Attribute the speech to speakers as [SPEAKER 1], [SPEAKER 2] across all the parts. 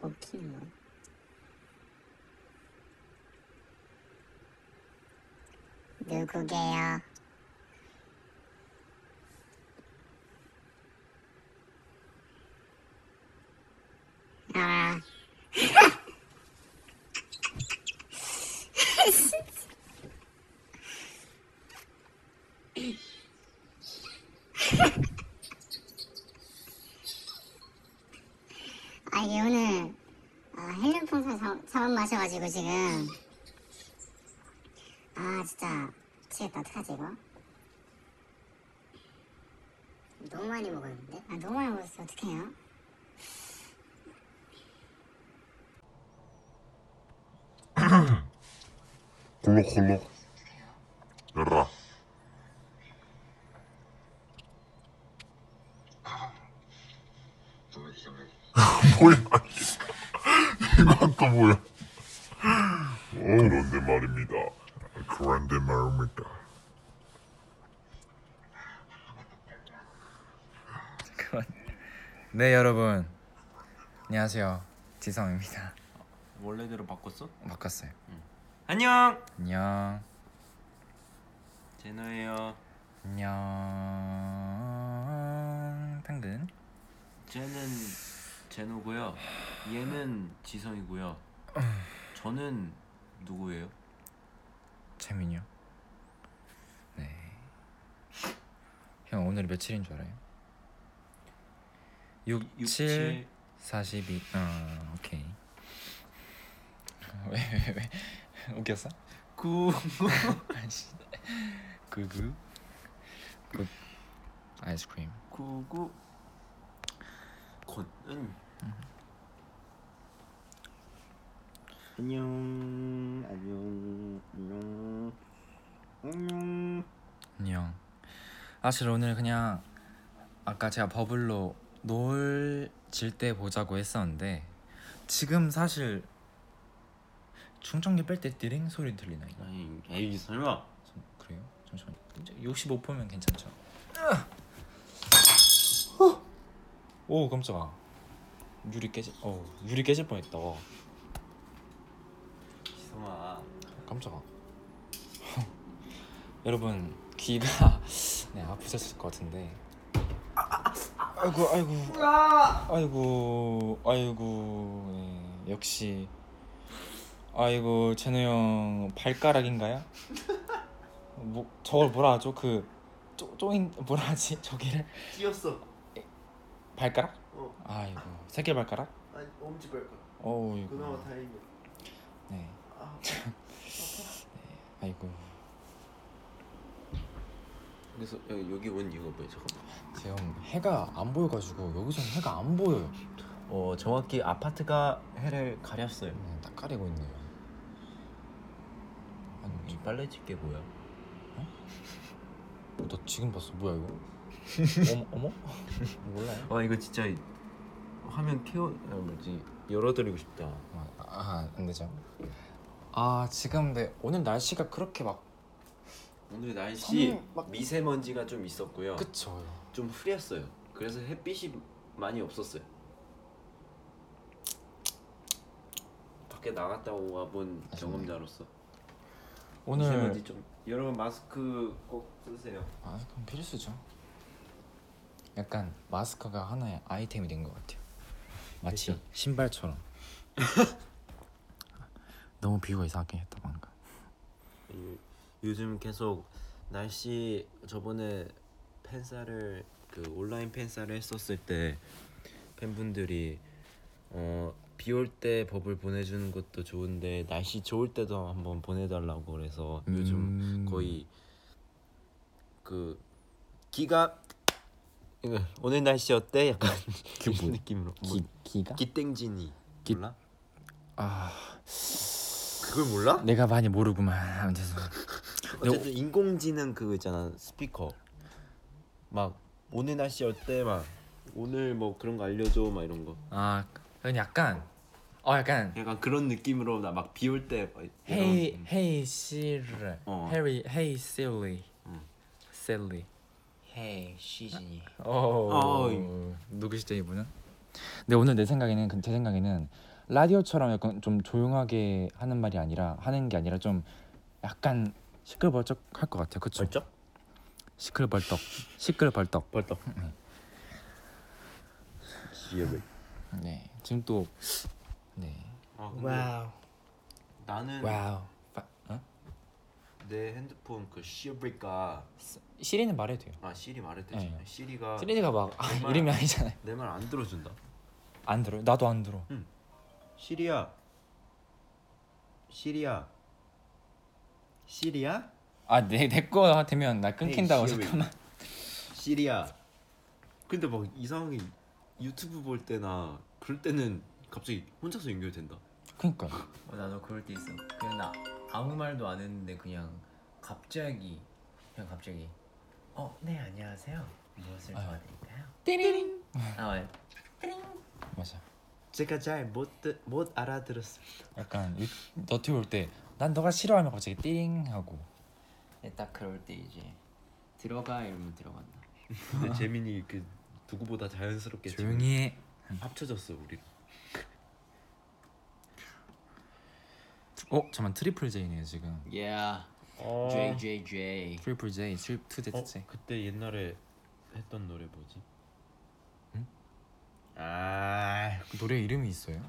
[SPEAKER 1] 맛있나?
[SPEAKER 2] 네, 누구게요? 아. 아, 이게 오늘, 아, 헬륨풍선 사- 사업 마셔가지고 지금. 아, 진짜. 미치겠다, 어떡하지, 이거? 너무 많이 먹었는데? 아, 너무 많이 먹었어, 어떡해요?
[SPEAKER 3] 콜록콜록 열어라 뭐야 이건 또 뭐야 그런데 말입니다 그런데 말입니다
[SPEAKER 4] 그만. 네 여러분 안녕하세요 지성입니다
[SPEAKER 5] 원래대로 바꿨어?
[SPEAKER 4] 바꿨어요
[SPEAKER 5] 안녕.
[SPEAKER 4] 안녕
[SPEAKER 5] 제노예요.
[SPEAKER 4] 안녕 당근
[SPEAKER 5] 쟤는 제노고요. 얘는 지성이고요. 저는 누구예요?
[SPEAKER 4] 재민이요 네형 오늘이 며칠인 줄 알아요? 6, 7,
[SPEAKER 5] 67
[SPEAKER 4] 42 아, 오케이 왜 왜 왜 웃겼어?
[SPEAKER 5] 9
[SPEAKER 4] 아이씨 그그 그 아이스크림
[SPEAKER 5] 99 곤은 안녕 안녕 안녕 안녕
[SPEAKER 4] 안녕. 아, 사실 오늘 그냥 아까 제가 버블로 놀 질 때 보자고 했었는데 지금 사실 충전기 뺄 때 디링 소리 들리나 이거?
[SPEAKER 5] 아니 에이 설마
[SPEAKER 4] 좀 그래요? 잠시만. 이제 65%면 괜찮죠? 오 깜짝아. 유리 깨질. 어 유리 깨질 뻔했다.
[SPEAKER 5] 지성아
[SPEAKER 4] 깜짝아. 여러분 귀가 네 아프셨을 것 같은데. 아이고 아이고 아이고 아이고 네, 역시 아이고 제노 형 발가락인가요? 뭐 저걸 뭐라 하죠? 그 쪼, 쪼인 뭐라 하지? 저기를
[SPEAKER 5] 뛰었어
[SPEAKER 4] 발가락?
[SPEAKER 5] 어
[SPEAKER 4] 아이고 새끼 발가락?
[SPEAKER 5] 아니 엄지 발가락
[SPEAKER 4] 어우
[SPEAKER 5] 그나마
[SPEAKER 4] 이거
[SPEAKER 5] 다행이야
[SPEAKER 4] 네
[SPEAKER 5] 아
[SPEAKER 4] 아이고
[SPEAKER 5] 그래서 여기, 여기 온 이유가 뭐야 잠깐만
[SPEAKER 4] 제형 해가 안 보여가지고 여기서는 해가 안 보여요.
[SPEAKER 5] 어 정확히 아파트가 해를 가렸어요
[SPEAKER 4] 그냥 딱 가리고 있네요. 아니,
[SPEAKER 5] 이 빨래집게 뭐야
[SPEAKER 4] 어, 나 지금 봤어. 뭐야 이거? 어머, 어머? 몰라요?
[SPEAKER 5] 아 이거 진짜 화면 태워 아 뭐지 열어드리고 싶다
[SPEAKER 4] 아, 아, 안 되죠. 아, 지금 근데 오늘 날씨가 그렇게 막
[SPEAKER 5] 오늘 날씨
[SPEAKER 4] 선물 막-
[SPEAKER 5] 미세먼지가 좀 있었고요
[SPEAKER 4] 그쵸.
[SPEAKER 5] 좀 흐렸어요 그래서 햇빛이 많이 없었어요 밖에 나갔다 와본
[SPEAKER 4] 아쉽네.
[SPEAKER 5] 경험자로서
[SPEAKER 4] 오늘
[SPEAKER 5] 미세먼지 좀 여러분 마스크 꼭 쓰세요
[SPEAKER 4] 아, 그럼 필수죠. 약간 마스크가 하나의 아이템이 된 것 같아요. 마치 신발처럼. 너무 비유가 이상하게 했다 방금.
[SPEAKER 5] 요- 요즘 계속 날씨 저번에 팬사를 그 온라인 팬사를 했었을 때 팬분들이 어 비 올 때 법을 보내주는 것도 좋은데 날씨 좋을 때도 한번 보내달라고 그래서 요즘
[SPEAKER 4] 음.
[SPEAKER 5] 거의 그 기가 이거 오늘 날씨 어때 약간 이런 느낌으로 뭐,
[SPEAKER 4] 기 기가?
[SPEAKER 5] 기땡진이
[SPEAKER 4] 기-
[SPEAKER 5] 몰라
[SPEAKER 4] 아.
[SPEAKER 5] 그걸 몰라?
[SPEAKER 4] 내가 많이 모르구만. 아, 죄송합니다.
[SPEAKER 5] 어쨌든 인공지능 그거 있잖아 스피커 막 오늘 날씨 어때 막 오늘 뭐 그런 거 알려줘 막 이런 거
[SPEAKER 4] 아, 그건 약간 어 약간
[SPEAKER 5] 약간 그런 느낌으로 나 막 비 올 때
[SPEAKER 4] 헤이 헤이 시르
[SPEAKER 5] 음. 어. 음.
[SPEAKER 4] 헤리 헤이 실리
[SPEAKER 5] 응.
[SPEAKER 4] 셀리
[SPEAKER 5] 헤이 시즌이
[SPEAKER 4] 어
[SPEAKER 5] 어이.
[SPEAKER 4] 누구시죠 이분은? 근데 오늘 내 생각에는 그- 제 생각에는 라디오처럼 약간 좀 조용하게 하는 말이 아니라 하는 게 아니라 좀 약간 시끌벅적 할 것 같아요. 그렇죠?
[SPEAKER 5] 벌쩍?
[SPEAKER 4] 시끌벌떡. 시끌벌떡. 음.
[SPEAKER 5] 벌떡. 시어리.
[SPEAKER 4] 네. 지금 또 네.
[SPEAKER 5] 아 근데
[SPEAKER 1] 와우.
[SPEAKER 5] 나는
[SPEAKER 4] 와우. 빠- 어?
[SPEAKER 5] 내 핸드폰 그 시어리가
[SPEAKER 4] 시리는 말해도 돼요.
[SPEAKER 5] 아 시리 말했듯이
[SPEAKER 4] 네.
[SPEAKER 5] 시리가
[SPEAKER 4] 시리가 막 아,
[SPEAKER 5] 정말.
[SPEAKER 4] 이름이 아니잖아요.
[SPEAKER 5] 내 말 안 들어준다.
[SPEAKER 4] 안 들어요. 나도 안 들어.
[SPEAKER 5] 시리야. 시리야. 시리야?
[SPEAKER 4] 아, 내내거 되면 나 끊긴다고
[SPEAKER 5] 시리.
[SPEAKER 4] 잠깐만.
[SPEAKER 5] 시리야. 근데 막 이상하게 유튜브 볼 때나 그럴 때는 갑자기 혼자서 연결된다.
[SPEAKER 4] 그러니까.
[SPEAKER 6] 어, 나도 그럴 때 있어. 그냥 나 아무 말도 안 했는데 그냥 갑자기 그냥 갑자기 어 네 안녕하세요. 무엇을 도와드릴까요? 띠링. 아 맞아.
[SPEAKER 4] 맞아.
[SPEAKER 5] 제가 잘못못 못 알아들었습니다.
[SPEAKER 4] 약간 유- 너튜브 올 때 난 너가 싫어하면 갑자기 띠링 하고
[SPEAKER 6] 근데 네, 딱 그럴 때 이제 들어가 이러면 들어간다.
[SPEAKER 5] 근데 재민이 그 누구보다 자연스럽게 지금
[SPEAKER 4] 아. 조용히 해.
[SPEAKER 5] 합쳐졌어 우리.
[SPEAKER 4] 어, 잠만 트리플 J네요 지금.
[SPEAKER 6] Yeah.
[SPEAKER 4] 어.
[SPEAKER 6] J J J.
[SPEAKER 4] 트리플 J, 트립 투
[SPEAKER 5] 어,
[SPEAKER 4] 데트 J.
[SPEAKER 5] 그때 옛날에 했던 노래 뭐지? 응? 아,
[SPEAKER 4] 그 노래 이름이 있어요?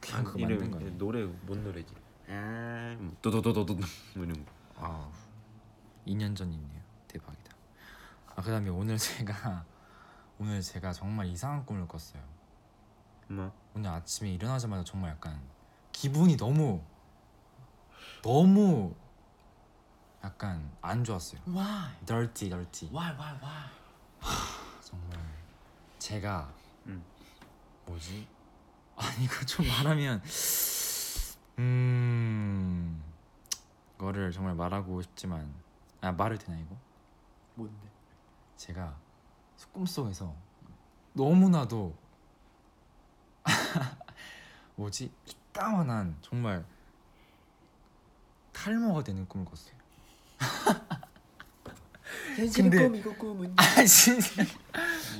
[SPEAKER 4] 그냥 그거 만든 거 아니에요?
[SPEAKER 5] 노래 뭔 노래지? 아, 도도도도도 뭐 이런 거.
[SPEAKER 4] 아, 2년 전이네요. 대박이다. 아 그다음에 오늘 제가 오늘 제가 정말 이상한 꿈을 꿨어요.
[SPEAKER 5] 뭐?
[SPEAKER 4] 오늘 아침에 일어나자마자 정말 약간 기분이 너무 너무 약간 안 좋았어요.
[SPEAKER 6] Why?
[SPEAKER 4] dirty, dirty.
[SPEAKER 6] Why why why?
[SPEAKER 4] 정말 제가
[SPEAKER 5] 음.
[SPEAKER 4] 뭐지? 아니 이거 좀 말하면 음 이거를 정말 말하고 싶지만 아 말을 되나 이거?
[SPEAKER 6] 뭔데?
[SPEAKER 4] 제가 꿈속에서 너무나도 뭐지 이따만한 정말 탈모가 되는 꿈을 꿨어요. 현실 근데... 꿈 이거 꿈은 아 진짜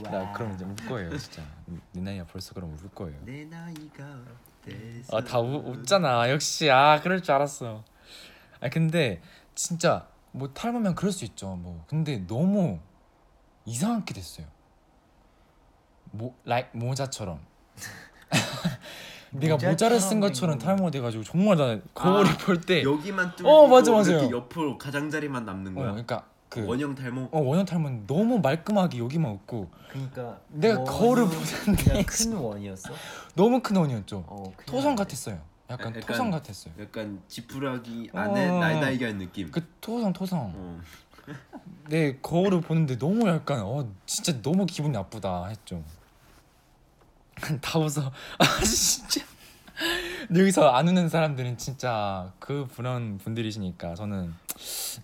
[SPEAKER 4] 나 그럼 이제 울 거예요 진짜 내 나이가 벌써 그럼 울 거예요.
[SPEAKER 5] 내 나이가 어때서?
[SPEAKER 4] 아 다 웃잖아 역시 아 그럴 줄 알았어. 아 근데 진짜 뭐 탈모면 그럴 수 있죠 뭐 근데 너무 이상하게 됐어요. 모 라이 모자처럼. 내가 모자를 쓴 것처럼 탈모 돼가지고 정말 나 거울을
[SPEAKER 5] 아,
[SPEAKER 4] 볼 때 어,
[SPEAKER 5] 여기만 뚫고
[SPEAKER 4] 어, 맞아, 맞아요.
[SPEAKER 5] 이렇게 옆으로 가장자리만 남는 거야.
[SPEAKER 4] 그러니까 그
[SPEAKER 5] 원형 탈모.
[SPEAKER 4] 어, 원형 탈모는 너무 말끔하게 여기만 웃고
[SPEAKER 6] 그러니까
[SPEAKER 4] 내가 거울을
[SPEAKER 6] 원은
[SPEAKER 4] 보는데
[SPEAKER 6] 그냥 큰 원이었어?
[SPEAKER 4] 너무 큰 원이었죠.
[SPEAKER 6] 어, 큰일
[SPEAKER 4] 토성
[SPEAKER 6] 났네.
[SPEAKER 4] 같았어요. 약간
[SPEAKER 5] 약간-
[SPEAKER 4] 토성 같았어요.
[SPEAKER 5] 약간 지푸라기 안에
[SPEAKER 4] 어.
[SPEAKER 5] 날다이가 느낌.
[SPEAKER 4] 그 토성 토성.
[SPEAKER 5] 어.
[SPEAKER 4] 내 거울을 보는데 너무 약간 어 진짜 너무 기분 나쁘다 했죠. 다 웃어. 아 진짜. 근데 여기서 안 우는 사람들은 진짜 그 분한 분들이시니까 저는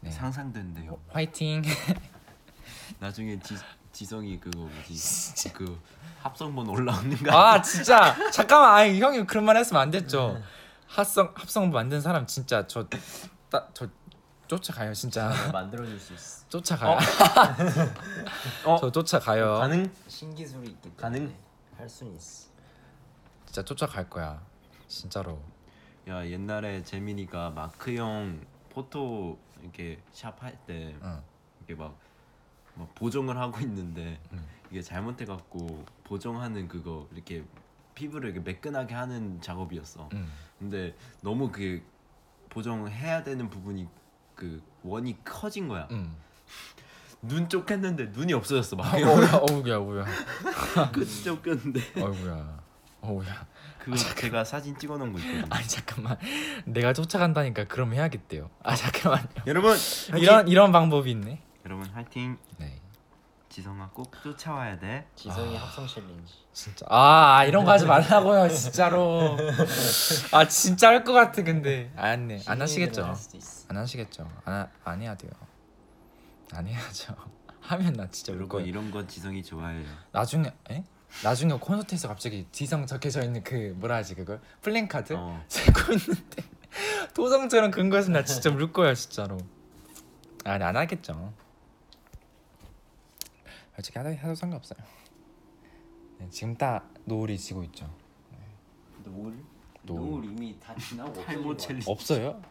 [SPEAKER 4] 네.
[SPEAKER 5] 상상된대요.
[SPEAKER 4] 화이팅.
[SPEAKER 5] 나중에 지, 지성이 그거 뭐지? 그 합성본 올라오는 거.
[SPEAKER 4] 아 진짜 잠깐만 아 형이 그런 말 했으면 안
[SPEAKER 5] 네.
[SPEAKER 4] 됐죠. 합성 합성 만든 사람 진짜 저저 저, 쫓아가요 진짜
[SPEAKER 6] 만들어줄 수 있어.
[SPEAKER 4] 쫓아가요.
[SPEAKER 5] 어?
[SPEAKER 4] 저 쫓아가요.
[SPEAKER 5] 가능?
[SPEAKER 6] 신기술이 있기 때문에
[SPEAKER 5] 가능?
[SPEAKER 6] 할 수는 있어.
[SPEAKER 4] 진짜 쫓아갈 거야 진짜로.
[SPEAKER 5] 야 옛날에 재민이가 마크 형 포토 이렇게 샵 할 때
[SPEAKER 4] 응.
[SPEAKER 5] 이렇게 막, 막 보정을 하고 있는데
[SPEAKER 4] 응.
[SPEAKER 5] 이게 잘못해 갖고 보정하는 그거 이렇게 피부를 이렇게 매끈하게 하는 작업이었어.
[SPEAKER 4] 응.
[SPEAKER 5] 근데 너무 그 보정해야 되는 부분이 그 원이 커진 거야.
[SPEAKER 4] 응.
[SPEAKER 5] 눈 쪽 했는데 눈이 없어졌어. 마크 형.
[SPEAKER 4] 어우야 어우야 어우야.
[SPEAKER 5] 끝이 쫓겼는데
[SPEAKER 4] 어이구야 어우야
[SPEAKER 5] 그거 제가 사진 찍어놓은 거 있거든요.
[SPEAKER 4] 아니 잠깐만 내가 쫓아간다니까 그럼 해야겠대요 아 잠깐만
[SPEAKER 5] 여러분
[SPEAKER 4] 이런 이런 방법이 있네
[SPEAKER 5] 여러분 화이팅.
[SPEAKER 4] 네
[SPEAKER 5] 지성아 꼭 쫓아와야 돼.
[SPEAKER 6] 지성이 합성 챌린지.
[SPEAKER 4] 진짜 아 이런 거 하지 말라고요 진짜로 아 진짜 할 것 같아 근데 안네 안 하시겠죠
[SPEAKER 6] 할 수도 있어.
[SPEAKER 4] 안 하시겠죠 안, 하- 안 해야 돼요 안 해야죠 하면 나 진짜 울
[SPEAKER 5] 여러분
[SPEAKER 4] 거예요
[SPEAKER 5] 이런 건 지성이 좋아해요.
[SPEAKER 4] 나중에 에? 나중에 콘서트에서 갑자기 지성 적혀져 있는 그 뭐라 하지 그걸 플랜카드
[SPEAKER 5] 어.
[SPEAKER 4] 들고 있는데 도성처럼 근거해서 나 진짜 울 거야 진짜로 아니 안 하겠죠 솔직히 하도, 하도 상관없어요 네, 지금 딱 노을이 지고 있죠
[SPEAKER 6] 노을?
[SPEAKER 4] 노을.
[SPEAKER 6] 노을 이미 다 지나고
[SPEAKER 4] 뭐
[SPEAKER 5] 탈모
[SPEAKER 6] 없어진
[SPEAKER 5] 젤리
[SPEAKER 6] 것
[SPEAKER 4] 없어요?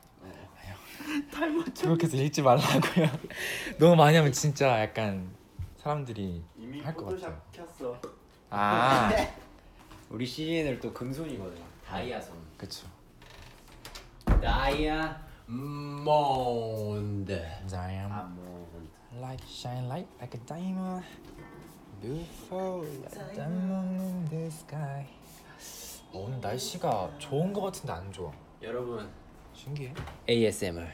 [SPEAKER 5] 탈모 젤리
[SPEAKER 4] 그렇게 해서 읽지 말라고요. 너무 많이 하면 진짜 약간 사람들이
[SPEAKER 5] 이미
[SPEAKER 4] 할것
[SPEAKER 5] 포토샵 켰어
[SPEAKER 4] 아
[SPEAKER 6] 같아. 우리 CGN을 또 금손이거든. 다이아 손.
[SPEAKER 4] 그쵸.
[SPEAKER 6] 다이아 몬드.
[SPEAKER 4] Diamond
[SPEAKER 6] 아몬드.
[SPEAKER 4] light shine light like a diamond, beautiful like a diamond in the sky. 어, 오늘 날씨가 좋은 것 같은데 안 좋아.
[SPEAKER 6] 여러분
[SPEAKER 4] 신기해.
[SPEAKER 6] ASMR.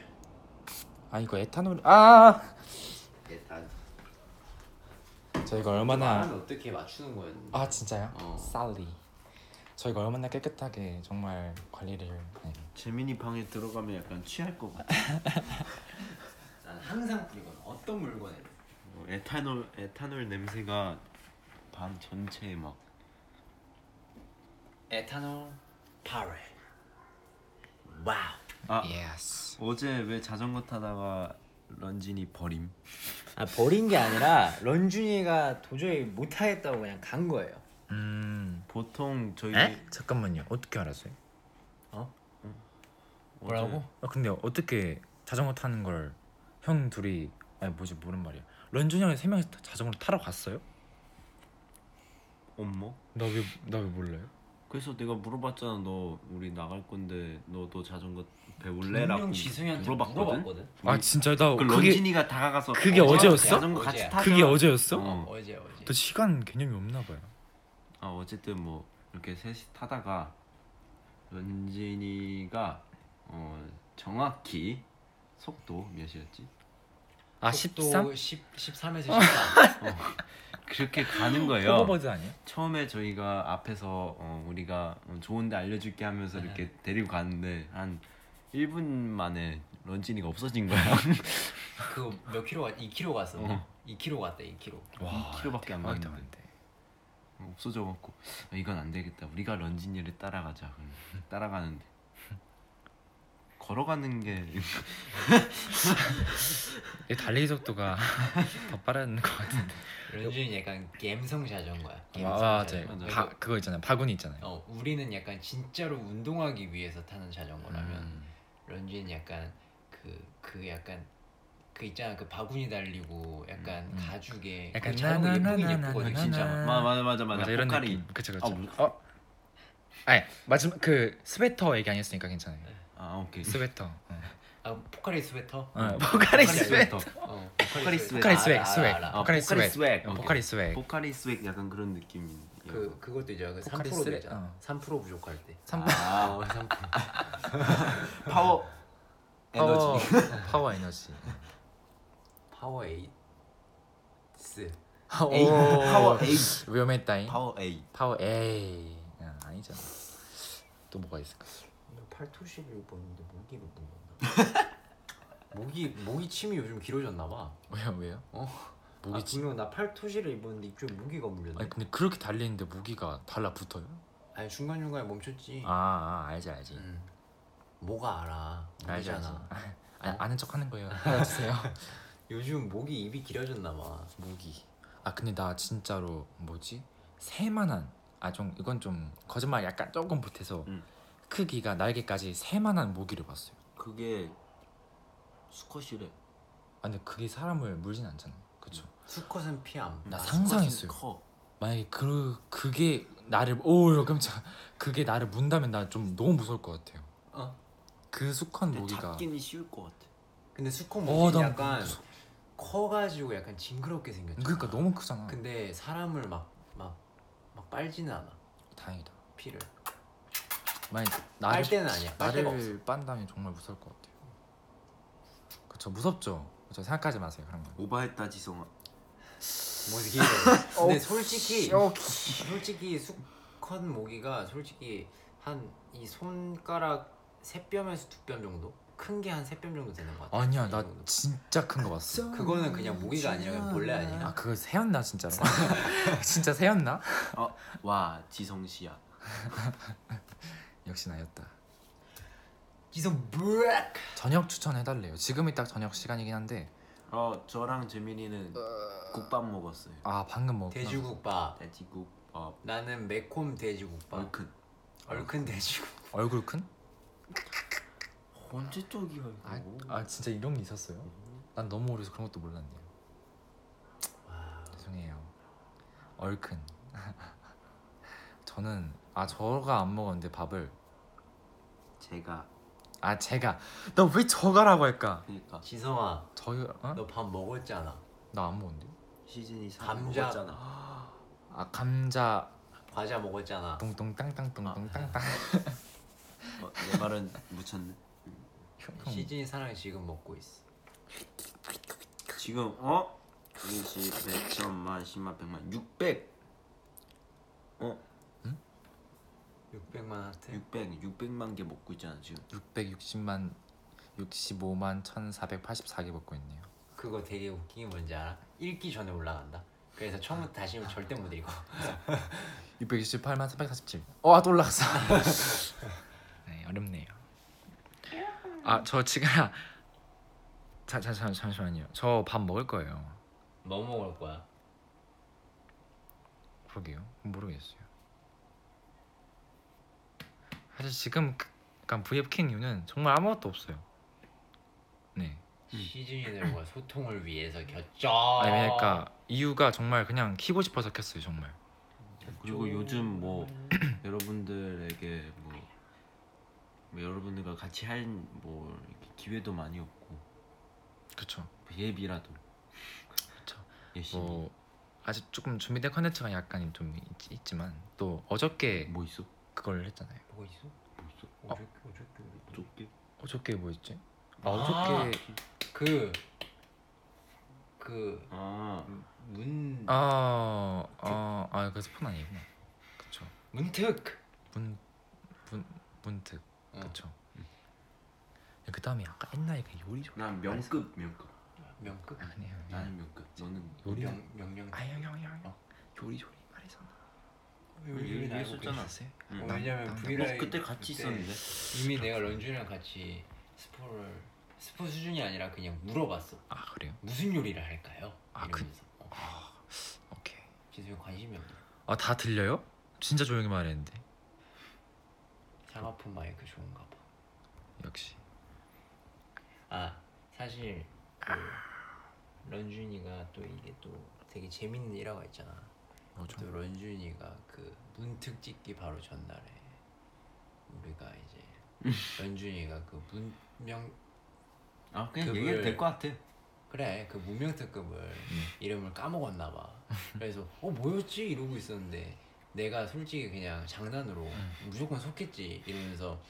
[SPEAKER 4] 아 이거 에탄올 아
[SPEAKER 6] 일단
[SPEAKER 4] 저희가 얼마나
[SPEAKER 6] 말은 어떻게 맞추는 거였는데.
[SPEAKER 4] 아 진짜요?
[SPEAKER 6] 어.
[SPEAKER 4] 살리 저희가 얼마나 깨끗하게 정말 관리를 네.
[SPEAKER 5] 재민이 방에 들어가면 약간 취할 것 같아
[SPEAKER 6] 난 항상 뿌리거든. 어떤 물건에.
[SPEAKER 5] 어, 에탄올 에탄올 냄새가 방 전체에 막
[SPEAKER 6] 에탄올 파레. 와우.
[SPEAKER 5] 아,
[SPEAKER 4] 예스
[SPEAKER 5] 어제 왜 자전거 타다가 런쥔이 버림?
[SPEAKER 6] 아 버린 게 아니라 런쥔이가 도저히 못 하겠다고 그냥 간 거예요.
[SPEAKER 4] 음
[SPEAKER 5] 보통 저희
[SPEAKER 4] 잠깐만요 어떻게 알았어요?
[SPEAKER 5] 어제-
[SPEAKER 4] 아, 근데 어떻게 자전거 타는 걸 형 둘이 아니 뭐지 모른 말이야 런쥔 형이 세 명이서 자전거 타러 갔어요?
[SPEAKER 5] 엄마?
[SPEAKER 4] 나 왜 나 왜 몰라요?
[SPEAKER 5] 그래서 내가 물어봤잖아 너 우리 나갈 건데 너도 자전거 배울래라고
[SPEAKER 6] 분명 지승이한테
[SPEAKER 5] 물어봤거든.
[SPEAKER 6] 물어봤거든?
[SPEAKER 4] 아 진짜 나
[SPEAKER 5] 그
[SPEAKER 4] 그게
[SPEAKER 5] 런쥔이가 다가가서
[SPEAKER 4] 그게
[SPEAKER 5] 어제
[SPEAKER 4] 어제였어?
[SPEAKER 5] 자전거 같이
[SPEAKER 6] 어제야.
[SPEAKER 5] 타자.
[SPEAKER 4] 그게 어제였어?
[SPEAKER 5] 어.
[SPEAKER 6] 어제 어제.
[SPEAKER 4] 또 시간 개념이 없나 봐요.
[SPEAKER 5] 아 어쨌든 뭐 이렇게 셋이 타다가 런쥔이가 어 정확히 속도 몇이었지?
[SPEAKER 4] 아
[SPEAKER 6] 속도 10 13에서 14.
[SPEAKER 5] 그렇게 가는 거예요.
[SPEAKER 4] 호버버드 아니야?
[SPEAKER 5] 처음에 저희가 앞에서 어, 우리가 어, 좋은데 알려줄게 하면서 이렇게
[SPEAKER 6] 네.
[SPEAKER 5] 데리고 갔는데 한 1분 만에 런쥔이가 없어진 거야.
[SPEAKER 6] 그몇 킬로 갔? 2 킬로 갔어.
[SPEAKER 5] 어.
[SPEAKER 6] 2 킬로 갔다 2 킬로.
[SPEAKER 5] 2kg밖에 안
[SPEAKER 4] 대박이다,
[SPEAKER 5] 나왔는데.
[SPEAKER 4] 근데.
[SPEAKER 5] 없어져 갖고 아, 이건 안 되겠다. 우리가 런쥔이를 따라가자. 그럼 따라가는데 걸어가는 게
[SPEAKER 4] 이 달리기 속도가 더 빠른 것 같은데.
[SPEAKER 6] 런쥔이 약간 갬성 자전거야.
[SPEAKER 4] 아,
[SPEAKER 6] 갬성
[SPEAKER 4] 맞아요.
[SPEAKER 6] 자전거.
[SPEAKER 4] 바, 그거 있잖아요. 바구니 있잖아요.
[SPEAKER 6] 어 우리는 약간 진짜로 운동하기 위해서 타는 자전거라면
[SPEAKER 4] 음.
[SPEAKER 6] 런쥔 약간 그 그 약간 그 있잖아 그 바구니 달리고 약간
[SPEAKER 4] 음, 음.
[SPEAKER 6] 가죽에
[SPEAKER 4] 약간
[SPEAKER 6] 그 자전거 예쁘긴
[SPEAKER 4] 나나나나나나나.
[SPEAKER 6] 예쁘거든
[SPEAKER 5] 진짜
[SPEAKER 6] 진짜.
[SPEAKER 5] 맞아 맞아 맞아 맞아.
[SPEAKER 4] 맞아 이런
[SPEAKER 5] 포카리.
[SPEAKER 4] 느낌. 그쵸 그쵸.
[SPEAKER 5] 아, 뭐-
[SPEAKER 4] 어. 아니 마지막 그 스웨터 얘기 안 했으니까 괜찮아요.
[SPEAKER 5] 아 오케이.
[SPEAKER 4] 스웨터. 어.
[SPEAKER 6] 아 포카리 스웨터.
[SPEAKER 4] 어, 포카리 스웨터.
[SPEAKER 6] 어
[SPEAKER 5] 포카리 스웨터.
[SPEAKER 4] 포카리 스웨
[SPEAKER 6] 알아,
[SPEAKER 4] 스웨.
[SPEAKER 6] 알아, 알아.
[SPEAKER 5] 어,
[SPEAKER 4] 포카리
[SPEAKER 5] 포카리
[SPEAKER 4] 스웨.
[SPEAKER 5] 스웨.
[SPEAKER 4] 어, 포카리 스웨.
[SPEAKER 5] 포카리 스웩 약간 그런 느낌.
[SPEAKER 6] 그 그것도 이제 그
[SPEAKER 4] 포카리
[SPEAKER 6] 3%도
[SPEAKER 4] 쓰레-
[SPEAKER 6] 있잖아.
[SPEAKER 4] 어.
[SPEAKER 6] 3% 부족할 때.
[SPEAKER 4] 3%
[SPEAKER 6] 아, 3%.
[SPEAKER 5] 파워
[SPEAKER 4] 파워 어, 파워 에너지.
[SPEAKER 6] 파워 에이스.
[SPEAKER 5] 에이 파워 에이
[SPEAKER 4] 위험했다잉.
[SPEAKER 5] 파워 에이
[SPEAKER 4] 파워 에이. 아, 아니잖아. 또 뭐가 있을까?
[SPEAKER 6] 896번인데 목이 못 건가? 목이 목이 침이 요즘 길어졌나 봐.
[SPEAKER 4] 왜요 왜요?
[SPEAKER 6] 어?
[SPEAKER 4] 목이
[SPEAKER 6] 아, 분명 나 팔토시를 입었는데 이쪽에 모기가 물렸네.
[SPEAKER 4] 아니 근데 그렇게 달리는데 무기가 달라붙어요?
[SPEAKER 6] 아니 중간 중간에 멈췄지.
[SPEAKER 4] 아, 아 알지 알지
[SPEAKER 6] 응. 뭐가 알아?
[SPEAKER 4] 알지 알지
[SPEAKER 6] 모르잖아.
[SPEAKER 4] 아, 아는 척 하는 거예요 알아주세요
[SPEAKER 6] 요즘 목이 입이 길어졌나 봐.
[SPEAKER 4] 무기 아 근데 나 진짜로 뭐지 세만한 아 좀 이건 좀 거짓말 약간 조금 보태서
[SPEAKER 5] 음.
[SPEAKER 4] 크기가 날개까지 세만한 모기를 봤어요
[SPEAKER 5] 그게 수컷이래.
[SPEAKER 4] 아 근데 그게 사람을 물진 않잖아
[SPEAKER 6] 음.
[SPEAKER 4] 그쵸
[SPEAKER 6] 수컷은 피함.
[SPEAKER 4] 나
[SPEAKER 5] 아,
[SPEAKER 4] 상상했어요.
[SPEAKER 5] 수컷은 커.
[SPEAKER 4] 만약에 그 그게 나를 오야 깜짝 그게 나를 문다면 나 좀 너무 무서울 것 같아요
[SPEAKER 6] 어.
[SPEAKER 4] 그 수컷
[SPEAKER 5] 근데
[SPEAKER 4] 모기가
[SPEAKER 5] 잡기는 쉬울 것 같아.
[SPEAKER 6] 근데 수컷
[SPEAKER 4] 어,
[SPEAKER 6] 목이
[SPEAKER 4] 나
[SPEAKER 6] 약간
[SPEAKER 4] 무서워.
[SPEAKER 6] 커가지고 약간 징그럽게 생겼잖아.
[SPEAKER 4] 그러니까 너무 크잖아
[SPEAKER 6] 근데 사람을 막 막 막 빨지는 않아.
[SPEAKER 4] 다행이다
[SPEAKER 6] 피를.
[SPEAKER 4] 만약
[SPEAKER 6] 빨
[SPEAKER 4] 나를
[SPEAKER 6] 때는 아니야. 빨 때가 없어.
[SPEAKER 4] 나를 빤다면 정말 무서울 것 같아요. 그쵸 무섭죠. 그쵸 생각하지 마세요 그런 거.
[SPEAKER 5] 오바했다 지성아.
[SPEAKER 6] 모기. 뭐 근데 솔직히 솔직히 수컷 모기가 솔직히 한 이 손가락 세 뼘에서 두 뼘 정도? 큰 게 한 세 뼘 정도 되는 것 같아.
[SPEAKER 4] 아니야
[SPEAKER 6] 이
[SPEAKER 4] 나
[SPEAKER 6] 정도.
[SPEAKER 4] 진짜 큰 거 봤어.
[SPEAKER 6] 그거는 그냥 모기가 아니라 그냥 벌레 아니야?
[SPEAKER 4] 아 그거 새였나 진짜로? 진짜 새였나?
[SPEAKER 5] 어, 와 지성 씨야.
[SPEAKER 4] 역시 나였다.
[SPEAKER 6] 기성 브렉.
[SPEAKER 4] 저녁 추천해달래요. 지금이 딱 저녁 시간이긴 한데
[SPEAKER 5] 어 저랑 재민이는 국밥 먹었어요.
[SPEAKER 4] 아 방금 먹었구나.
[SPEAKER 6] 돼지국밥.
[SPEAKER 5] 돼지국밥
[SPEAKER 4] 아,
[SPEAKER 6] 나는 매콤 돼지국밥.
[SPEAKER 5] 얼큰.
[SPEAKER 6] 얼큰 돼지고
[SPEAKER 4] 얼굴 큰?
[SPEAKER 5] 언제 쪽이야 이거?
[SPEAKER 6] 아이,
[SPEAKER 4] 아 진짜 이런 게 있었어요? 난 너무 어려서 그런 것도 몰랐네요. 죄송해요. 얼큰. 저는 아 저가 안 먹었는데 밥을
[SPEAKER 5] 제가
[SPEAKER 4] 아 제가 나 왜 저가라고 할까?
[SPEAKER 5] 그러니까
[SPEAKER 6] 지성아
[SPEAKER 4] 저요? 어?
[SPEAKER 6] 너 밥 먹었잖아
[SPEAKER 4] 나 안 먹었는데?
[SPEAKER 5] 시즌이 3
[SPEAKER 6] 감자.
[SPEAKER 5] 먹었잖아.
[SPEAKER 4] 아 감자
[SPEAKER 6] 과자 먹었잖아
[SPEAKER 4] 동동 땅땅 동동 땅땅.
[SPEAKER 5] 어, 내 말은 묻혔네.
[SPEAKER 4] 형,
[SPEAKER 6] 시즌이 사랑이 지금 먹고 있어
[SPEAKER 5] 지금 어? 20, 100, 1000만, 10만, 어? 100만, 600,
[SPEAKER 6] 600만 하트
[SPEAKER 5] 600, 600만 개 먹고 있잖아 지금.
[SPEAKER 4] 660만 65만 1,484개 먹고 있네요.
[SPEAKER 6] 그거 되게 웃긴 게 뭔지 알아? 읽기 전에 올라간다 그래서 처음부터 다시 읽으면 절대 못 읽어
[SPEAKER 4] 668만 347. 어, 아, 또 올라갔어. 네, 어렵네요. 아, 저 지금 자, 자, 잠, 잠시만요. 저 밥 먹을 거예요.
[SPEAKER 6] 뭐 먹을 거야?
[SPEAKER 4] 그러게요. 모르겠어요. 사실 지금 그- 약간 V앱 킨 이유는 정말 아무것도 없어요. 네.
[SPEAKER 6] 시즌이들과 소통을 위해서 겼죠
[SPEAKER 4] 아니 그러니까 이유가 정말 그냥 키고 싶어서 켰어요, 정말.
[SPEAKER 5] 그리고 요즘 뭐 여러분들에게 뭐, 뭐 여러분들과 같이 할 뭐 기회도 많이 없고
[SPEAKER 4] 그렇죠.
[SPEAKER 5] 예비라도
[SPEAKER 4] 그쵸.
[SPEAKER 5] 열심히 뭐,
[SPEAKER 4] 뭐 아직 조금 준비된 컨텐츠가 약간 좀 있, 있지만 또 어저께
[SPEAKER 5] 뭐 있어?
[SPEAKER 4] 그걸 했잖아요.
[SPEAKER 6] 뭐 있어?
[SPEAKER 5] 뭐 있어?
[SPEAKER 6] 어저께 어저께
[SPEAKER 5] 좁게?
[SPEAKER 4] 어저께 뭐였지? 아,
[SPEAKER 6] 아. 그,
[SPEAKER 4] 어저께
[SPEAKER 6] 그그
[SPEAKER 5] 아
[SPEAKER 6] 문...
[SPEAKER 4] 아, 아, 아 그래서 폰 아니구나. 그쵸.
[SPEAKER 6] 문특!
[SPEAKER 4] 문, 문, 문득.
[SPEAKER 6] 어.
[SPEAKER 4] 그쵸. 그 다음에 아까 옛날에 그 요리 좀.
[SPEAKER 5] 난 명급 명급
[SPEAKER 6] 명급?
[SPEAKER 4] 아니야.
[SPEAKER 5] 나는 명급 너는
[SPEAKER 4] 요리.
[SPEAKER 6] 명, 명령
[SPEAKER 4] 아, 형, 형, 형.
[SPEAKER 6] 어.
[SPEAKER 4] 요리 조리 말했잖아.
[SPEAKER 5] 얘기
[SPEAKER 6] 알고
[SPEAKER 5] 했었잖아
[SPEAKER 6] 계셨어.
[SPEAKER 5] 응.
[SPEAKER 6] 어,
[SPEAKER 5] 너
[SPEAKER 6] 왜냐면
[SPEAKER 4] 나- 나-
[SPEAKER 6] 브이라이
[SPEAKER 5] 그때 같이 있었는데
[SPEAKER 6] 이미 내가 런쥔이랑 같이 스포를 스포 수준이 아니라 그냥 물어봤어
[SPEAKER 4] 아 그래요?
[SPEAKER 6] 무슨 요리를 할까요?
[SPEAKER 4] 아, 그-
[SPEAKER 6] 이러면서 어,
[SPEAKER 4] 아, 오케이.
[SPEAKER 6] 지성이 관심이 없네
[SPEAKER 4] 아 다 들려요? 진짜 조용히 말했는데.
[SPEAKER 6] 사마폰 마이크 좋은가 봐
[SPEAKER 4] 역시.
[SPEAKER 6] 아 사실 그 런쥔이가 또 이게 또 되게 재밌는 일화가 있잖아
[SPEAKER 4] 뭐죠?
[SPEAKER 6] 또 런쥔이가 그 문특 찍기 바로 전날에 우리가 이제 런쥔이가 그 문명
[SPEAKER 5] 아 그냥
[SPEAKER 6] 그걸-
[SPEAKER 5] 얘기해도 될 것 같아
[SPEAKER 6] 그래 그 무명특급을 이름을 까먹었나 봐 그래서 어 뭐였지 이러고 있었는데 내가 솔직히 그냥 장난으로 무조건 속겠지 이러면서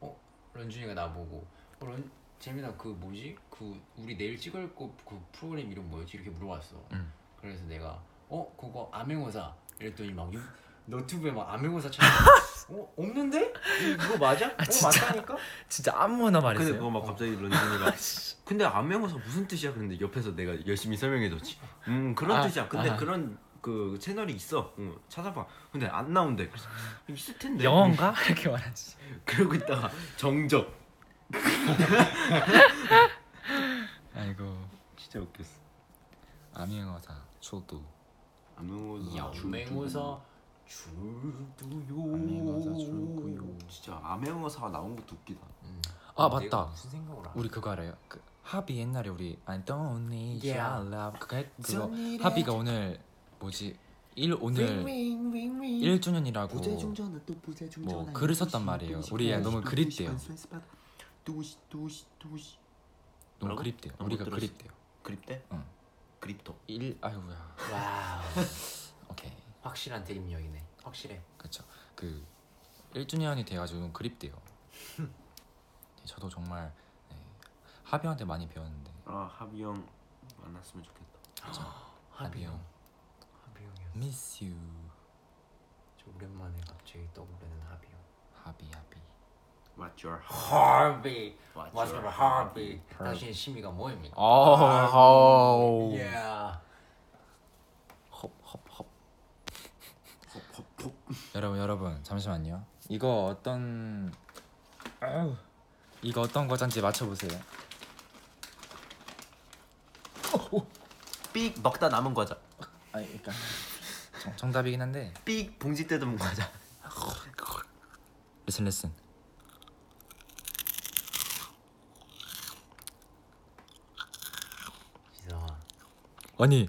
[SPEAKER 6] 어 런쥔이가 나보고 어, 런 재민아 그 뭐지 그 우리 내일 찍을 거 그 프로그램 이름 뭐였지 이렇게 물어봤어
[SPEAKER 4] 음.
[SPEAKER 6] 그래서 내가 어 그거 암행어사 이랬더니 막 유- 너튜브에 막 암행어사 찾아 어 없는데 이거 맞아 어 맞다니까
[SPEAKER 4] 진짜 아무나
[SPEAKER 5] 근데 뭐
[SPEAKER 4] 말했어요.
[SPEAKER 5] 그거 막 갑자기 런쥔이가 근데 안면고서 무슨 뜻이야? 근데 옆에서 내가 열심히 설명해줬지 음 그런
[SPEAKER 4] 아,
[SPEAKER 5] 뜻이야 근데
[SPEAKER 4] 아.
[SPEAKER 5] 그런 그 채널이 있어 응, 찾아봐 근데 안 나온대 그래서 있을 텐데
[SPEAKER 4] 영어인가? 이렇게 말하지.
[SPEAKER 5] 그러고 있다가 정적
[SPEAKER 4] 아이고.
[SPEAKER 5] 진짜 웃겼어
[SPEAKER 4] 아미영어사 초도.
[SPEAKER 5] 안면고서
[SPEAKER 6] 암행어사 줄도요
[SPEAKER 4] 암행어사 줄도요.
[SPEAKER 5] 진짜 암행어사가 나온 것도 웃기다
[SPEAKER 6] 음.
[SPEAKER 4] 아,
[SPEAKER 6] 내가
[SPEAKER 4] 맞다.
[SPEAKER 6] 무슨 생각을 안
[SPEAKER 4] 우리 그거 알아요? 그 하비 옛날에 우리 I don't need
[SPEAKER 6] Yeah.
[SPEAKER 4] your love 그거 했, 그거 하비가 오늘 뭐지 일 오늘
[SPEAKER 7] 일
[SPEAKER 4] 1주년이라고
[SPEAKER 7] 또 부재
[SPEAKER 4] 뭐 글을 썼단 말이에요. 우리 애 너무 그립대요.
[SPEAKER 7] 도시 도시 도시
[SPEAKER 4] 너무
[SPEAKER 5] 뭐라고? 아,
[SPEAKER 4] 그립대요.
[SPEAKER 5] 못
[SPEAKER 4] 우리가
[SPEAKER 5] 들었어.
[SPEAKER 4] 그립대요.
[SPEAKER 5] 그립대?
[SPEAKER 4] 응.
[SPEAKER 5] 그립토
[SPEAKER 4] 일 아이고야.
[SPEAKER 6] 와우
[SPEAKER 4] 오케이
[SPEAKER 6] 확실한 대입력이네 확실해
[SPEAKER 4] 그렇죠. 그 1주년이 돼가지고 그립대요. 네, 저도 정말 네, 하비한테 많이 배웠는데
[SPEAKER 5] 아 하비 형 만났으면 좋겠다
[SPEAKER 4] 하비 형
[SPEAKER 6] 하비 형이야
[SPEAKER 4] miss you
[SPEAKER 6] 저 오랜만에 갑자기 떠오르는 하비 형
[SPEAKER 4] 하비 하비
[SPEAKER 5] What's your
[SPEAKER 6] 하비
[SPEAKER 5] What's
[SPEAKER 6] 맞아
[SPEAKER 5] your
[SPEAKER 6] 하비 당신의 취미가 뭐입니까?
[SPEAKER 4] 아, 아우
[SPEAKER 6] 예
[SPEAKER 4] 헙헙헙
[SPEAKER 5] 허
[SPEAKER 4] 여러분 여러분 잠시만요. 이거 어떤 아우. 이거 어떤 과자인지 맞춰보세요.
[SPEAKER 5] 삑 먹다 남은 과자
[SPEAKER 4] 아 그러니까 정, 정답이긴 한데
[SPEAKER 5] 삑 봉지 뜯은 과자
[SPEAKER 4] 레슨 레슨
[SPEAKER 6] 지성아
[SPEAKER 4] 아니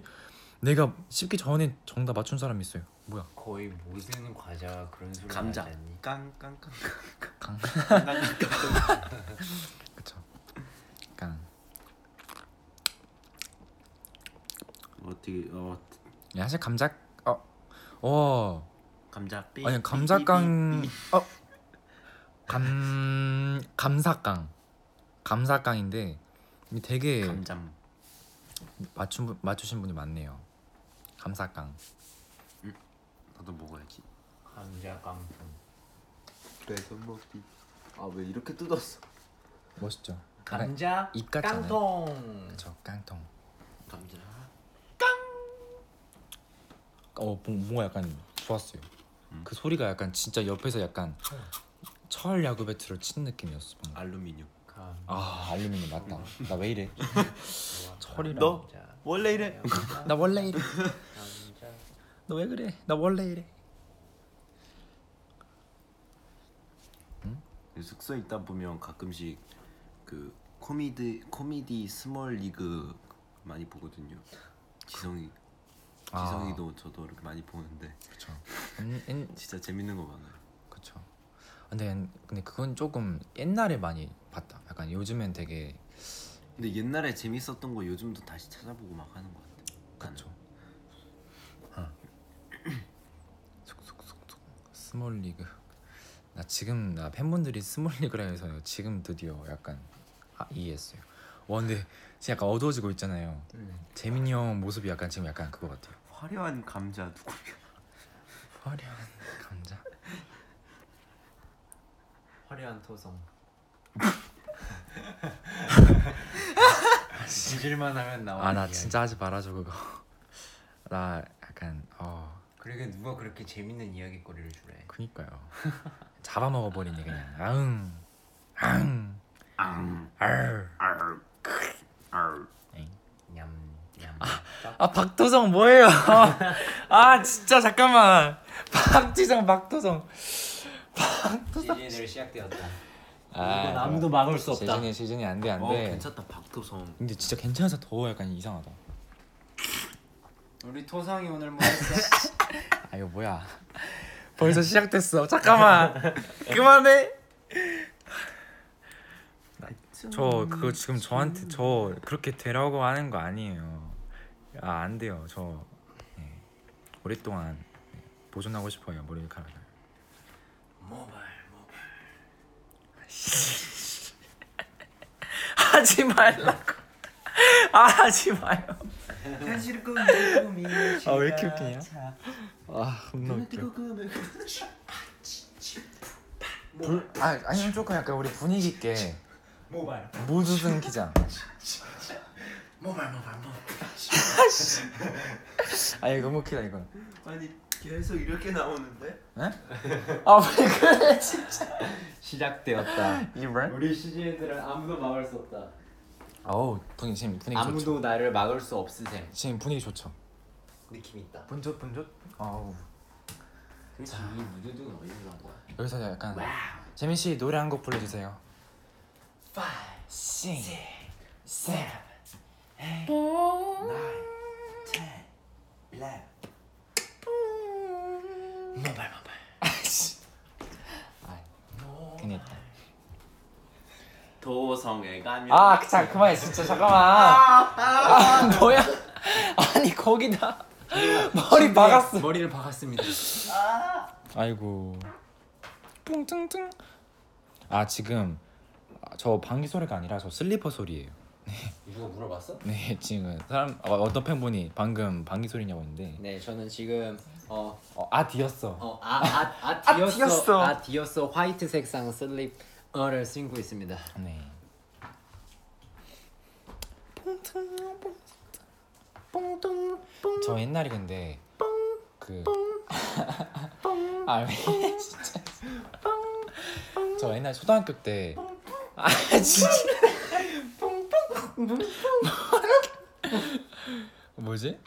[SPEAKER 4] 내가 쉽기 전에 정답 맞춘 사람이 있어요 뭐야
[SPEAKER 6] 거의 모든 과자 그런 소리
[SPEAKER 5] 감자.
[SPEAKER 6] 나지 않니?
[SPEAKER 5] 깡깡깡.
[SPEAKER 4] 강 그쵸 강
[SPEAKER 5] 어떻게 어
[SPEAKER 4] 야, 사실 감자 어와
[SPEAKER 5] 감자 삐.
[SPEAKER 4] 아니 감사강 어. 어감 감사강 감사강인데 이게 되게
[SPEAKER 5] 감잠.
[SPEAKER 4] 맞춘 분- 맞추신 분이 많네요 감사강
[SPEAKER 5] 나도 먹어야지.
[SPEAKER 6] 감자 깡통
[SPEAKER 8] 배선 먹기. 아 왜 이렇게 뜯었어?
[SPEAKER 4] 멋있죠 약간
[SPEAKER 6] 감자
[SPEAKER 4] 입 같잖아요.
[SPEAKER 6] 깡통
[SPEAKER 4] 그쵸 깡통
[SPEAKER 5] 감자.
[SPEAKER 4] 어 뭐- 뭔가 약간 좋았어요. 그 소리가 약간 진짜 옆에서 약간 어. 철 야구 배트를 친 느낌이었어. 방금.
[SPEAKER 5] 알루미늄.
[SPEAKER 6] 감
[SPEAKER 4] 아 알루미늄 맞다. 나 왜 이래? 철이랑.
[SPEAKER 5] 너?
[SPEAKER 6] 뭐, 감자
[SPEAKER 5] 원래 이래.
[SPEAKER 6] 감자
[SPEAKER 4] 나 원래 이래.
[SPEAKER 6] 감자
[SPEAKER 4] 너 왜 그래? 나 원래 이래.
[SPEAKER 5] 숙소에 있다 보면 가끔씩 그 코미디 코미디 스몰 리그 많이 보거든요. 지성이
[SPEAKER 4] 아.
[SPEAKER 5] 지성이도 저도 이렇게 많이 보는데
[SPEAKER 4] 그쵸. 음, 엔,
[SPEAKER 5] 진짜 재밌는 거 많아요.
[SPEAKER 4] 그쵸. 근데 엔- 근데 그건 조금 옛날에 많이 봤다. 약간 요즘엔 되게
[SPEAKER 5] 근데 옛날에 재밌었던 거 요즘도 다시 찾아보고 막 하는 것 같아. 나는.
[SPEAKER 4] 그쵸. 어. 속속속속 스몰 리그. 나 지금 나 팬분들이 스몰 리그라 해서 지금 드디어 약간 아, 이해했어요. 와 근데 지금 약간 어두워지고 있잖아요.
[SPEAKER 6] 음.
[SPEAKER 4] 재민이 형 모습이 약간 지금 약간 그거 같아요.
[SPEAKER 5] 화려한 감자 누구야?
[SPEAKER 4] 화려한 감자.
[SPEAKER 6] 화려한 토성 음. 지질만 하면 나와
[SPEAKER 4] 아 나 진짜 하지 말아줘 그거. 나 약간 어
[SPEAKER 6] 그러게 누가 그렇게 재밌는 이야기거리를 주래
[SPEAKER 4] 그니까요. 잡아먹어 버리니 그냥. 아응 아응
[SPEAKER 5] 앙.
[SPEAKER 4] 알.
[SPEAKER 3] 아르 아르
[SPEAKER 6] 냠냠
[SPEAKER 4] 아 박도성 뭐예요? 아 진짜 잠깐만 박지성 박도성
[SPEAKER 6] 시즌이 시작되었다
[SPEAKER 4] 이건
[SPEAKER 6] 아무도 막을 수 없다.
[SPEAKER 4] 시즌이 시즌이 안돼
[SPEAKER 5] 어
[SPEAKER 6] 네.
[SPEAKER 4] 안돼
[SPEAKER 5] 괜찮다 박도성.
[SPEAKER 4] 근데 진짜 괜찮아서 더 약간 이상하다
[SPEAKER 6] 우리 토성이 오늘 뭐 했어?
[SPEAKER 4] 아 이거 뭐야 벌써 시작됐어 잠깐만 그만해 저 그거 지금 저한테 저 그렇게 되라고 하는 거 아니에요 아 안 돼요 저 네. 오랫동안 네, 보존하고 싶어요 머리카락을
[SPEAKER 6] 모발 모발
[SPEAKER 4] 하지 말라고 아 하지 마요
[SPEAKER 6] 현실 꿈이 꿈이
[SPEAKER 4] 아 왜 이렇게 웃기냐? 아 겁나 웃겨. 불, 아 아니면 조금 약간 우리 분위기 있게
[SPEAKER 6] 모발
[SPEAKER 4] 무두승 기장.
[SPEAKER 6] 모발 모발 모발
[SPEAKER 4] 아 이거 너무 웃기다 이건.
[SPEAKER 5] 아니 계속 이렇게 나오는데?
[SPEAKER 4] 아왜 그래 진짜.
[SPEAKER 6] 시작되었다
[SPEAKER 4] 이번?
[SPEAKER 6] 우리 시즌들은 아무도 막을 수 없다
[SPEAKER 4] 어우 분위기 지금 분위기 좋죠.
[SPEAKER 6] 아무도 나를 막을 수 없으셈
[SPEAKER 4] 지금 분위기 좋죠.
[SPEAKER 6] 느낌 있다
[SPEAKER 4] 분조 분조. 아우
[SPEAKER 6] 그렇지 이 무드도 어디서 난 거야?
[SPEAKER 4] 여기서 약간 재민 씨 노래 한 곡 불러주세요.
[SPEAKER 6] 5
[SPEAKER 4] 싱.
[SPEAKER 6] 6 7 8 9 10 11
[SPEAKER 4] 음.
[SPEAKER 6] 모발 모발
[SPEAKER 4] 아 괜히 했다.
[SPEAKER 5] 도성에 가면
[SPEAKER 4] 아 자, 그만해 진짜 잠깐만. 아, 뭐야? 아니 거기다 머리 박았어.
[SPEAKER 6] 머리를 박았습니다
[SPEAKER 4] 아이고 뿡퉁퉁 아 지금 아, 저 방귀 소리가 아니라 저 슬리퍼 소리예요
[SPEAKER 6] 이거 물어봤어?
[SPEAKER 4] 네 지금 사람 어, 어떤 팬분이 방금 방귀 소리냐고 했는데
[SPEAKER 6] 네 저는 지금 어
[SPEAKER 4] 어, 아 뒤였어
[SPEAKER 6] 어, 아, 아, 아, 디어스, 아, 디어스 화이트 색상 슬립어를 신고 있습니다.
[SPEAKER 4] 네 뿡퉁 뿡퉁 뿡퉁 저 옛날에 근데 그 그아왜 진짜 저 옛날 초등학교 때아 진짜 뭐지?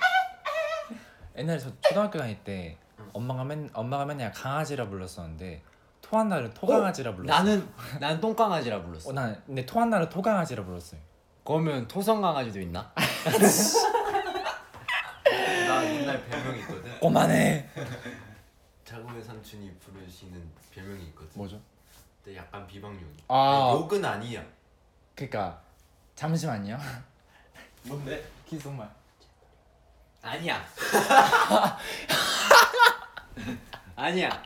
[SPEAKER 4] 옛날에 저 초등학교 다닐 때 엄마가 맨 엄마가 맨날 강아지라 불렀었는데 토한나를 토강아지라 불렀어.
[SPEAKER 6] 나는 난 똥강아지라 불렀어.
[SPEAKER 4] 어, 난 근데 토한나를 토강아지라 불렀어요.
[SPEAKER 6] 그러면 토성 강아지도 있나? 나 옛날 별명이 있거든.
[SPEAKER 4] 꼬만해.
[SPEAKER 6] 작은 삼촌이 부르시는 별명이 있거든.
[SPEAKER 4] 뭐죠?
[SPEAKER 6] 근데 네, 약간 비방용이.
[SPEAKER 4] 아. 아니,
[SPEAKER 6] 욕은 아니야.
[SPEAKER 4] 그러니까 잠시만요.
[SPEAKER 6] 뭔데?
[SPEAKER 4] 기속말.
[SPEAKER 6] 아니야. 아니야.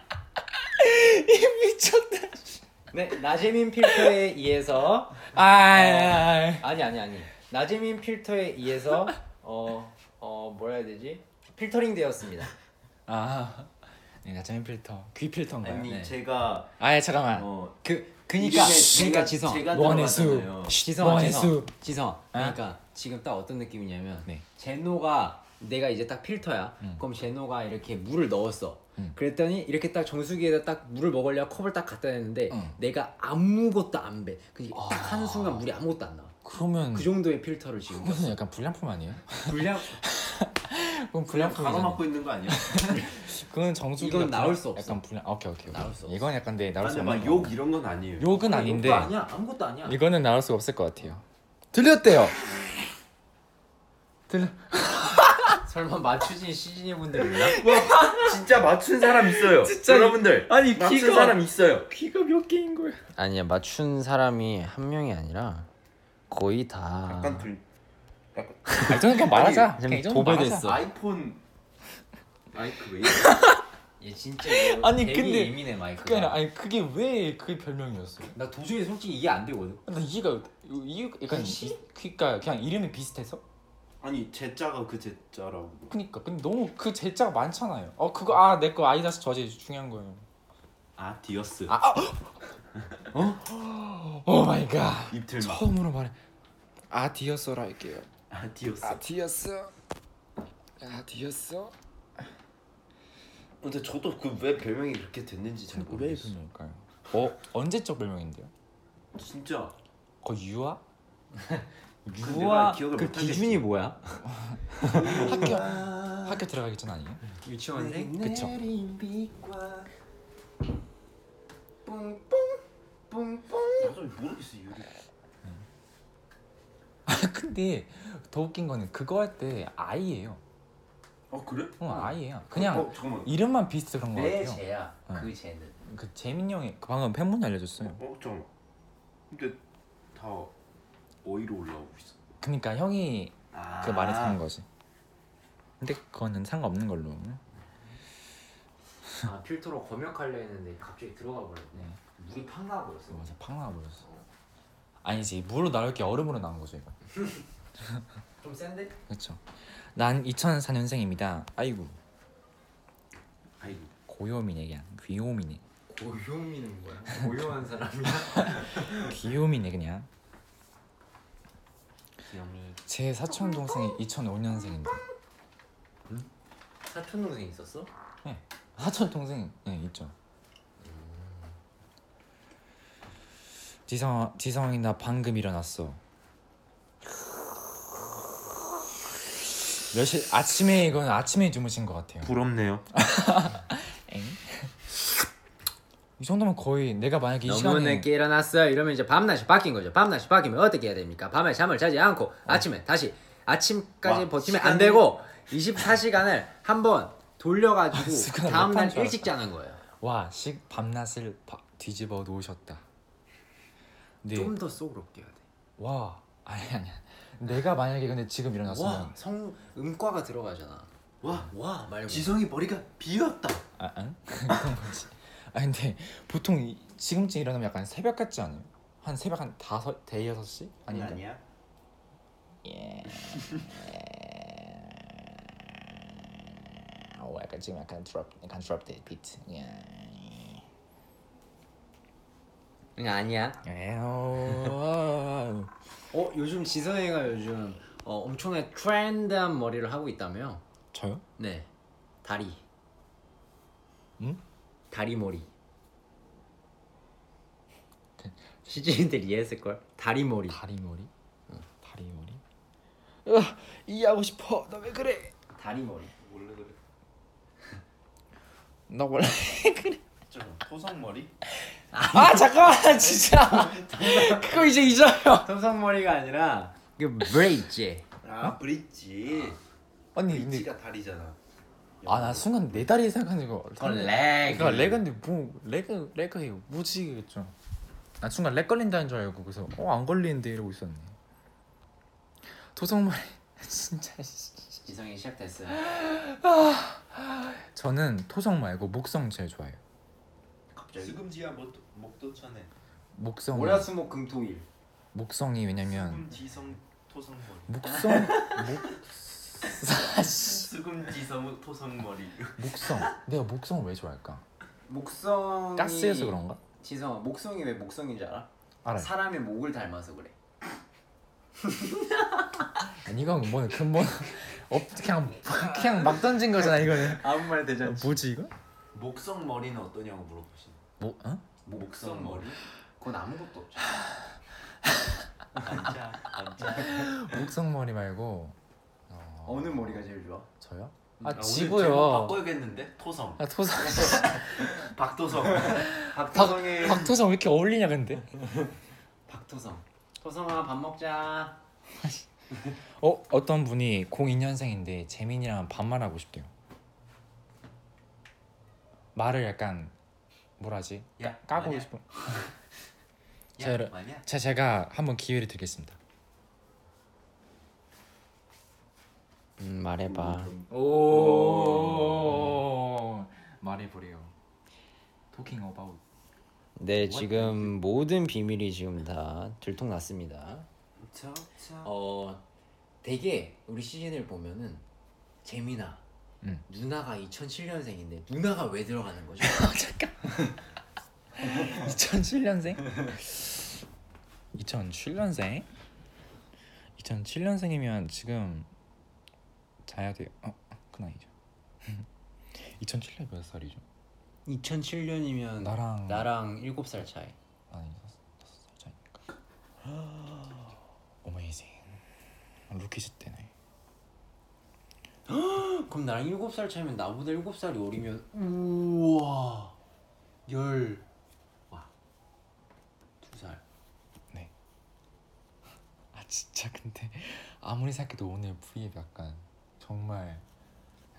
[SPEAKER 4] 미쳤다.
[SPEAKER 6] 네, 나재민 필터에 의해서
[SPEAKER 4] 아, 아, 아.
[SPEAKER 6] 아니 아니 아니. 나재민 필터에 의해서 어어 뭐라 해야 되지? 필터링 되었습니다.
[SPEAKER 4] 아. 네, 나자민 필터. 귀 필터인가요?
[SPEAKER 5] 아니
[SPEAKER 4] 네.
[SPEAKER 6] 어,
[SPEAKER 5] 제가
[SPEAKER 4] 아, 잠깐만.
[SPEAKER 5] 어
[SPEAKER 6] 그 그니까
[SPEAKER 5] 이름에
[SPEAKER 6] 그니까
[SPEAKER 5] 제가-
[SPEAKER 6] 지성.
[SPEAKER 5] 제가
[SPEAKER 4] 노안의수.
[SPEAKER 5] 들어가잖아요.
[SPEAKER 6] 지성아
[SPEAKER 4] 노안의
[SPEAKER 6] 지성
[SPEAKER 4] 숲.
[SPEAKER 6] 지성 그러니까 지금 딱 어떤 느낌이냐면
[SPEAKER 4] 네.
[SPEAKER 6] 제노가 내가 이제 딱 필터야 그럼 제노가 이렇게 물을 넣었어
[SPEAKER 4] 음.
[SPEAKER 6] 그랬더니 이렇게 딱 정수기에다 딱 물을 먹으려 컵을 딱 갖다 냈는데
[SPEAKER 4] 음.
[SPEAKER 6] 내가 아무것도 안배 그게 딱 한순간 물이 아무것도 안 나와
[SPEAKER 4] 그러면
[SPEAKER 6] 그 정도의 필터를 지금
[SPEAKER 4] 그거는 약간 불량품 아니에요?
[SPEAKER 6] 불량
[SPEAKER 4] 그건 불량품이잖아요.
[SPEAKER 5] 가로막고 있는 거 아니야?
[SPEAKER 4] 그건 정수.
[SPEAKER 6] 이건 나올 수 없어.
[SPEAKER 4] 약간 불량. 아, 오케이 오케이. 오케이.
[SPEAKER 6] 나올 수 없어.
[SPEAKER 4] 이건 약간 네 나올 수
[SPEAKER 5] 근데
[SPEAKER 4] 없는.
[SPEAKER 5] 막
[SPEAKER 4] 거.
[SPEAKER 5] 욕 이런 건 아니에요.
[SPEAKER 4] 욕은 아닌데
[SPEAKER 6] 이것도 아니야 아무것도 아니야
[SPEAKER 4] 이거는 나올 수가 없을 것 같아요. 들렸대요. 들려.
[SPEAKER 6] 설마 맞추진 시즈니 분들 있나?
[SPEAKER 5] 진짜 맞춘 사람 있어요. 여러분들
[SPEAKER 4] 아니
[SPEAKER 5] 맞춘 사람 있어요.
[SPEAKER 4] 귀가 몇 개인 거야?
[SPEAKER 6] 아니야 맞춘 사람이 한 명이 아니라 거의 다
[SPEAKER 5] 약간 들
[SPEAKER 4] 아, 저는 그냥 말하자.
[SPEAKER 6] 지금
[SPEAKER 4] 그냥 도배됐어.
[SPEAKER 5] 아이폰 마이크 왜? 이래?
[SPEAKER 6] 얘 진짜
[SPEAKER 4] 아니,
[SPEAKER 6] 아니
[SPEAKER 4] 근데
[SPEAKER 6] 근데 예민해 마이크가
[SPEAKER 4] 그게 아니라 아니 그게 왜 그게 별명이었어?
[SPEAKER 6] 나 도저히 솔직히 이해 안 되거든
[SPEAKER 4] 나 이해가 이유 약간 이, 그니까 그냥 이름이 비슷해서?
[SPEAKER 5] 아니 제자가 그 제자라고.
[SPEAKER 4] 그니까 근데 너무 그 제자가 많잖아요. 어 그거 아 내 거 아이다스 저지 중요한 거예요.
[SPEAKER 5] 아 디어스.
[SPEAKER 4] 오 마이 갓.
[SPEAKER 5] 입틀마.
[SPEAKER 4] 처음으로 말해. 아 디었어라 할게요.
[SPEAKER 5] 아 디어스.
[SPEAKER 4] 디었어. 아 디었어.
[SPEAKER 5] 근데 저도 그 왜 별명이 그렇게 됐는지 잘
[SPEAKER 4] 왜
[SPEAKER 5] 모르겠어.
[SPEAKER 4] 별명일까요? 어 언제적 별명인데요?
[SPEAKER 5] 진짜.
[SPEAKER 4] 거 유아?
[SPEAKER 5] 그 내가 기억을
[SPEAKER 6] 그
[SPEAKER 5] 못 하겠어.
[SPEAKER 6] 기준이 뭐야?
[SPEAKER 4] 학교 학교 들어가기 전 아니에요?
[SPEAKER 6] 유치원생?
[SPEAKER 4] 그쵸.
[SPEAKER 5] 나도 모르겠어 이유를.
[SPEAKER 4] 아 근데 더 웃긴 거는 그거 할 때 아이예요.
[SPEAKER 5] 어 그래?
[SPEAKER 4] 어 네, 아이예요. 그냥
[SPEAKER 5] 어 잠깐만.
[SPEAKER 4] 이름만 비슷해 그런 거
[SPEAKER 6] 내
[SPEAKER 4] 같아요.
[SPEAKER 6] 죄야
[SPEAKER 4] 응.
[SPEAKER 6] 그 죄는
[SPEAKER 4] 그 재민 형이 그 방금 팬분이 알려줬어요.
[SPEAKER 5] 어 잠깐만. 근데 다 어이로 올라오고 있어.
[SPEAKER 4] 그러니까 형이
[SPEAKER 5] 아.
[SPEAKER 4] 그 말에 사는 거지. 근데 그거는 상관없는 걸로.
[SPEAKER 6] 아 필터로 검역하려 했는데 갑자기 들어가 버렸네 물이 팍 나와버렸어
[SPEAKER 4] 맞아 팍 나와버렸어. 아니지 물로 나올 게 얼음으로 나온 거죠 이거.
[SPEAKER 6] 좀 센데?
[SPEAKER 4] 그렇죠. 난 2004년생입니다. 아이고
[SPEAKER 5] 아이고.
[SPEAKER 4] 고요민이 그냥 귀요민이
[SPEAKER 6] 고요미는 뭐야? 고요한 사람이야?
[SPEAKER 4] 귀요민이 그냥.
[SPEAKER 6] 귀요미
[SPEAKER 4] 제 사촌 동생이 2005년생인데
[SPEAKER 6] 사촌 동생 있었어?
[SPEAKER 4] 사촌 동생 예 있죠. 지성 지성이 나 방금 일어났어. 몇시 아침에 이건 아침에 주무신 것 같아요.
[SPEAKER 5] 부럽네요.
[SPEAKER 4] 엥? 이 정도면 거의 내가 만약에 이
[SPEAKER 6] 너무
[SPEAKER 4] 시간에
[SPEAKER 6] 늦게 일어났어요 이러면 이제 밤낮이 바뀐 거죠 밤낮이 바뀌면 어떻게 해야 됩니까 밤에 잠을 자지 않고
[SPEAKER 4] 어.
[SPEAKER 6] 아침에 다시 아침까지
[SPEAKER 5] 와,
[SPEAKER 6] 버티면 안 되고 24시간을 한번 돌려가지고
[SPEAKER 4] 순간
[SPEAKER 6] 다음날
[SPEAKER 4] 랩한 줄
[SPEAKER 6] 일찍 자는 거예요
[SPEAKER 4] 와식 밤낮을 바- 뒤집어 놓으셨다. 네.
[SPEAKER 6] 좀 더 소그럽게 해야 돼
[SPEAKER 4] 와 아니 아니 내가 만약에 근데 지금
[SPEAKER 6] 와,
[SPEAKER 4] 일어났으면
[SPEAKER 6] 성 음과가 들어가잖아.
[SPEAKER 5] 와
[SPEAKER 6] 와 말고.
[SPEAKER 5] 아, 지성이 머리가 비었다.
[SPEAKER 4] 아, 응? 그런 거지. 아 근데 보통 이- 지금쯤 일어나면 약간 새벽 같지 않아요? 한 새벽 한 다섯 대여섯 시 아닌가? 예. 어, 약간 지금 약간 드롭 약간 드롭된 비트. 예.
[SPEAKER 6] 응, 아니야.
[SPEAKER 4] 에어.
[SPEAKER 6] 어 요즘 지성이가 요즘 어, 엄청나게 트렌드한 머리를 하고 있다며.
[SPEAKER 4] 저요?
[SPEAKER 6] 네. 다리.
[SPEAKER 4] 응?
[SPEAKER 6] 다리 머리. 시즌들 이해했을 걸. 다리 머리.
[SPEAKER 4] 다리머리? 다리머리? 으아, 이해하고 싶어. 나 왜 그래?
[SPEAKER 6] 다리 머리.
[SPEAKER 5] 원래 그래.
[SPEAKER 4] 나 원래
[SPEAKER 5] 좀
[SPEAKER 9] 토성머리?
[SPEAKER 4] 아 잠깐만 진짜 그거 이제 잊어요.
[SPEAKER 6] 토성머리가 아니라 그 브레이지
[SPEAKER 9] 아 브릿지
[SPEAKER 4] 아니 근데
[SPEAKER 9] 브릿지가 다리잖아 어,
[SPEAKER 4] 아 나 순간 내 다리 생각하니까
[SPEAKER 6] 그건 렉
[SPEAKER 4] 그러니까 레그인데 뭐 레그 레그예요 무지겠죠. 나 순간 렉 걸린다는 줄 알고 그래서 어 안 걸리는데 이러고 있었네. 도성머리 진짜 씨.
[SPEAKER 6] 지성이 시작됐어
[SPEAKER 4] 저는 토성 말고 목성 제일 좋아해요.
[SPEAKER 9] 수금지야 뭐, 목, 목도천에
[SPEAKER 4] 목성
[SPEAKER 6] 월화수목 금토일
[SPEAKER 4] 목성이 왜냐면
[SPEAKER 9] 수금지성 토성머리
[SPEAKER 4] 목성 목 씨,
[SPEAKER 9] 수금지성 토성머리
[SPEAKER 4] 목성 내가 목성을 왜 좋아할까?
[SPEAKER 6] 목성이
[SPEAKER 4] 가스여서 그런가?
[SPEAKER 6] 지성아 목성이 왜 목성인지 알아?
[SPEAKER 4] 알아요.
[SPEAKER 6] 사람의 목을 닮아서 그래
[SPEAKER 4] 아니 이건 뭐 근본 없 그냥 그냥 막 던진 거잖아 이거는.
[SPEAKER 6] 아무 말 되잖아
[SPEAKER 4] 뭐지 이거?
[SPEAKER 9] 목성 머리는 어떠냐고 물어보시네
[SPEAKER 4] 뭐 어?
[SPEAKER 9] 목성 머리?
[SPEAKER 6] 뭐 그건 아무것도 없잖아
[SPEAKER 9] 남자 남자
[SPEAKER 4] 목성 머리 말고 어,
[SPEAKER 6] 어느 머리가 제일 좋아?
[SPEAKER 4] 저요?
[SPEAKER 9] 아,
[SPEAKER 4] 아
[SPEAKER 9] 오늘 제목
[SPEAKER 4] 지구요.
[SPEAKER 9] 바꿔야겠는데? 토성
[SPEAKER 4] 아 토성
[SPEAKER 9] 박토성 네.
[SPEAKER 6] 박토성의
[SPEAKER 4] 아, 박토성 왜 이렇게 어울리냐 근데?
[SPEAKER 6] 박토성 토성아 밥 먹자
[SPEAKER 4] 어 어떤 분이 02년생인데 재민이랑 반말하고 싶대요. 말을 약간 뭐라지?
[SPEAKER 9] 야,
[SPEAKER 4] 까고
[SPEAKER 9] 아니야.
[SPEAKER 4] 싶어.
[SPEAKER 9] 야
[SPEAKER 4] 제가
[SPEAKER 9] 뭐냐?
[SPEAKER 4] 제 제가 한번 기회를 드리겠습니다.
[SPEAKER 5] 음, 말해봐.
[SPEAKER 4] 오 말해보래요. 토킹 어바웃.
[SPEAKER 5] 네 지금 모든 비밀이 지금 다 들통났습니다.
[SPEAKER 6] 어 되게 우리 시즌을 보면은 재민아
[SPEAKER 4] 음.
[SPEAKER 6] 누나가 2007년생인데 누나가 왜 들어가는 거죠?
[SPEAKER 4] 2007년생? 2007년생? 2007년생이면 지금 자야 돼요. 어, 그 나이죠. 2007년 몇 살이죠?
[SPEAKER 6] 2007년이면
[SPEAKER 4] 나랑-
[SPEAKER 6] 나랑 7살 차이
[SPEAKER 4] 아니, 다섯 다섯 살 차이니까. 어메이징. 루키즈 때네.
[SPEAKER 6] 그럼 나랑 7살 차이면 나보다 7살이 어리면 우와 열 와. 두 살.
[SPEAKER 4] 아 진짜 근데 아무리 생각해도 오늘 브이앱 약간 정말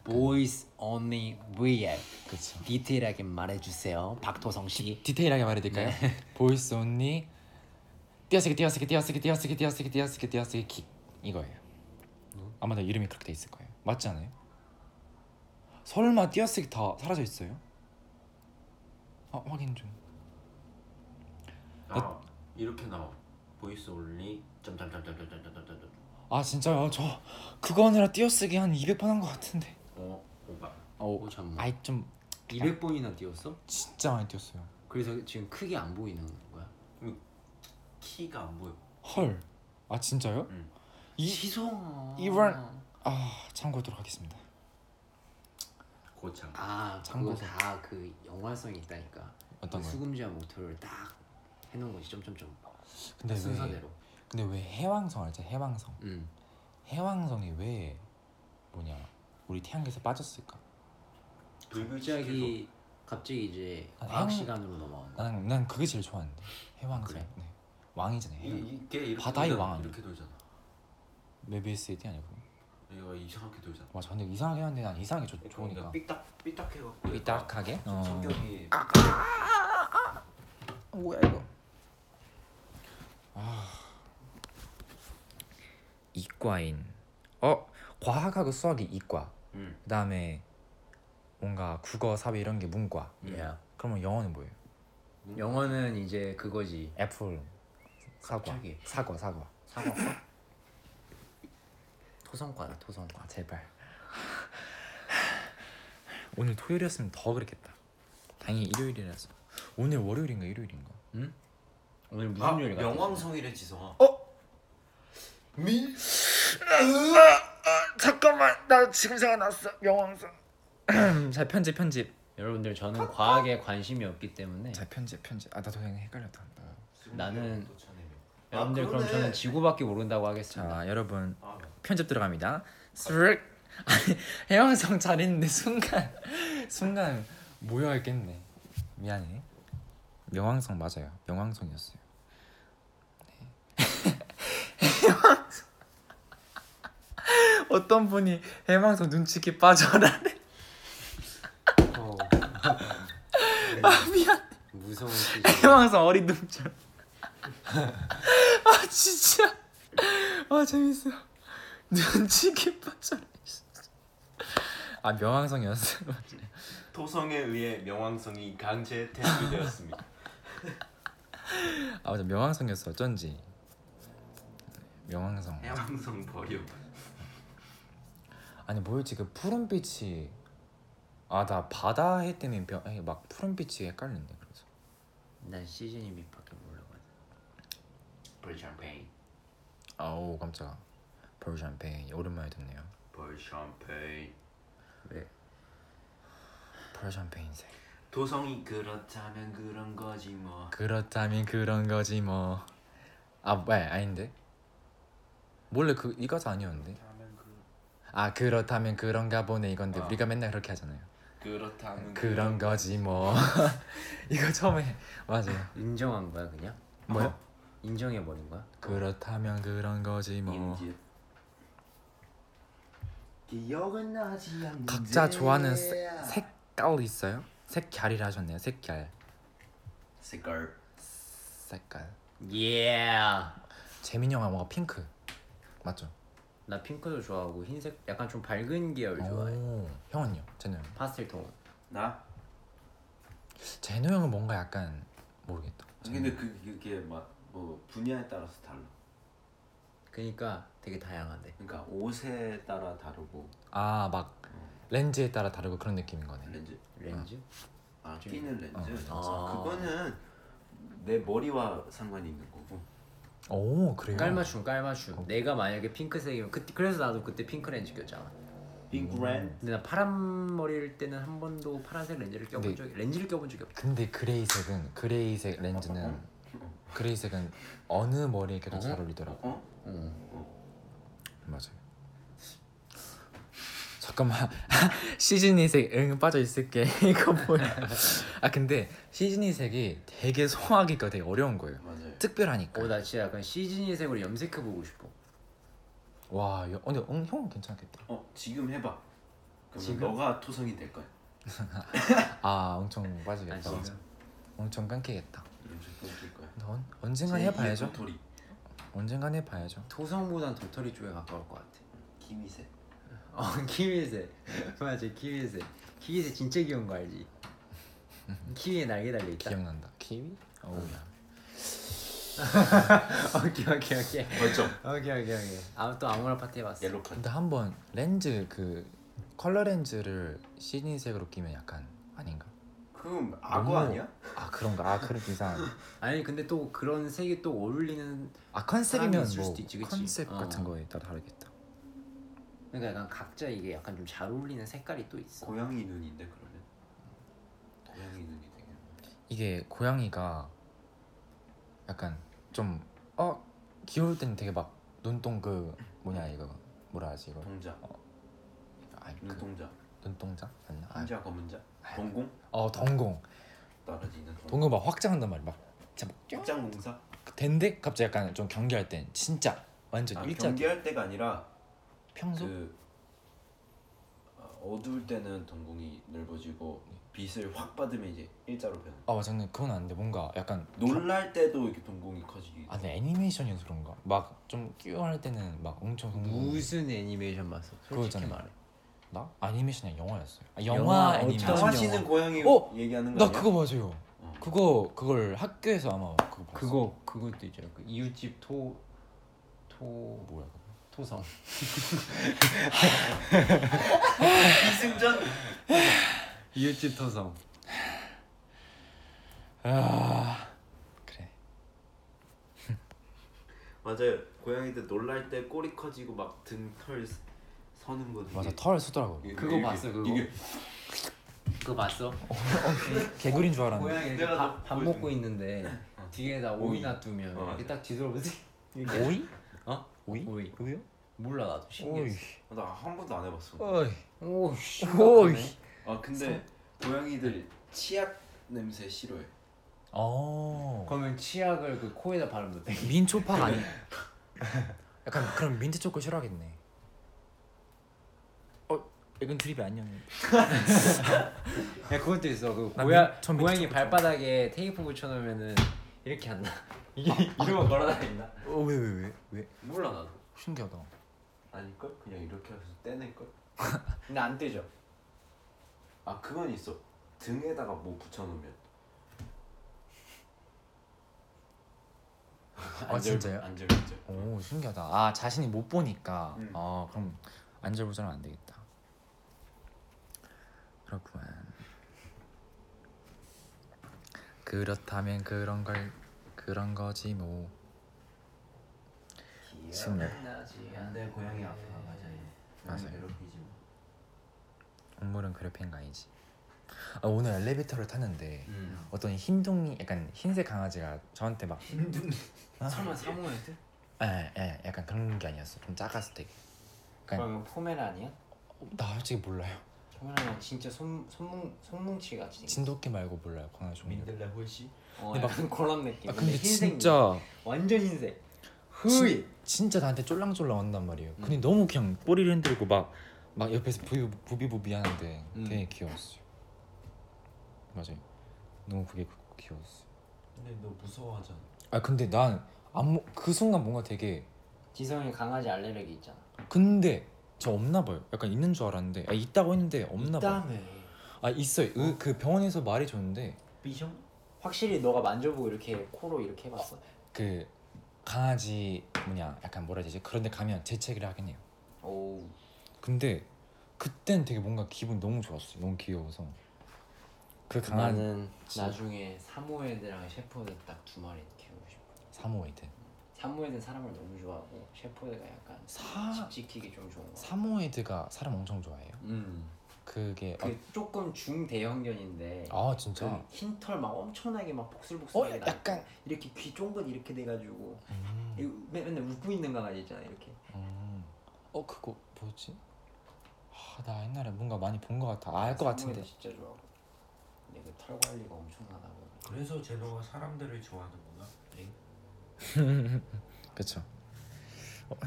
[SPEAKER 6] 보이스 언니 브이앱
[SPEAKER 4] 그쵸.
[SPEAKER 6] 디테일하게 말해주세요 박토성 씨
[SPEAKER 4] 디테일하게 말해드릴까요?
[SPEAKER 5] 네.
[SPEAKER 4] 보이스 언니 띄어쓰기 띄어쓰기 띄어쓰기 띄어쓰기 띄어쓰기 띄어쓰기 띄어쓰기 킥 이거예요.
[SPEAKER 5] 뭐?
[SPEAKER 4] 아마 도 이름이 그렇게 돼 있을 거예요. 맞지 않아요? 설마 띄어쓰기 다 사라져 있어요? 아 확인 좀.
[SPEAKER 5] 아 이렇게 나와. 보이스 올리 점점점점점점점점점.
[SPEAKER 4] 아 진짜요? 저 그거 하느라 띄어쓰기 한 200번 한 것 같은데.
[SPEAKER 5] 어 오바.
[SPEAKER 6] 오
[SPEAKER 5] 음.
[SPEAKER 6] 잠만
[SPEAKER 4] 아이 좀
[SPEAKER 6] 200번이나 뛰었어?
[SPEAKER 4] 진짜 많이 띄었어요.
[SPEAKER 6] 그래서 지금 크게 안 보이는 거야
[SPEAKER 4] 음.
[SPEAKER 5] 키가 안 보여.
[SPEAKER 4] 헐. 아 진짜요?
[SPEAKER 5] 응.
[SPEAKER 4] 이
[SPEAKER 6] 지성아
[SPEAKER 4] 이번- 아 참고하도록 하겠습니다.
[SPEAKER 5] 고창.
[SPEAKER 6] 아 그거
[SPEAKER 4] 참고서.
[SPEAKER 6] 다 그 영화성이 있다니까
[SPEAKER 4] 어떤
[SPEAKER 6] 그
[SPEAKER 4] 거요?
[SPEAKER 6] 수금지와 모토를 딱 해놓은 거지 점점점
[SPEAKER 4] 근데 왜
[SPEAKER 6] 순서대로
[SPEAKER 4] 근데 왜 해왕성 알죠? 해왕성.
[SPEAKER 6] 음.
[SPEAKER 4] 해왕성이 왜 뭐냐 우리 태양계에서 빠졌을까?
[SPEAKER 6] 갑자기 갑자기 이제
[SPEAKER 4] 아,
[SPEAKER 6] 과학
[SPEAKER 4] 형-
[SPEAKER 6] 시간으로 넘어간 거야
[SPEAKER 4] 난, 난 그게 제일 좋아하는데 해왕성
[SPEAKER 6] 그래?
[SPEAKER 4] 네. 왕이잖아요 해왕.
[SPEAKER 5] 이게 이렇게
[SPEAKER 4] 바다의
[SPEAKER 5] 돌잖아,
[SPEAKER 4] 왕.
[SPEAKER 5] 이렇게 돌잖아.
[SPEAKER 4] 메비우스의 띠 아니고
[SPEAKER 5] 얘가 이상하게 돌잖아.
[SPEAKER 4] 맞아 근데 이상하게 하는데 난 이상하게 아, 좋, 좋으니까
[SPEAKER 5] 그러니까 삐딱 삐딱해갖고.
[SPEAKER 4] 삐딱하게? 어.
[SPEAKER 5] 성격이
[SPEAKER 4] 이과인 어? 과학하고 수학이 이과
[SPEAKER 5] 음.
[SPEAKER 4] 그 다음에 뭔가 국어, 사회 이런 게 문과
[SPEAKER 6] Yeah.
[SPEAKER 4] 그러면 영어는 뭐예요?
[SPEAKER 6] 영어는 이제 그거지
[SPEAKER 4] 애플 사과
[SPEAKER 6] 갑자기?
[SPEAKER 4] 사과 사과
[SPEAKER 6] 사과과? 토성과다 토성과
[SPEAKER 4] 아 제발 오늘 토요일이었으면 더 그랬겠다 다행히 일요일이라서 오늘 월요일인가 일요일인가
[SPEAKER 6] 오늘 무슨
[SPEAKER 5] 아,
[SPEAKER 6] 요일 같아?
[SPEAKER 5] 명왕성이래 지성아.
[SPEAKER 4] 잠깐만 나 지금 생각났어 영왕성 음, 잘 편집 편집
[SPEAKER 6] 여러분들 저는 과학에 관심이 없기 때문에
[SPEAKER 4] 잘 편집 편집 아 나도 그냥 헷갈렸다 나.
[SPEAKER 6] 나는-
[SPEAKER 5] 아,
[SPEAKER 9] 목도천에
[SPEAKER 6] 여러분들 그럼
[SPEAKER 9] 그러네.
[SPEAKER 6] 저는 지구밖에 모른다고 하겠습니다
[SPEAKER 4] 자 여러분
[SPEAKER 9] 아
[SPEAKER 4] 편집 들어갑니다 스르륵 아니 영왕성 잘 있는데 순간 순간 모여 있겠네 미안해. 명왕성 맞아요. 명왕성이었어요. 네. 명왕성. 어떤 분이 해망성 눈치게 빠져라네.
[SPEAKER 10] 어,
[SPEAKER 4] 아 미안.
[SPEAKER 10] 무서운 시절.
[SPEAKER 4] 해망성 어리둥절. 아 진짜. 아 재밌어. 눈치게 빠져라. 진짜. 아 명왕성이었어.
[SPEAKER 5] 토성에 의해 명왕성이 강제 퇴출되었습니다.
[SPEAKER 4] 아 맞아 명왕성이었어 어쩐지. 명왕성.
[SPEAKER 5] 해왕성 버려.
[SPEAKER 4] 아니 뭐였지 그 푸른빛이 아 나 바다 해 때문에 병- 아니, 막 푸른빛이 헷갈리는데 그래서
[SPEAKER 6] 난 시즈님이 밖에 몰라가지고
[SPEAKER 5] 브리전 페인.
[SPEAKER 4] 아우 깜짝아 벌 샴페인 오랜만에 듣네요
[SPEAKER 5] 브리전 페인.
[SPEAKER 4] 벌 샴페인색
[SPEAKER 5] 도성이 그렇다면 그런 거지 뭐.
[SPEAKER 4] 그렇다면 그런 거지 뭐아왜 아닌데 원래 그 이 가사 아니었는데
[SPEAKER 5] 그렇다면 그
[SPEAKER 4] 아 그렇다면 그런가 보네 이건데
[SPEAKER 5] 아. 음.
[SPEAKER 4] 우리가 맨날 그렇게 하잖아요
[SPEAKER 5] 그렇다면
[SPEAKER 4] 그런 거지 뭐 이거 처음에 맞아요
[SPEAKER 6] 인정한 거야 그냥?
[SPEAKER 4] 뭐요?
[SPEAKER 5] 어?
[SPEAKER 6] 인정해 버린 거야?
[SPEAKER 4] 그렇다면 그런 거지 뭐
[SPEAKER 5] 인지. 기억은 나지 않는데.
[SPEAKER 4] 각자 좋아하는 세- 색깔 있어요? 색깔이라 하셨네요. 색깔.
[SPEAKER 5] 색깔.
[SPEAKER 4] 색깔.
[SPEAKER 6] Yeah.
[SPEAKER 4] 재민이 형아 뭔가 핑크. 맞죠?
[SPEAKER 6] 나 핑크도 좋아하고 흰색 약간 좀 밝은 계열 좋아해.
[SPEAKER 4] 오, 형은요? 제노 형.
[SPEAKER 6] 파스텔 톤.
[SPEAKER 5] 나?
[SPEAKER 4] 제노 형은 뭔가 약간 모르겠다.
[SPEAKER 5] 근데 그- 그게 막 뭐 분야에 따라서 달라.
[SPEAKER 6] 그러니까 되게 다양한데.
[SPEAKER 5] 그러니까 옷에 따라 다르고
[SPEAKER 4] 아, 막 렌즈에 따라 다르고 그런 느낌인 거네.
[SPEAKER 5] 렌즈
[SPEAKER 6] 렌즈?
[SPEAKER 5] 아 끼는 렌즈
[SPEAKER 6] 아.
[SPEAKER 5] 그거는 내 머리와 상관이 있는 거고
[SPEAKER 4] 오, 그래요. 어.
[SPEAKER 6] 깔맞춤 깔맞춤. 내가 만약에 핑크색이면 그 그래서 나도 그때 핑크 렌즈 꼈잖아.
[SPEAKER 5] 핑크랜
[SPEAKER 6] 근데 나 파란 머리일 때는 한 번도 파란색 렌즈를 껴본
[SPEAKER 4] 근데-
[SPEAKER 6] 적이 렌즈를 껴본 적이 없다.
[SPEAKER 4] 근데 그레이색은 그레이색 렌즈는 그레이색은 어느 머리에게도 잘 어울리더라고.
[SPEAKER 5] 어?
[SPEAKER 4] 맞아요. 잠깐만 시즈니색 응 빠져 있을게 이거 뭐야? 아 근데 시즈니색이 되게 소화하기가 되게 어려운 거예요.
[SPEAKER 5] 맞아요
[SPEAKER 4] 특별하니까.
[SPEAKER 6] 오 어, 나 진짜 약간 시즈니색으로 염색해 보고 싶어.
[SPEAKER 4] 와, 여, 어, 근데 응, 형은 괜찮겠다.
[SPEAKER 5] 어 지금 해봐 그러면
[SPEAKER 6] 지금?
[SPEAKER 5] 너가 토성이 될 거야
[SPEAKER 4] 아, 엄청
[SPEAKER 6] 아
[SPEAKER 4] 빠지겠다.
[SPEAKER 6] 진짜.
[SPEAKER 4] 엄청 깡깨겠다.
[SPEAKER 5] 렌즈 뽑을 거야
[SPEAKER 4] 넌 언젠간 해봐야죠.
[SPEAKER 5] 도토리
[SPEAKER 4] 언젠간 해봐야죠.
[SPEAKER 6] 토성보단 도토리 쪽에 가까울 것 같아.
[SPEAKER 5] 기미색
[SPEAKER 6] 어 키위새 맞아 키위새 키위새 진짜 귀여운 거 알지? 키위에 날개 달려 있다.
[SPEAKER 4] 기억난다. 키위? 어우야.
[SPEAKER 6] 오케이 오케이 오케이
[SPEAKER 5] 벌점
[SPEAKER 6] 오케이 오케이 오케이 아무 또 아무나 파티 해봤어.
[SPEAKER 5] 옐로 카드
[SPEAKER 4] 근데 한번 렌즈 그 컬러 렌즈를 시즈니색으로 끼면 약간 아닌가? 음.
[SPEAKER 5] 그럼 악어
[SPEAKER 4] 너무-
[SPEAKER 5] 아니야?
[SPEAKER 4] 아 그런가? 아 그런 이상.
[SPEAKER 6] 아니 근데 또 그런 색이 또 어울리는
[SPEAKER 4] 아
[SPEAKER 6] 사람이
[SPEAKER 4] 컨셉이면
[SPEAKER 6] 있을
[SPEAKER 4] 뭐
[SPEAKER 6] 수도 있지, 그치?
[SPEAKER 4] 컨셉
[SPEAKER 6] 어.
[SPEAKER 4] 같은 거에 따라 다르겠다.
[SPEAKER 6] 그러니까 약간 각자 이게 약간 좀 잘 어울리는 색깔이 또 있어.
[SPEAKER 5] 고양이 눈인데 그러면 고양이 눈이 되겠네
[SPEAKER 4] 이게 고양이가 약간 좀 어 귀여울 땐 되게 막 눈동 그 뭐냐 이거 뭐라 하지 이거
[SPEAKER 5] 동자
[SPEAKER 4] 아니 어, 그
[SPEAKER 5] 눈동자
[SPEAKER 4] 눈동자 맞나? 아,
[SPEAKER 5] 흰자 검은자
[SPEAKER 4] 아이.
[SPEAKER 5] 동공
[SPEAKER 4] 어 덩공
[SPEAKER 5] 떨어지는 동공
[SPEAKER 4] 덩공 막 확장한단 말이야 막 진짜 막 쫙.
[SPEAKER 5] 입장공사
[SPEAKER 4] 된데 갑자기 약간 좀 경계할 땐 진짜 완전
[SPEAKER 5] 아,
[SPEAKER 4] 일자 음.
[SPEAKER 5] 경계할 때가 아니라
[SPEAKER 4] 평소
[SPEAKER 5] 그 어, 어두울 때는 동공이 넓어지고 빛을 확 받으면 이제 일자로 변해.
[SPEAKER 4] 아 맞아 근데 그건 안돼 뭔가 약간
[SPEAKER 5] 놀랄 때도 이렇게 동공이 커지기.
[SPEAKER 4] 아 근데 애니메이션이어서 그런가 막 좀 끼워할 때는 막 엄청 동공
[SPEAKER 6] 무슨 애니메이션 봤어? 솔직히
[SPEAKER 4] 그거잖아.
[SPEAKER 6] 말해.
[SPEAKER 4] 나 아니메이션이 영화였어요. 아, 영화,
[SPEAKER 6] 영화,
[SPEAKER 4] 애니메이션.
[SPEAKER 6] 어떤
[SPEAKER 5] 하시는 고양이
[SPEAKER 4] 어?
[SPEAKER 5] 얘기하는 거
[SPEAKER 4] 나
[SPEAKER 5] 아니야?
[SPEAKER 4] 그거 맞아요.
[SPEAKER 5] 어.
[SPEAKER 4] 그거 그걸 학교에서 아마 그거 봤어.
[SPEAKER 6] 그거 그것도 있잖아. 그 이웃집 토 토...
[SPEAKER 4] 뭐야? 그거?
[SPEAKER 6] 토성
[SPEAKER 5] 기승전
[SPEAKER 6] 이웃집 토성
[SPEAKER 4] 아, 그래.
[SPEAKER 5] 맞아요. 고양이들 놀랄 때 꼬리 커지고 막 등 털 서는 거. 되게-
[SPEAKER 4] 맞아 털 쓰더라고.
[SPEAKER 5] 이게-
[SPEAKER 6] 그거
[SPEAKER 5] 이게-
[SPEAKER 6] 봤어, 그거?
[SPEAKER 5] 이게
[SPEAKER 6] 그거 봤어?
[SPEAKER 4] 개구리인 줄 알았는데.
[SPEAKER 6] 고양이 이렇게
[SPEAKER 5] 내가
[SPEAKER 6] 밥,
[SPEAKER 5] 너
[SPEAKER 6] 밥
[SPEAKER 5] 보여준
[SPEAKER 6] 먹고 있는데 뒤에다
[SPEAKER 5] 오이.
[SPEAKER 6] 어. 오이 놔두면
[SPEAKER 5] 어,
[SPEAKER 6] 이렇게
[SPEAKER 5] 맞아.
[SPEAKER 6] 딱 뒤돌아보세요
[SPEAKER 4] 오이?
[SPEAKER 6] 어?
[SPEAKER 4] 오이?
[SPEAKER 6] 오이.
[SPEAKER 4] 오이요?
[SPEAKER 6] 몰라 나도
[SPEAKER 4] 오이.
[SPEAKER 6] 신기했어
[SPEAKER 5] 나한 번도 안 해봤어.
[SPEAKER 4] 오이.
[SPEAKER 6] 오이
[SPEAKER 4] 오이.
[SPEAKER 5] 아 근데 고양이들 치약
[SPEAKER 9] 냄새 싫어해.
[SPEAKER 4] 어.
[SPEAKER 6] 그러면 치약을 그 코에다 바르면 돼.
[SPEAKER 4] 민초파가 아니. 약간 그럼 민트 초코 싫어하겠네. 어, 이건 드립이 아니었네.
[SPEAKER 6] 야, 그것도 있어. 그
[SPEAKER 4] 난
[SPEAKER 6] 고야
[SPEAKER 4] 민- 전 민트
[SPEAKER 6] 고양이
[SPEAKER 4] 초코
[SPEAKER 6] 발바닥에 테이프 붙여놓으면은 이렇게 안 나. 이게 이러면 걸어다닌다.
[SPEAKER 4] 어왜 왜 왜 왜?
[SPEAKER 9] 몰라 나도.
[SPEAKER 4] 신기하다.
[SPEAKER 9] 아닐걸? 그냥 이렇게 해서 떼낼걸?
[SPEAKER 6] 근데 안 뜨죠.
[SPEAKER 9] 아 그건 있어. 등에다가 뭐 붙여놓으면
[SPEAKER 4] 아 진짜요?
[SPEAKER 9] 안절부절.
[SPEAKER 4] 오 신기하다. 아 자신이 못 보니까.
[SPEAKER 9] 음.
[SPEAKER 4] 아 그럼 안절부절은 안 되겠다. 그렇구만. 그렇다면 그런 걸 그런 거지 뭐. 지금
[SPEAKER 9] 안돼 고양이 앞에 가자.
[SPEAKER 4] 맞아요.
[SPEAKER 9] 괴롭히지 마.
[SPEAKER 4] 동물은 그래핀가 아니지. 아, 오늘 엘리베이터를 탔는데
[SPEAKER 9] 음.
[SPEAKER 4] 어떤 흰둥이 약간 흰색 강아지가 저한테 막
[SPEAKER 6] 아.
[SPEAKER 9] 설마 사모예드?
[SPEAKER 4] 에, 에, 약간 그런 게 아니었어. 좀 작았을 때. 네.
[SPEAKER 6] 그러면 포메라니아?
[SPEAKER 4] 어, 나 솔직히 몰라요.
[SPEAKER 6] 포메라니아 진짜 손 손뭉 손뭉치 같이. 생겼어.
[SPEAKER 4] 진돗개 말고 몰라요. 강아지 종류.
[SPEAKER 9] 민들레 홀씨?
[SPEAKER 6] 어,
[SPEAKER 4] 근데 막-
[SPEAKER 6] 약간 그런 느낌.
[SPEAKER 4] 아 근데
[SPEAKER 6] 흰색이야.
[SPEAKER 4] 진짜
[SPEAKER 6] 완전 흰색.
[SPEAKER 4] 진, 진짜 나한테 쫄랑쫄랑 온단 말이에요. 근데 너무 그냥 꼬리를 흔들고 막 막 옆에서 부비 부비부비 하는데
[SPEAKER 6] 음.
[SPEAKER 4] 되게 귀여웠어요. 맞아요. 너무 그게 귀여웠어요.
[SPEAKER 9] 근데 너 무서워하잖아.
[SPEAKER 4] 아 근데 난안그 순간 뭔가 되게
[SPEAKER 6] 지성이 강아지 알레르기 있잖아.
[SPEAKER 4] 근데 저 없나 봐요. 약간 있는 줄 알았는데 아 있다고 했는데 없나 봐. 아 있어요. 그, 그 병원에서 말해 줬는데
[SPEAKER 9] 비숑?
[SPEAKER 6] 확실히 너가 만져보고 이렇게 코로 이렇게 해봤어.
[SPEAKER 4] 그 강아지 뭐냐 약간 뭐라 해야 되지? 그런데 가면 재채기를 하긴 해요.
[SPEAKER 6] 오.
[SPEAKER 4] 근데 그땐 되게 뭔가 기분 너무 좋았어요. 너무 귀여워서. 그 강한
[SPEAKER 6] 나는 나중에 사모예드랑 셰퍼드 딱 두 마리 키우고 싶어.
[SPEAKER 4] 사모예드.
[SPEAKER 6] 사모예드는 사람을 너무 좋아하고 셰퍼드가 약간
[SPEAKER 4] 사
[SPEAKER 6] 집 지키기 좀 좋은 거.
[SPEAKER 4] 사모예드가 사람 엄청 좋아해요.
[SPEAKER 9] 음.
[SPEAKER 4] 그게 아,
[SPEAKER 6] 그 조금 중대형견인데
[SPEAKER 4] 아 진짜.
[SPEAKER 6] 그흰털막 엄청나게 막
[SPEAKER 4] 어
[SPEAKER 6] 복슬복슬하게 나
[SPEAKER 4] 약간
[SPEAKER 6] 이렇게 귀 쫑긋 이렇게 돼가지고
[SPEAKER 4] 음,
[SPEAKER 6] 이거 맨- 맨날 웃고 있는 강아지 있잖아 이렇게
[SPEAKER 4] 음. 어 그거 뭐지? 아, 나 옛날에 뭔가 많이 본 것 같아. 알 것 같은데.
[SPEAKER 6] 사모예드 진짜 좋아하고 근데 그 털 관리가 엄청나다고
[SPEAKER 9] 그래서 제노가 사람들을 좋아하는구나.
[SPEAKER 4] 그쵸. 어,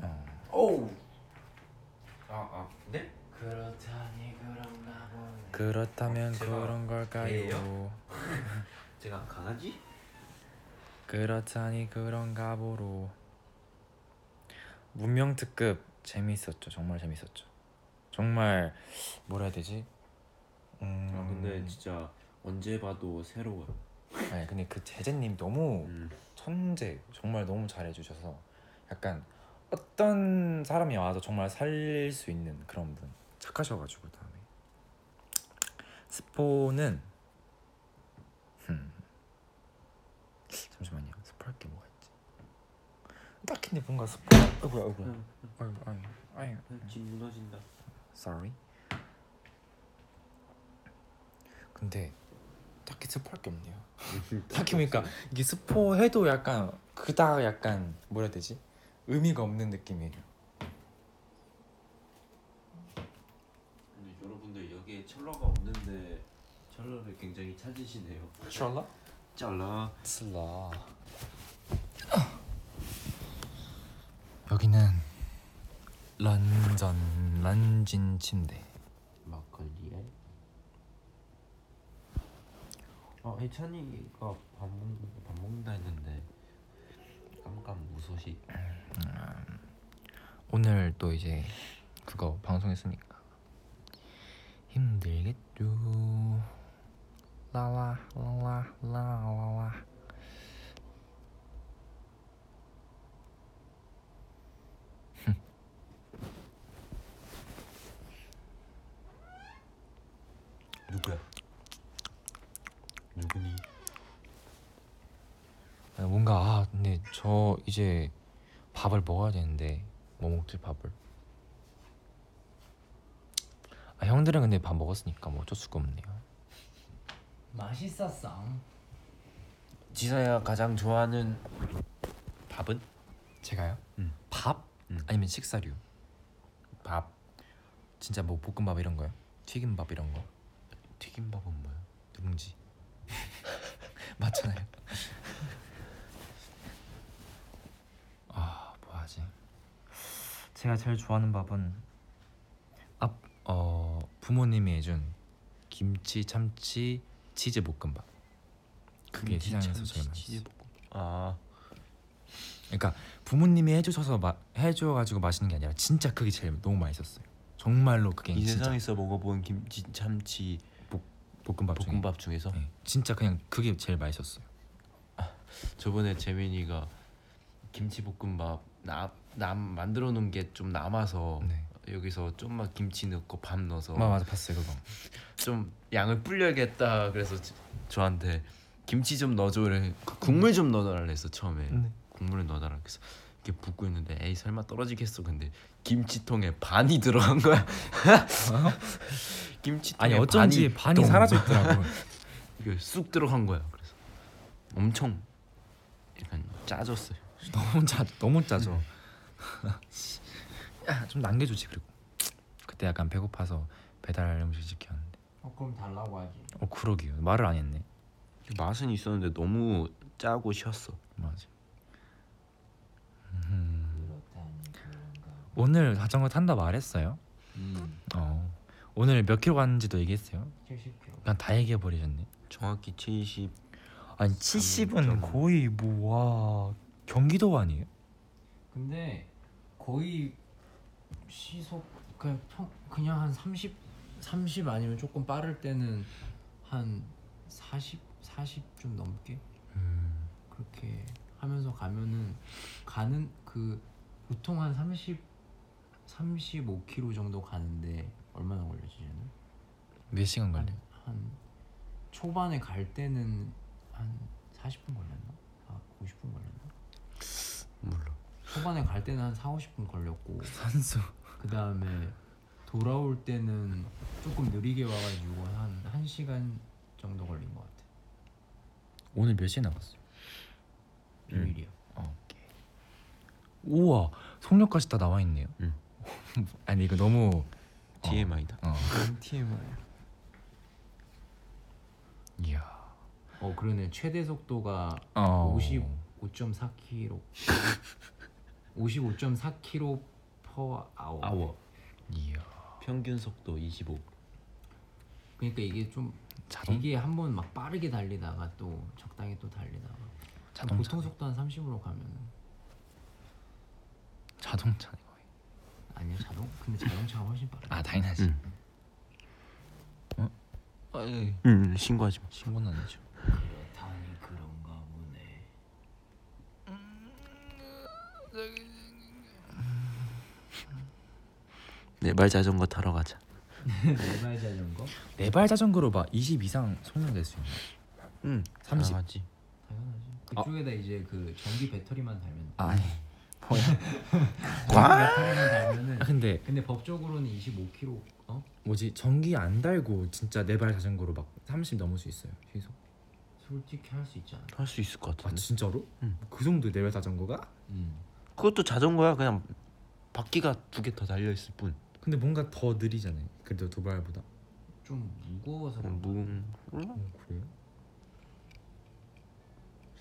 [SPEAKER 4] 어.
[SPEAKER 6] 오우
[SPEAKER 9] 아아 네?
[SPEAKER 6] 그렇다니 그런가 보네
[SPEAKER 4] 그렇다면
[SPEAKER 9] 제가
[SPEAKER 4] 그런 걸까요?
[SPEAKER 9] 개예요? 제가 강아지?
[SPEAKER 4] 그렇다니 그런가 보로 문명 특급 재밌었죠 정말 재밌었죠 정말 뭐라 해야 되지 음
[SPEAKER 5] 아 근데
[SPEAKER 4] 근데
[SPEAKER 5] 진짜 언제 봐도 새로워요.
[SPEAKER 4] 아니 근데 그 제재님 너무
[SPEAKER 5] 음.
[SPEAKER 4] 천재 정말 너무 잘해주셔서 약간 어떤 사람이 와도 정말 살릴 수 있는 그런 분 착하셔가지고 다음에 스포는 음. 잠시만요 스포할 게 뭐가 있지 딱 근데 뭔가 스포 어, 아이고야 아이고야 아이고 아이고 아이고
[SPEAKER 5] 집 무너진다.
[SPEAKER 4] sorry 근데 딱히 스포할 게 없네요 딱히 보니까 이게 스포해도 약간 그닥 약간 뭐라 해야 되지 의미가 없는 느낌이에요
[SPEAKER 9] 근데 여러분들 여기에 철러가 없는데 철러를 굉장히 찾으시네요.
[SPEAKER 4] 셜라?
[SPEAKER 9] 잘라.
[SPEAKER 4] 슬라 여기는 런전 런진 침대
[SPEAKER 5] 막걸리에. 어 해찬이가 밥 먹, 밥 먹는다 했는데 깜깜 무소식.
[SPEAKER 4] 오늘 또 이제 그거 방송했으니까 힘들겠죠 라라 라라 라라라
[SPEAKER 5] 누구야? 누구니?
[SPEAKER 4] 아, 뭔가 아 근데 저 이제 밥을 먹어야 되는데 뭐 먹지 밥을 아 형들은 근데 밥 먹었으니까 뭐 어쩔 수가 없네요
[SPEAKER 6] 맛있었어
[SPEAKER 5] 지서야 가장 좋아하는 밥은?
[SPEAKER 4] 제가요?
[SPEAKER 5] 음.
[SPEAKER 4] 밥?
[SPEAKER 5] 음.
[SPEAKER 4] 아니면 식사류? 밥 진짜 뭐 볶음밥 이런 거요? 튀김밥 이런 거?
[SPEAKER 5] 튀김밥은 뭐야?
[SPEAKER 4] 누룽지 맞잖아요. 아 뭐하지? 제가 제일 좋아하는 밥은 앞어 부모님이 해준 김치 참치 치즈 볶음밥. 그게 시장에서 제일 맛있어.
[SPEAKER 5] 아
[SPEAKER 4] 그러니까 부모님이 해주셔서 마, 해줘가지고 맛있는 게 아니라 진짜 그게 제일 너무 맛있었어요. 정말로 그게
[SPEAKER 5] 이
[SPEAKER 4] 진짜
[SPEAKER 5] 세상에서 먹어본 김치 참치
[SPEAKER 4] 볶음밥 중에
[SPEAKER 5] 볶음밥 중에서
[SPEAKER 4] 네, 진짜 그냥 그게 제일 맛있었어요.
[SPEAKER 5] 저번에 재민이가 김치 볶음밥 나, 나 만들어 놓은 게 좀 남아서
[SPEAKER 4] 네.
[SPEAKER 5] 여기서 좀만 김치 넣고 밥 어, 넣어서
[SPEAKER 4] 아 맞아 봤어요 그거.
[SPEAKER 5] 좀 양을 불려야겠다 그래서 저- 저한테 김치 좀 넣어줘래 그
[SPEAKER 4] 음.
[SPEAKER 5] 국물 좀 넣어달라 했어 처음에
[SPEAKER 4] 네.
[SPEAKER 5] 국물을 넣어달라 그래서 이렇게 붓고 있는데 에이 설마 떨어지겠어 근데 김치통에 반이 들어간 거야 김치통에
[SPEAKER 4] 아니 어쩐지 반이,
[SPEAKER 5] 똥.
[SPEAKER 4] 사라져 있더라고.
[SPEAKER 5] 이게 쑥 들어간 거야 그래서 엄청 약간 짜졌어요
[SPEAKER 4] 너무 짜 너무 짜죠.
[SPEAKER 5] 음.
[SPEAKER 4] 야, 좀 남겨주지 그리고 그때 약간 배고파서 배달 음식 시켰는데
[SPEAKER 6] 어, 그럼 달라고 하지.
[SPEAKER 4] 어 그러게요 말을 안 했네
[SPEAKER 5] 맛은 있었는데 너무 짜고 쉬었어
[SPEAKER 4] 맞아 음.
[SPEAKER 6] 그렇다니.
[SPEAKER 4] 오늘 자전거 탄다 말했어요 어 오늘 몇 킬로 갔는지도 얘기했어요
[SPEAKER 6] 70kg.
[SPEAKER 4] 그냥 다 얘기해 버리셨네
[SPEAKER 5] 정확히 70
[SPEAKER 4] 아니
[SPEAKER 5] 70은
[SPEAKER 4] 거의 뭐 와 경기도 아니에요
[SPEAKER 6] 근데 거의 시속 그냥 평 그냥 한 30, 30 아니면 조금 빠를 때는 한 40, 40 좀 넘게 그렇게 하면서 가면은 가는 그 보통 한 30, 35km 정도 가는데 얼마나 걸리지? 쟤는?
[SPEAKER 4] 몇 시간 걸려
[SPEAKER 6] 한- 한 초반에 갈 때는 한 40분 걸렸나? 아 50분 걸렸나?
[SPEAKER 5] 몰라
[SPEAKER 6] 초반에 갈 때는 한 4, 50분 걸렸고
[SPEAKER 4] 산수
[SPEAKER 6] 그 다음에 돌아올 때는 조금 느리게 와가지고 한 1시간 정도 걸린 것 같아
[SPEAKER 4] 오늘 몇 시에 나갔어요
[SPEAKER 6] 비밀이야
[SPEAKER 4] 우와 속력까지 다 나와 있네요
[SPEAKER 5] 응.
[SPEAKER 4] 아니 이거 너무 어.
[SPEAKER 5] TMI다
[SPEAKER 4] 어
[SPEAKER 6] TMI
[SPEAKER 4] 이야
[SPEAKER 6] 어 그러네 최대 속도가
[SPEAKER 4] 어
[SPEAKER 6] 55.4km 55.4km per hour
[SPEAKER 5] 아워
[SPEAKER 4] 이야
[SPEAKER 5] 평균 속도 25
[SPEAKER 6] 그러니까 이게 좀
[SPEAKER 4] 자동
[SPEAKER 6] 이게 한 번 막 빠르게 달리다가 또 적당히 또 달리다가
[SPEAKER 4] 자동차.
[SPEAKER 6] 보통 속도 한 30으로 가면
[SPEAKER 4] 자동차 거의.
[SPEAKER 6] 아니야 자동 근데 자동차가 훨씬 빠르
[SPEAKER 4] 아 당연하지.
[SPEAKER 5] 응.
[SPEAKER 4] 어? 아이,
[SPEAKER 6] 예.
[SPEAKER 5] 응 신고하지 마
[SPEAKER 4] 신고는 아니죠.
[SPEAKER 6] 다니 그런가 보네
[SPEAKER 5] 내발 네, 자전거 타러 가자
[SPEAKER 6] 내말 자전거
[SPEAKER 4] 네발 자전거로 막 20 이상 속력 낼수 있는.
[SPEAKER 5] 응
[SPEAKER 4] 30.
[SPEAKER 5] 당연하지.
[SPEAKER 6] 당연하지 그쪽에다 이제 그 전기 배터리만 달면 돼.
[SPEAKER 4] 아, 아니 뭐야.
[SPEAKER 6] 전기 배터리만 달면은
[SPEAKER 4] 아, 근데
[SPEAKER 6] 근데 법적으로는 25km 어
[SPEAKER 4] 뭐지 전기 안 달고 진짜 네발 자전거로 막 30 넘을 수 있어요 시속.
[SPEAKER 6] 솔직히 할 수 있잖아
[SPEAKER 5] 할 수 있을 것
[SPEAKER 4] 아
[SPEAKER 5] 같은데
[SPEAKER 4] 진짜로?
[SPEAKER 5] 응.
[SPEAKER 4] 그 정도 네발 자전거가?
[SPEAKER 6] 음
[SPEAKER 5] 그것도 자전거야 그냥 바퀴가 두 개 더 달려 있을 뿐
[SPEAKER 4] 근데 뭔가 더 느리잖아요. 그래도 두 발보다.
[SPEAKER 6] 좀 무거워서
[SPEAKER 5] 그냥 무음 뭐.
[SPEAKER 4] 어, 그래요?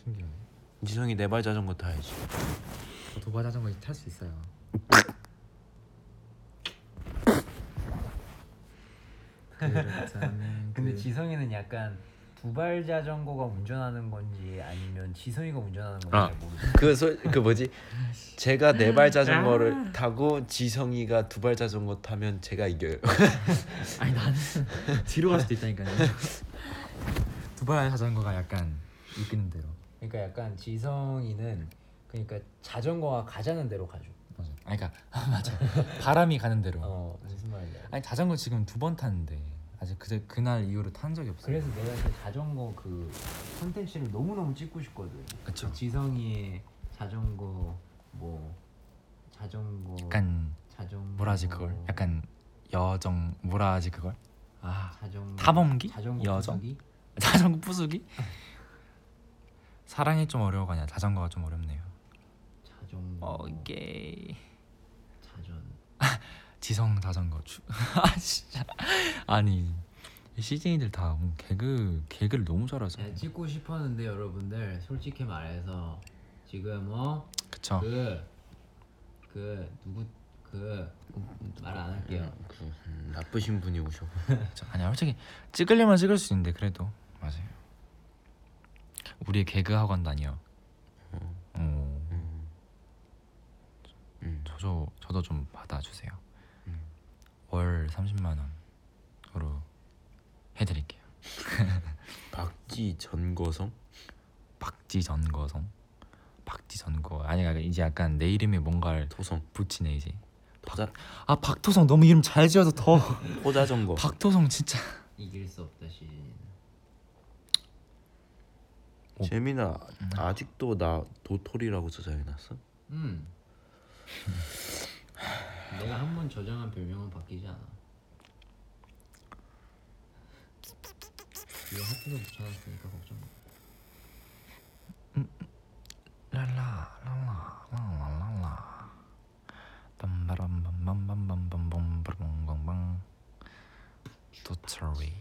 [SPEAKER 4] 신기하네.
[SPEAKER 5] 지성이 내 발 자전거 타야지
[SPEAKER 4] 저 어, 도발 자전거 탈 수 있어요. 그렇다면
[SPEAKER 6] 근데
[SPEAKER 4] 그-
[SPEAKER 6] 지성이는 약간 두발 자전거가 운전하는 건지 아니면 지성이가 운전하는 건지
[SPEAKER 5] 아.
[SPEAKER 6] 잘 모르겠어
[SPEAKER 5] 그, 소, 그 뭐지 제가 네 발 자전거를 타고 지성이가 두 발 자전거 타면 제가 이겨요
[SPEAKER 4] 아니 나는 뒤로 갈 수도 있다니까요. 두발 자전거가 약간 이끄는 대로
[SPEAKER 6] 그러니까 약간 지성이는 그러니까 자전거가 가자는 대로 가죠
[SPEAKER 4] 맞아. 아니, 그러니까 아, 맞아. 바람이 가는 대로.
[SPEAKER 6] 어 무슨 말인지 알아
[SPEAKER 4] 아니 자전거 지금 두 번 탔는데 아직 그제 그날 이후로 탄 적이 없어요.
[SPEAKER 6] 그래서 내가 그 자전거 그 컨텐츠를 너무너무 찍고 싶거든
[SPEAKER 4] 그쵸.
[SPEAKER 6] 지성이의 자전거 뭐 자전거
[SPEAKER 4] 약간
[SPEAKER 6] 자전거
[SPEAKER 4] 뭐라 하지 그걸? 약간 여정 뭐라 하지 그걸? 아
[SPEAKER 6] 자전거
[SPEAKER 4] 탐험기?
[SPEAKER 6] 자전거
[SPEAKER 4] 여정?
[SPEAKER 6] 부수기?
[SPEAKER 4] 자전거 부수기? 사랑이 좀 어려워가 아니라 자전거가 좀 어렵네요.
[SPEAKER 6] 자전거
[SPEAKER 4] 어, 오케이.
[SPEAKER 6] 자전
[SPEAKER 4] 지성 자전거 추. 아 진짜. 아니 이 CJ들 다 개그 개그를 너무 잘하죠.
[SPEAKER 6] 네, 찍고 싶었는데 여러분들 솔직히 말해서 지금 어
[SPEAKER 4] 그쵸.
[SPEAKER 6] 그 그 누구 그 말 안 할게요.
[SPEAKER 5] 그, 음, 나쁘신 분이 오셔.
[SPEAKER 4] 그쵸. 아니야 솔직히 찍으려면 찍을 수 있는데 그래도 맞아요. 우리 개그 학원 다녀. 어.
[SPEAKER 5] 음. 음.
[SPEAKER 4] 저도 저도 좀 받아주세요. 월 30만 원으로 해드릴게요.
[SPEAKER 5] 박지 전거성?
[SPEAKER 4] 박지전거성. 박지전거 아니 그러니까 이제 약간 내 이름에 뭔가를
[SPEAKER 5] 토성.
[SPEAKER 4] 붙이네 이제.
[SPEAKER 5] 포자
[SPEAKER 4] 아 박토성 너무 이름 잘 지어서 더.
[SPEAKER 5] 포자전거.
[SPEAKER 4] 박토성 진짜.
[SPEAKER 6] 이길 수 없다 시즌.
[SPEAKER 5] 어. 재민아 아직도 나 도토리라고 저장해놨어?
[SPEAKER 6] 음. 내가 한 번 저장한 별명은 바뀌지 않아. 이거 학교도 붙여놨으니까 걱정 마.
[SPEAKER 4] 랄라 랄라 랄라 랄라. 빰바람밤밤밤밤밤밤밤밤밤밤밤. 도토리.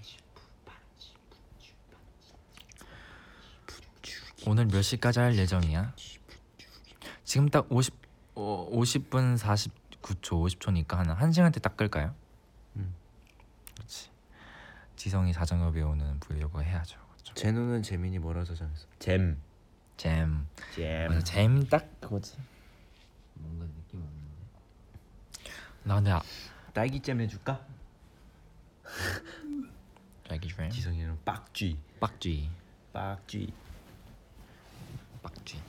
[SPEAKER 4] 오늘 몇 시까지 할 예정이야? 지금 딱 50, 어, 50분 49초 50초니까 한 1시간 때 닦을까요? 음. 그렇지 지성이 자전거 배우는 브이로그 해야죠 그렇죠?
[SPEAKER 5] 제노는 재민이 뭐라 저장했어? 잼.
[SPEAKER 4] 잼
[SPEAKER 5] 잼.
[SPEAKER 4] 맞아 잼딱 그거지
[SPEAKER 6] 뭔가 느낌 없는데.
[SPEAKER 4] 나 근데 아,
[SPEAKER 5] 딸기잼 해줄까?
[SPEAKER 4] 자기 잼
[SPEAKER 5] 지성이는 빡쥐.
[SPEAKER 4] 빡쥐
[SPEAKER 5] 빡쥐.
[SPEAKER 4] 빡쥐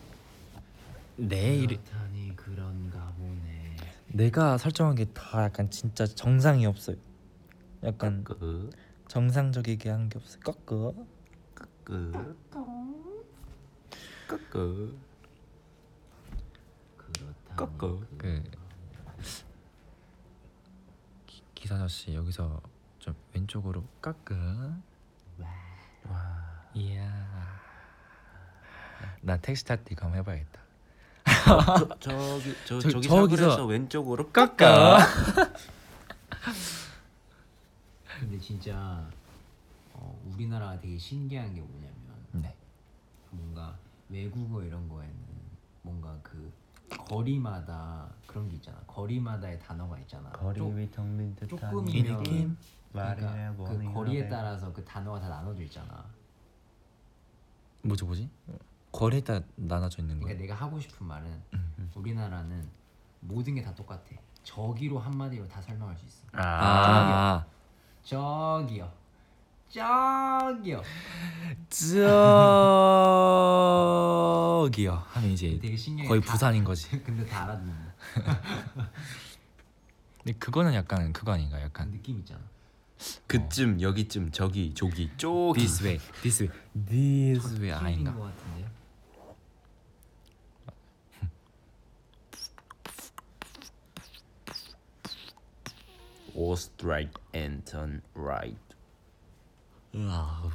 [SPEAKER 4] 내 이름
[SPEAKER 6] 그렇다니 그런가 보네.
[SPEAKER 4] 내가 설정한 게 다 약간 진짜 정상이 없어요 약간
[SPEAKER 5] 그.
[SPEAKER 4] 정상적이게 한 게 없어요 꺾어
[SPEAKER 5] 끄. 끄.
[SPEAKER 6] 그렇다니.
[SPEAKER 5] 꺾어.
[SPEAKER 4] 그 기- 기사 아저씨 여기서 좀 왼쪽으로 깎아 이야 나 택시 탈 때 이거 한번 해봐야겠다
[SPEAKER 5] 저, 저기 저,
[SPEAKER 4] 저-
[SPEAKER 5] 저기
[SPEAKER 4] 저기서-
[SPEAKER 5] 사거리에서 왼쪽으로
[SPEAKER 4] 깎아
[SPEAKER 6] 근데 진짜 어, 우리나라가 되게 신기한 게 뭐냐면
[SPEAKER 4] 네
[SPEAKER 6] 뭔가 외국어 이런 거에는 뭔가 그 거리마다 그런 게 있잖아. 거리마다의 단어가 있잖아. 조-
[SPEAKER 5] 텅빈
[SPEAKER 6] 조금이면
[SPEAKER 5] 말을
[SPEAKER 6] 그러니까 그
[SPEAKER 5] 원해요.
[SPEAKER 6] 거리에 따라서 그 단어가 다 나눠져 있잖아.
[SPEAKER 4] 뭐지 뭐지 거리에다 나눠져 있는 거야
[SPEAKER 6] 그러니까 내가 하고 싶은 말은
[SPEAKER 4] 음,
[SPEAKER 6] 우리나라는 모든 게 다 똑같아. 저기로 한 마디로 다 설명할 수 있어.
[SPEAKER 4] 아
[SPEAKER 6] 저기요. 저기요.
[SPEAKER 4] 저기요 하면 이제
[SPEAKER 6] 되게 신기해.
[SPEAKER 4] 거의
[SPEAKER 6] 다-
[SPEAKER 4] 부산인 거지
[SPEAKER 6] 근데 다 알아듣는
[SPEAKER 4] 근데 그거는 약간 그거 아닌가 약간
[SPEAKER 6] 느낌 있잖아.
[SPEAKER 5] 그쯤 여기쯤 저기 저기 쪼기
[SPEAKER 4] This way, this way, this way
[SPEAKER 6] 힐링인
[SPEAKER 4] 아닌가? 음.
[SPEAKER 6] 것 같은데요.
[SPEAKER 5] All straight and turn right
[SPEAKER 4] 아,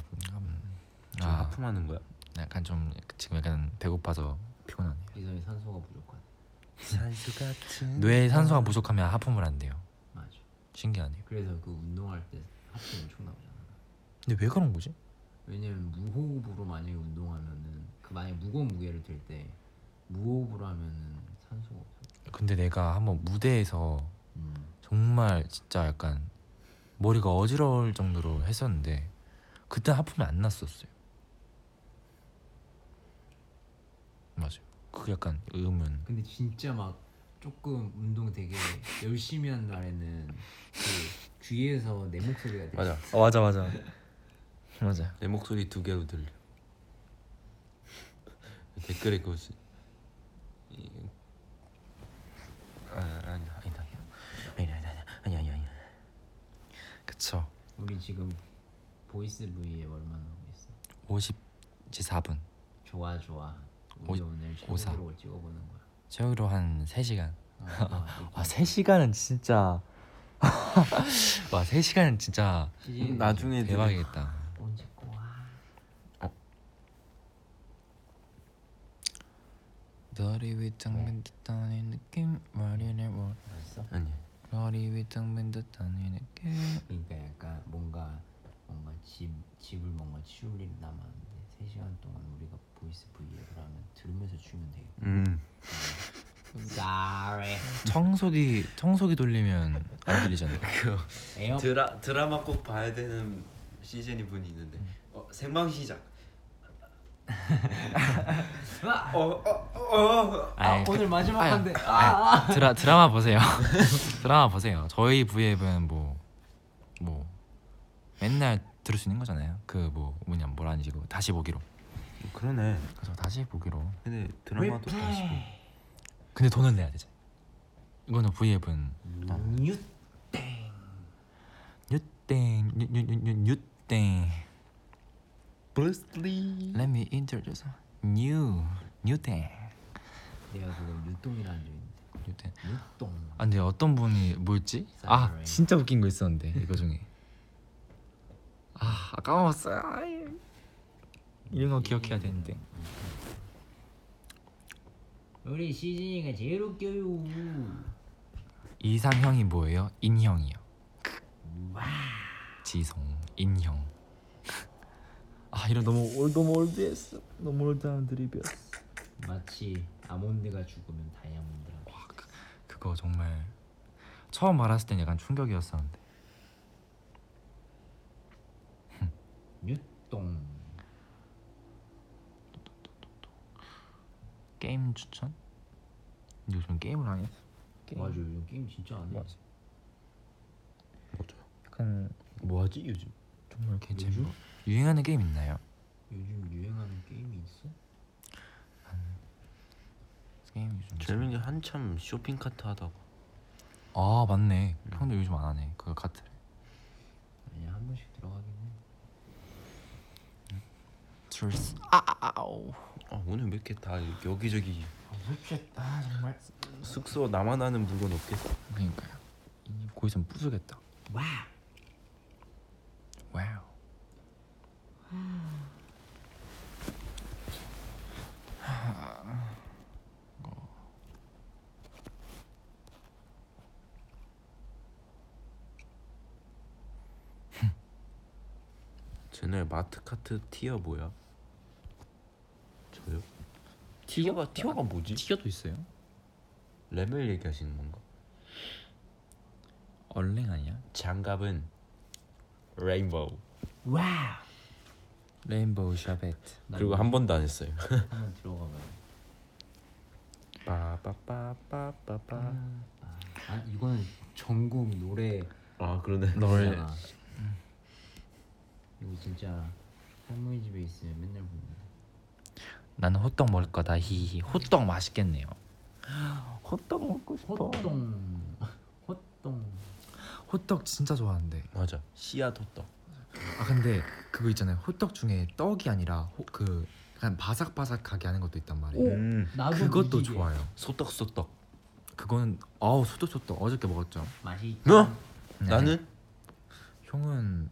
[SPEAKER 5] 좀 하품하는 거야?
[SPEAKER 4] 약간 좀 지금 약간 배고파서 피곤하네요.
[SPEAKER 6] 이성이 산소가 부족하네.
[SPEAKER 5] 산수 같은
[SPEAKER 4] 뇌에 산소가 부족하면 하품을 한대요.
[SPEAKER 6] 맞아.
[SPEAKER 4] 신기하네요.
[SPEAKER 6] 그래서 그 운동할 때 하품 엄청 나오잖아.
[SPEAKER 4] 근데 왜 그런 거지?
[SPEAKER 6] 왜냐면 무호흡으로 만약에 운동하면은 그 만약에 무거운 무게를 들 때 무호흡으로 하면은 산소가 없어.
[SPEAKER 4] 근데 내가 한번 무대에서
[SPEAKER 6] 음.
[SPEAKER 4] 정말 진짜 약간 머리가 어지러울 정도로 했었는데 그때 하품이 안 났었어요. 맞아요. 그 약간 의문.
[SPEAKER 6] 근데 진짜 막 조금 운동 되게 열심히 한 날에는 그 귀에서 내 목소리가 들려.
[SPEAKER 5] 맞아
[SPEAKER 4] 어, 맞아 맞아 맞아.
[SPEAKER 5] 내 목소리 두 개로 들려 댓글에 그거 쓰- 이- 아, 아니 아니다 아니 아니 아니 아니 아니
[SPEAKER 4] 그쵸.
[SPEAKER 6] 우리 지금 보이스 브이에 얼마나 하고 있어?
[SPEAKER 4] 54분.
[SPEAKER 6] 좋아 좋아. 우리
[SPEAKER 4] 오-
[SPEAKER 6] 오, 늘
[SPEAKER 4] 오사.
[SPEAKER 6] 최고로 찍어보는 거야.
[SPEAKER 4] 최후로 한 3시간.
[SPEAKER 6] 어, 좋아.
[SPEAKER 4] 와, 3시간은 진짜 와, 3시간은 진짜
[SPEAKER 6] 시즌
[SPEAKER 5] 나중에 들을-
[SPEAKER 4] 대박이겠다.
[SPEAKER 6] 언제 꼬아?
[SPEAKER 4] 머리 위 장면 듯한 이 느낌 머리를 뭐
[SPEAKER 5] 아니
[SPEAKER 4] 머리 위 장면 듯한 이 느낌
[SPEAKER 6] 그러니까 약간 뭔가 뭔가 집을 뭔가 치울 일 남았는데 3시간 동안 우리가 보이스 브이앱을 하면 들으면서 추면 되겠다
[SPEAKER 1] 음.
[SPEAKER 6] Sorry
[SPEAKER 4] 청소기 청소기 돌리면 안 들리잖아요.
[SPEAKER 6] 에어
[SPEAKER 5] 드라 드라마 꼭 봐야 되는 시즌이 분이 있는데 어, 생방 시작. 어,
[SPEAKER 4] 아이, 뭐. 그-
[SPEAKER 6] 오늘 마지막
[SPEAKER 4] 아유,
[SPEAKER 6] 한데 아,
[SPEAKER 4] 아이, 드라 드라마 보세요. 드라마 보세요. 저희 브이앱은 뭐 뭐 맨날 들을 수 있는 거잖아요. 그 뭐 뭐냐 뭐라는지 그 다시 보기로.
[SPEAKER 1] 그러네.
[SPEAKER 4] 그래서 다시 보기로.
[SPEAKER 1] 근데 드라마도 다시 보.
[SPEAKER 4] 근데 돈을 내야 되죠. 이거는 브이앱은 뉴땡 뉴땡 뉴땡
[SPEAKER 1] 브루스리.
[SPEAKER 4] Let me introduce new 뉴땡
[SPEAKER 6] 내가 그거 유똥이라는 줄 있는데
[SPEAKER 4] 뉴땡.
[SPEAKER 6] 유똥
[SPEAKER 4] 아 근데 어떤 분이 뭐였지? 아
[SPEAKER 6] Sorry.
[SPEAKER 4] 진짜 웃긴 거 있었는데 이거 중에 아 까먹었어요. 아이. 이런 거 기억해야 되는데.
[SPEAKER 6] 우리 시진이가 제일 웃겨요
[SPEAKER 4] 이상형이 뭐예요? 인형이요. 지성 인형. 아 이런 너무 올 너무 올드했어. 너무 올드한 드립이었어.
[SPEAKER 6] 마치 아몬드가 죽으면 다이아몬드라고
[SPEAKER 4] 그거 정말 처음 알았을 땐 약간 충격이었었는데.
[SPEAKER 6] 유똥
[SPEAKER 4] 게임 추천? 근데 요즘 게임을 안 했어. 게임.
[SPEAKER 6] 맞아 요즘 게임 진짜 안해
[SPEAKER 4] 맞아. 약간
[SPEAKER 5] 뭐하지 요즘?
[SPEAKER 4] 정말 괜찮은 거. 유행하는 게임 있나요?
[SPEAKER 6] 요즘 유행하는 게임이 있어?
[SPEAKER 4] 게임 요즘.
[SPEAKER 5] 재민이 한참 쇼핑 카트 하다가
[SPEAKER 4] 아 맞네. 형도 요즘 안 하네. 그 카트.
[SPEAKER 6] 아니야 한 번씩 들어가긴 해
[SPEAKER 4] 줄스. 아 아우.
[SPEAKER 5] 아 오늘 왜 이렇게 다 여기저기
[SPEAKER 6] 아 정말
[SPEAKER 5] 숙소 나만 아는 물건 없겠어.
[SPEAKER 4] 그러니까요. 이 고이선 부수겠다. 와우. 와우.
[SPEAKER 5] 쟤네 마트 카트 티어 뭐야? 저요? 티어가 티어가 뭐지?
[SPEAKER 4] 티어도 있어요?
[SPEAKER 5] 레벨 얘기하시는 건가?
[SPEAKER 4] 얼랭 아니야?
[SPEAKER 5] 장갑은 레인보우.
[SPEAKER 4] 레인보우 샤베트.
[SPEAKER 5] 그리고 한 번도 안 했어요.
[SPEAKER 6] 한번 들어가봐요
[SPEAKER 4] 아.
[SPEAKER 5] 빠빠빠빠빠빠.
[SPEAKER 4] 음.
[SPEAKER 6] 아 이거는 전국 노래
[SPEAKER 5] 아 그러네.
[SPEAKER 6] 노래잖아 음. 이거 진짜 할머니 집에 있으면 맨날 부르는
[SPEAKER 4] 나는 호떡 먹을 거다. 히히. 호떡 맛있겠네요. 호떡 먹고
[SPEAKER 6] 호똥 호똥
[SPEAKER 4] 호떡 진짜 좋아하는데.
[SPEAKER 5] 맞아. 씨앗 호떡.
[SPEAKER 4] 아 근데 그거 있잖아요. 호떡 중에 떡이 아니라 호, 그 약간 바삭바삭하게 하는 것도 있단 말이에요.
[SPEAKER 5] 음.
[SPEAKER 6] 나도
[SPEAKER 4] 그것도
[SPEAKER 6] 미치게.
[SPEAKER 4] 좋아요.
[SPEAKER 5] 소떡 소떡.
[SPEAKER 4] 그거는 아우 소떡소떡 어저께 먹었죠.
[SPEAKER 6] 맛이
[SPEAKER 5] 어?
[SPEAKER 4] 네.
[SPEAKER 5] 나는
[SPEAKER 4] 형은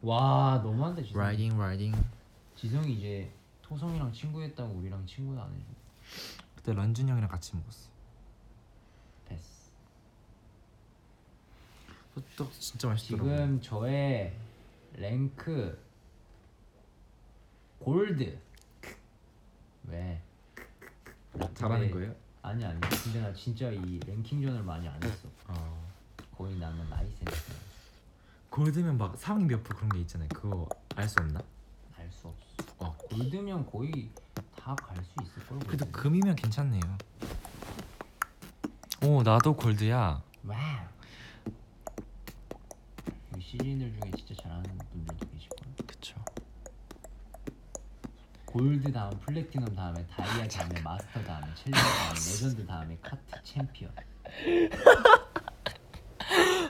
[SPEAKER 6] 와 너무한다 지성
[SPEAKER 4] 라이딩 라이딩
[SPEAKER 6] 지성이 이제 토성이랑 친구였다고 우리랑 친구는 안 해줘
[SPEAKER 4] 그때 런쥔 형이랑 같이 먹었어.
[SPEAKER 6] 패스
[SPEAKER 4] 호떡 진짜 맛있더라고요.
[SPEAKER 6] 지금 저의 랭크 골드 왜
[SPEAKER 4] 잘하는
[SPEAKER 6] 네.
[SPEAKER 4] 거예요?
[SPEAKER 6] 아니 아니 근데 나 진짜 이 랭킹전을 많이 안 했어 거의 나는 라이센스
[SPEAKER 4] 골드면 막 상위 몇 프로 그런 게 있잖아요. 그거 알 수 없나?
[SPEAKER 6] 알 수 없어
[SPEAKER 4] 어.
[SPEAKER 6] 골드면 거의 다 갈 수 있을 걸
[SPEAKER 4] 그래도 금이면 괜찮네요. 오 나도 골드야.
[SPEAKER 6] 와우 우리 시즌들 중에 진짜 잘하는 분들도 계시고
[SPEAKER 4] 그쵸.
[SPEAKER 6] 골드 다음 플래티넘 다음에 다이아 다음에 마스터 다음에 챌린저 다음에 레전드 다음에 카트 챔피언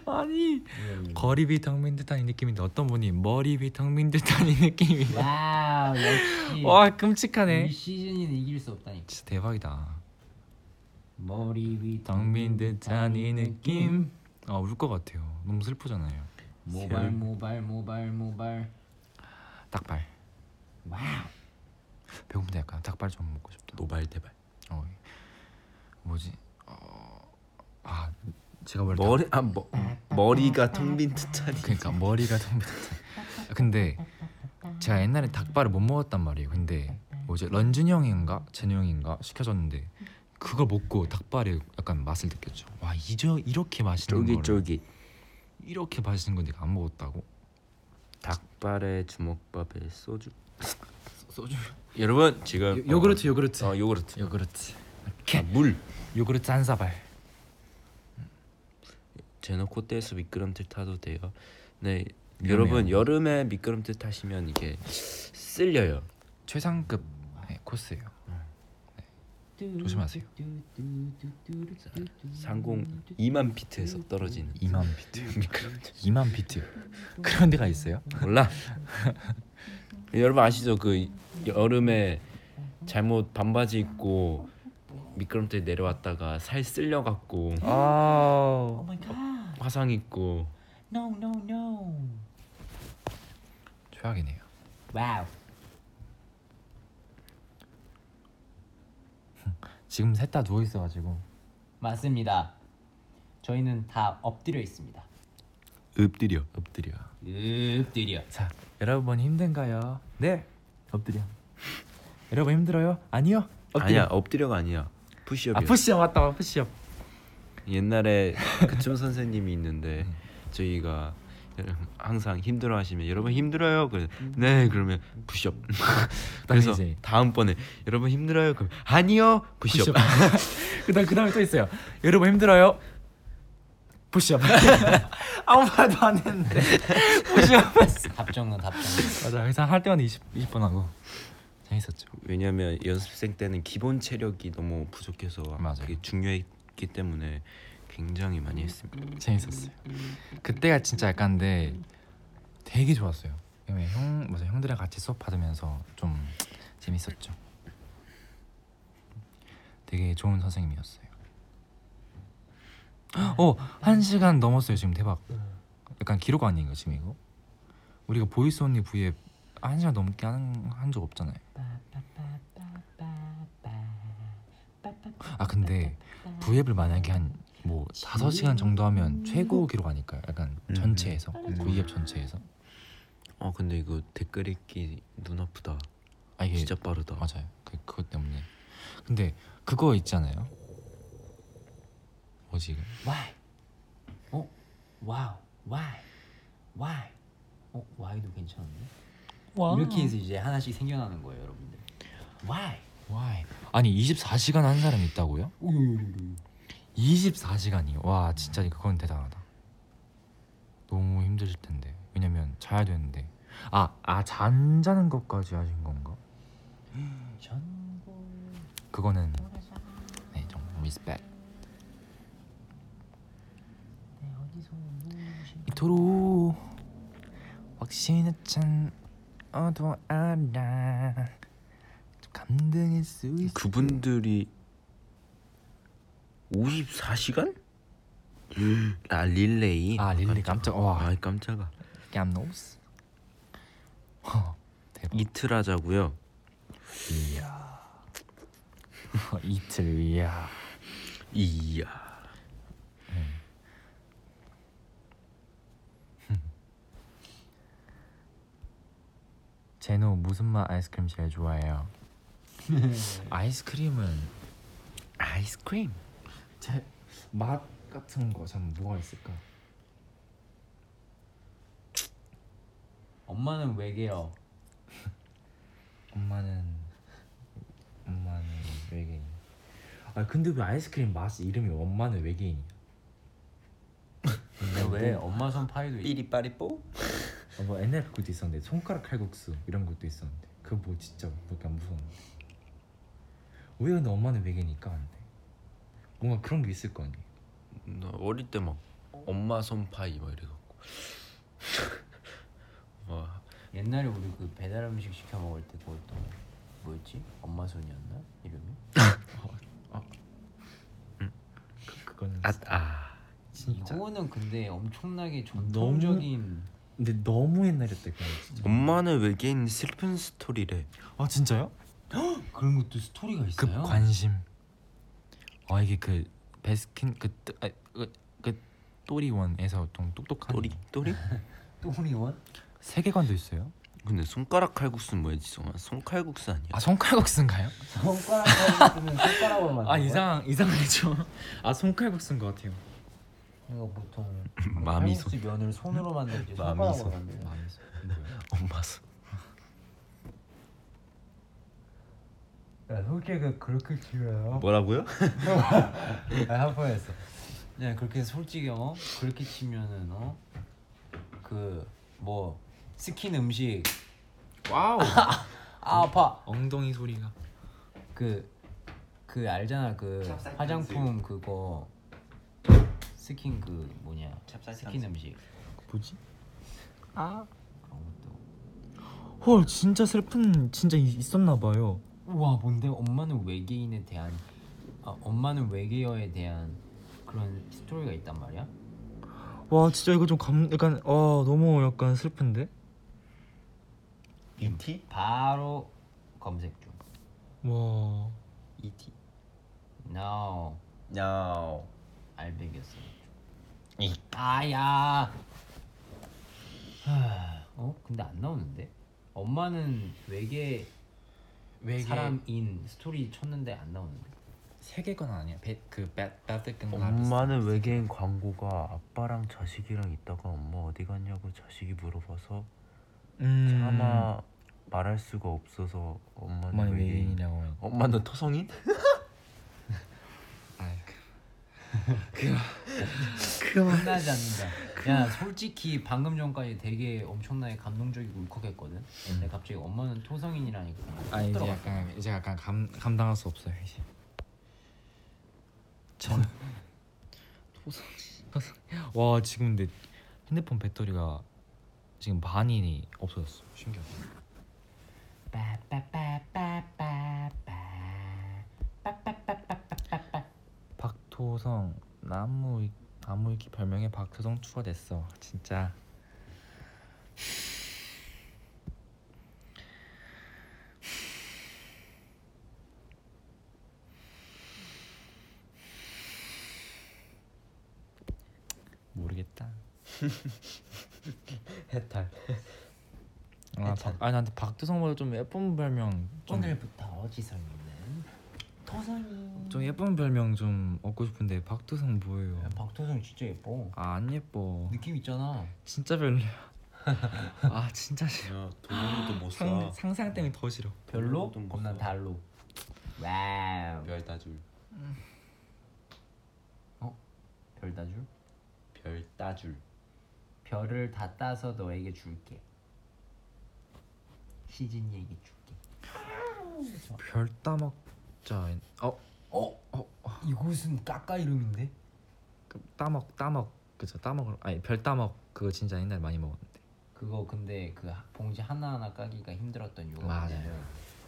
[SPEAKER 4] 아니
[SPEAKER 6] 왜, 왜.
[SPEAKER 4] 음. 거리비 텅빈 듯한 이 느낌인데 어떤 분이 머리비 텅빈 듯한 이 느낌이.
[SPEAKER 6] 와우 역시
[SPEAKER 4] 와
[SPEAKER 6] 우리
[SPEAKER 4] 끔찍하네.
[SPEAKER 6] 시즌이는 이길 수 없다니까
[SPEAKER 4] 진짜 대박이다.
[SPEAKER 6] 머리 위
[SPEAKER 4] 텅빈 듯한 이 느낌. 아울 것 같아요. 너무 슬프잖아요.
[SPEAKER 6] 모발 모발 모발 모발
[SPEAKER 4] 닭발.
[SPEAKER 6] 와우
[SPEAKER 4] 배고픈데 약간 닭발 좀 먹고 싶다.
[SPEAKER 5] 노발대발.
[SPEAKER 4] 어 뭐지? 어, 아 제가 원래
[SPEAKER 5] 머리
[SPEAKER 6] 네.
[SPEAKER 5] 아 머, 머리가 텅빈 듯하니.
[SPEAKER 4] 그러니까 머리가 좀 근데 제가 옛날에 닭발을 못 먹었단 말이에요. 근데 뭐지 런쥔 형인가 재능 형인가 시켜줬는데 그걸 먹고 닭발의 약간 맛을 느꼈죠. 와 이저 이렇게 맛있는 거를
[SPEAKER 5] 쫄깃쫄깃
[SPEAKER 4] 이렇게 맛있는 건 내가 안 먹었다고.
[SPEAKER 5] 닭발에 주먹밥에 소주 소주 여러분 지금 어,
[SPEAKER 4] 요구르트
[SPEAKER 5] 어 요구르트
[SPEAKER 4] 요구르트
[SPEAKER 5] 아, 물
[SPEAKER 4] 요구르트 한 사발.
[SPEAKER 5] 제노 콧대에서 미끄럼틀 타도 돼요 네
[SPEAKER 4] 위험해요.
[SPEAKER 5] 여러분 여름에 미끄럼틀 타시면 이게 쓸려요
[SPEAKER 4] 최상급 네, 코스예요. 네. 조심하세요.
[SPEAKER 5] 상공 2만 피트에서 떨어지는
[SPEAKER 4] 2만 비트. 미끄럼틀. 2만 비트. 그런 데가 있어요?
[SPEAKER 5] 몰라 여러분 아시죠 그 여름에 잘못 반바지 입고 미끄럼틀 내려왔다가 살 쓸려갖고
[SPEAKER 4] 아.
[SPEAKER 5] 화상 입고
[SPEAKER 4] 최악이네요.
[SPEAKER 6] 와우.
[SPEAKER 4] 지금 셋 다 누워 있어가지고.
[SPEAKER 6] 맞습니다. 저희는 다 엎드려 있습니다.
[SPEAKER 5] 엎드려 엎드려
[SPEAKER 6] 엎드려.
[SPEAKER 4] 자, 여러분 힘든가요? 네. 엎드려. 여러분 힘들어요? 아니요. 엎드려.
[SPEAKER 5] 아니야 엎드려가 아니야 푸시업이야
[SPEAKER 4] 아 푸시업 왔다 푸시업.
[SPEAKER 5] 옛날에 그춤 선생님이 있는데 저희가 항상 힘들어 하시면 여러분 힘들어요 그래 네 그러면 푸시업 그래서
[SPEAKER 4] 이제.
[SPEAKER 5] 다음번에 여러분 힘들어요 그럼 아니요 푸시업
[SPEAKER 4] 푸시업. 그다음 그다음에 또 있어요. 여러분 힘들어요? 푸시업. 아무 말도 안 했는데. 푸시업 했어.
[SPEAKER 6] 답정은 답정.
[SPEAKER 4] 맞아. 항상 할 때마다 20 20번 하고 재밌었죠.
[SPEAKER 5] 왜냐하면 연습생 때는 기본 체력이 너무 부족해서
[SPEAKER 4] 맞아요.
[SPEAKER 5] 그게 중요했기 때문에 굉장히 많이
[SPEAKER 4] 음.
[SPEAKER 5] 했습니다.
[SPEAKER 4] 재밌었어요. 그때가 진짜 약간 근데 되게 좋았어요. 왜냐면 형 맞아 형들이랑 같이 수업 받으면서 좀 재밌었죠. 되게 좋은 선생님이었어요.
[SPEAKER 5] 네.
[SPEAKER 4] 어한 시간 넘었어요 지금 대박. 약간 기록 아닌가 지금 이거? 우리가 보이스 언니 V에 한 시간 넘게 한한적 없잖아요. 아 근데 V앱을 만약에 한 뭐 다섯 시간 정도 하면 최고 기록 아닐까요? 약간
[SPEAKER 5] 음.
[SPEAKER 4] 전체에서 V앱 전체에서
[SPEAKER 5] 어 근데 이거 댓글 읽기 눈 아프다.
[SPEAKER 4] 아 이게
[SPEAKER 5] 진짜 빠르다.
[SPEAKER 4] 맞아요. 그 그것 때문에 근데 그거 있잖아요. 뭐지 이거?
[SPEAKER 6] Why? 어? 와우. Why? Why? 어? Why도 괜찮은데? 이렇게 해서 이제 하나씩 생겨나는 거예요, 여러분들. Why?
[SPEAKER 4] Why? 아니 24시간 한 사람 있다고요? 24시간이요. 와 진짜 그건 대단하다. 너무 힘드실 텐데 왜냐면 자야 되는데 아, 아아잠 자는 것까지 하신 건가? 그거는 네 정말 리스펙. 이토록 확신했던 어두 알아 감당할 수 있어.
[SPEAKER 5] 그분들이 54시간? 아 릴레이.
[SPEAKER 4] 아, 릴레이. 깜짝- 와.
[SPEAKER 5] 아 깜짝아.
[SPEAKER 4] 깜놀스. 대박.
[SPEAKER 5] 이틀 하자고요.
[SPEAKER 4] 이틀 이야.
[SPEAKER 5] 이야.
[SPEAKER 4] 제노 무슨 맛 아이스크림 제일 좋아해요? 아이스크림은
[SPEAKER 5] 아이스크림.
[SPEAKER 4] 제 맛 같은 거 참 뭐가 있을까?
[SPEAKER 6] 엄마는 외계어.
[SPEAKER 4] 엄마는 엄마는 외계인. 아 근데 왜 아이스크림 맛 이름이 엄마는 외계인이야?
[SPEAKER 6] 근데 왜 엄마 손 파이도 있
[SPEAKER 5] 삐리빠리뽀?
[SPEAKER 4] 어, 뭐 옛날 그것도 있었는데 손가락 칼국수 이런 것도 있었는데 그거 뭐 진짜 약간 무서웠는데 왜 근데 엄마는 외계니까 안 돼? 뭔가 그런 게 있을 거 아니에요?
[SPEAKER 5] 나 어릴 때 막 엄마 손파이 막 이래갖고. 와
[SPEAKER 6] 옛날에 우리 그 배달 음식 시켜 먹을 때 그것도 뭐였지? 엄마 손이었나? 이름이?
[SPEAKER 4] 그거는
[SPEAKER 5] 아, 아.
[SPEAKER 4] 진짜
[SPEAKER 6] 이거는 근데 엄청나게 전통적인
[SPEAKER 4] 근데 너무 옛날이었다 그냥 진짜
[SPEAKER 5] 엄마는 외계인 슬픈 스토리래.
[SPEAKER 4] 아 진짜요?
[SPEAKER 6] 그런 것도 스토리가
[SPEAKER 4] 그
[SPEAKER 6] 있어요.
[SPEAKER 4] 관심 아 이게 그 베스킨 그그 아, 그, 그 또리원에서 좀 똑똑한
[SPEAKER 5] 또리 또리?
[SPEAKER 6] 또리원?
[SPEAKER 4] 세계관도 있어요?
[SPEAKER 1] 근데 손가락 칼국수는 뭐야 지성아? 손칼국수 아니야?
[SPEAKER 4] 아 손칼국수인가요?
[SPEAKER 11] 그 손가락 하면 손가락으로 만든
[SPEAKER 4] 아
[SPEAKER 11] 거야?
[SPEAKER 4] 이상 이상하죠. 아 손칼국수인 것 같아요.
[SPEAKER 11] 이거 보통
[SPEAKER 1] 마미소.
[SPEAKER 11] 칼국수 면을 손으로 만들지 손가락으로
[SPEAKER 1] 마미소.
[SPEAKER 11] 만들지
[SPEAKER 1] 엄마 손.
[SPEAKER 11] 야 솔직히 그렇게 길어요?
[SPEAKER 1] 뭐라고요?
[SPEAKER 11] 아한 번 했어
[SPEAKER 6] 네 그렇게 솔직히 어 그렇게 치면은 어? 어그 뭐 스킨 음식
[SPEAKER 1] 와우.
[SPEAKER 11] 아 아파
[SPEAKER 4] 엉덩이 소리가.
[SPEAKER 6] 그 그 알잖아 그
[SPEAKER 9] 찹쌀
[SPEAKER 6] 화장품 그거 스킨 그 뭐냐 스킨 음식
[SPEAKER 4] 뭐지? 아.
[SPEAKER 6] 그런 것도
[SPEAKER 4] 헐 진짜 슬픈 진짜 이- 있었나 봐요.
[SPEAKER 6] 우와 뭔데 엄마는 외계인에 대한 아 엄마는 외계어에 대한 그런 스토리가 있단 말이야
[SPEAKER 4] 와 진짜 이거 좀 감 약간 아 너무 약간 슬픈데.
[SPEAKER 5] ET?
[SPEAKER 6] 바로 검색 중 E
[SPEAKER 4] 와.
[SPEAKER 5] ET.
[SPEAKER 6] no
[SPEAKER 5] 야오.
[SPEAKER 6] 알백이었어 아야 하, 어 근데 안 나오는데 엄마는 외계
[SPEAKER 4] 외계
[SPEAKER 6] 사람인 스토리 쳤는데 안 나오는데
[SPEAKER 4] 세계관 아니야. 배그 배드끈
[SPEAKER 5] 엄마는 외계인 광고가 아빠랑 자식이랑 있다가 엄마 어디 갔냐고 자식이 물어봐서
[SPEAKER 4] 음.
[SPEAKER 5] 차마 말할 수가 없어서 엄마는
[SPEAKER 4] 엄마는
[SPEAKER 5] 외계인.
[SPEAKER 4] 외계인이라고 해.
[SPEAKER 5] 엄마는 토성인?
[SPEAKER 6] 끝나지 않는다. 야 솔직히 방금 전까지 되게 엄청나게 감동적이고 울컥했거든. 근데 갑자기 엄마는 토성인이라니까.
[SPEAKER 4] 아 이제 약간 이제 약간 감 감당할 수 없어요 이제. 전 토성 토성. 와 지금 근데 핸드폰 배터리가 지금 반이 없어졌어. 신기하다. 박토성 나무 나무 위키 별명에 박토성 추가됐어. 진짜. 모르겠다.
[SPEAKER 5] 해탈.
[SPEAKER 4] 아, 박, 아 나한테 박두성보다 좀 예쁜 별명 좀,
[SPEAKER 6] 오늘부터 어지성이는 토성인.
[SPEAKER 4] 좀 예쁜 별명 좀 얻고 싶은데 박두성 뭐예요?
[SPEAKER 6] 야, 박토성 진짜 예뻐.
[SPEAKER 4] 아 안 예뻐.
[SPEAKER 6] 느낌 있잖아.
[SPEAKER 4] 진짜 별로야. 아 진짜 싫어.
[SPEAKER 5] 야 돈으로도 못
[SPEAKER 4] 상,
[SPEAKER 5] 사.
[SPEAKER 4] 상상 때문에 더 싫어.
[SPEAKER 6] 별로?
[SPEAKER 5] 똥
[SPEAKER 6] 겁나
[SPEAKER 5] 똥
[SPEAKER 6] 달로. 와우.
[SPEAKER 5] 별 따줄.
[SPEAKER 6] 별 따줄?
[SPEAKER 5] 별 따줄.
[SPEAKER 6] 별을 다 따서 너에게 줄게. 시진이에게 줄게.
[SPEAKER 4] 별 따먹자. 어
[SPEAKER 6] 이곳은 까까 이름인데?
[SPEAKER 4] 그 따먹 따먹 그죠 따먹으러 아니 별 따먹 그거 진짜 옛날 에 많이 먹었는데.
[SPEAKER 6] 그거 근데 그 하- 봉지 하나하나 까기가 힘들었던 이유가
[SPEAKER 4] 맞아요.
[SPEAKER 6] 뭐냐면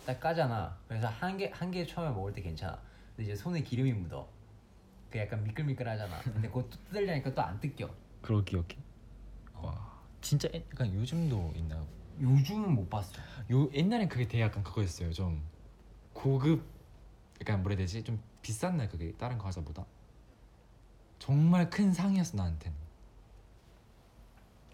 [SPEAKER 6] 딱 까잖아. 그래서 한 개 한 개 처음에 먹을 때 괜찮아. 근데 이제 손에 기름이 묻어. 그 약간 미끌미끌하잖아. 근데 그거 또 뜯으려니까 또 안 뜯겨.
[SPEAKER 4] 그걸 기억해? 와 진짜 옛- 그러니까 요즘도 있나?
[SPEAKER 6] 요즘은 못 봤어.
[SPEAKER 4] 요 옛날엔 그게 되게 약간 그거였어요. 좀 고급 약간 뭐라 해야 되지? 좀 비싼 날 그게 다른 과자보다 정말 큰 상이었어 나한테는.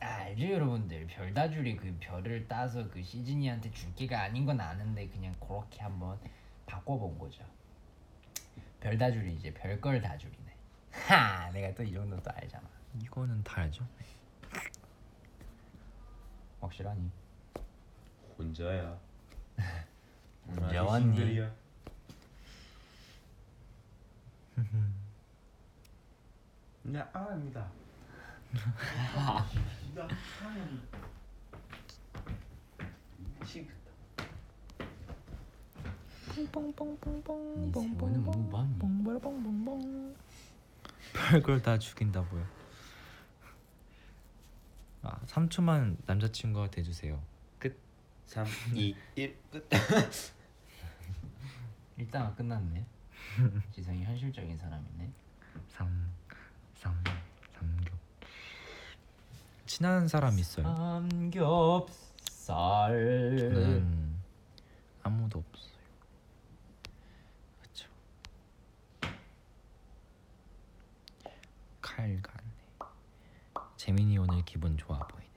[SPEAKER 6] 아, 알죠 여러분들 별다줄이 그 별을 따서 그 시즈니한테 줄게가 아닌 건 아는데 그냥 그렇게 한번 바꿔본 거죠. 별다줄이 이제 별걸 다줄이네. 하, 내가 또 이 정도 또 알잖아.
[SPEAKER 4] 이거는 다 알죠?
[SPEAKER 6] 확실하니.
[SPEAKER 5] 혼자야.
[SPEAKER 6] 혼자 왔니?
[SPEAKER 5] 싱글이야. 나 아닙니다. 나 아닙니다. 식다.
[SPEAKER 6] 니뭐 세번은 못 봤니?
[SPEAKER 4] 별걸 다 죽인다고요. 아 3초만 남자친구가 돼주세요.
[SPEAKER 5] 3, 2, 1 끝.
[SPEAKER 6] 일단 아, 끝났네. 지성이 현실적인 사람이네.
[SPEAKER 4] 삼, 삼, 삼교. 친한 사람
[SPEAKER 6] 아,
[SPEAKER 4] 있어요?
[SPEAKER 6] 삼겹살.
[SPEAKER 4] 저는 아무도 없어요. 그렇죠. 칼 같네. 재민이 오늘 기분 좋아 보이네.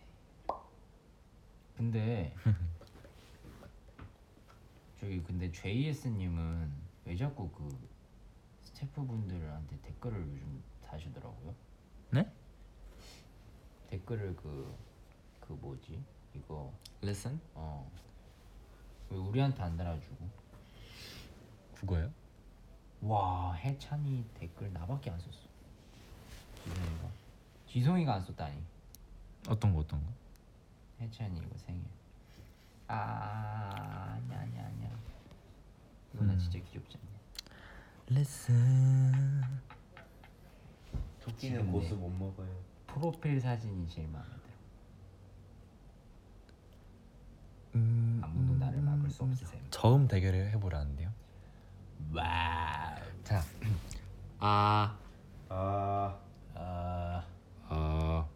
[SPEAKER 6] 근데 저기 근데 JS님은 왜 자꾸 그 스태프분들한테 댓글을 요즘 다시더라고요?
[SPEAKER 4] 네?
[SPEAKER 6] 댓글을 그 그 뭐지 이거
[SPEAKER 4] 레슨?
[SPEAKER 6] 어. 왜 우리한테 안 달아주고?
[SPEAKER 4] 국어요?
[SPEAKER 6] 와 해찬이 댓글 나밖에 안 썼어. 지성이가. 지성이가 안 썼다니.
[SPEAKER 4] 어떤 거 어떤 거?
[SPEAKER 6] 해찬이 이거 생일. 아 아니야 아니야 아니야. 이거 나 진짜 귀엽지 않냐?
[SPEAKER 4] 레슨.
[SPEAKER 6] 지금
[SPEAKER 12] 토끼는
[SPEAKER 6] 내
[SPEAKER 12] 고수 못 먹어요.
[SPEAKER 6] 프로필 사진이 제일 마음에 들어. 아무도 나를 막을 수 없을 셈.
[SPEAKER 4] 저음 대결을 해보라는데요.
[SPEAKER 6] 와.
[SPEAKER 4] 자,
[SPEAKER 6] 아.
[SPEAKER 12] 아,
[SPEAKER 6] 아.
[SPEAKER 5] 아
[SPEAKER 12] 어,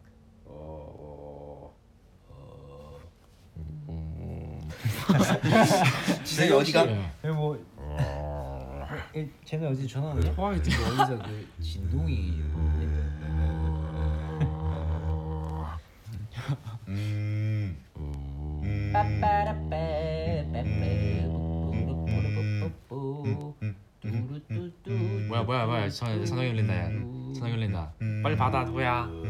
[SPEAKER 12] 어.
[SPEAKER 5] 어.
[SPEAKER 6] 지성이 어디가?
[SPEAKER 13] 뭐 쟤네 어제 전화 왔냐?
[SPEAKER 6] 그 어디서 그 진동이 있는데?
[SPEAKER 5] 음.
[SPEAKER 14] 뭐야 뭐야 뭐야
[SPEAKER 4] 음.
[SPEAKER 14] 선- 선호 열린다 야 음. 선호
[SPEAKER 6] 음.
[SPEAKER 14] 열린다 빨리 받아 누구야 음.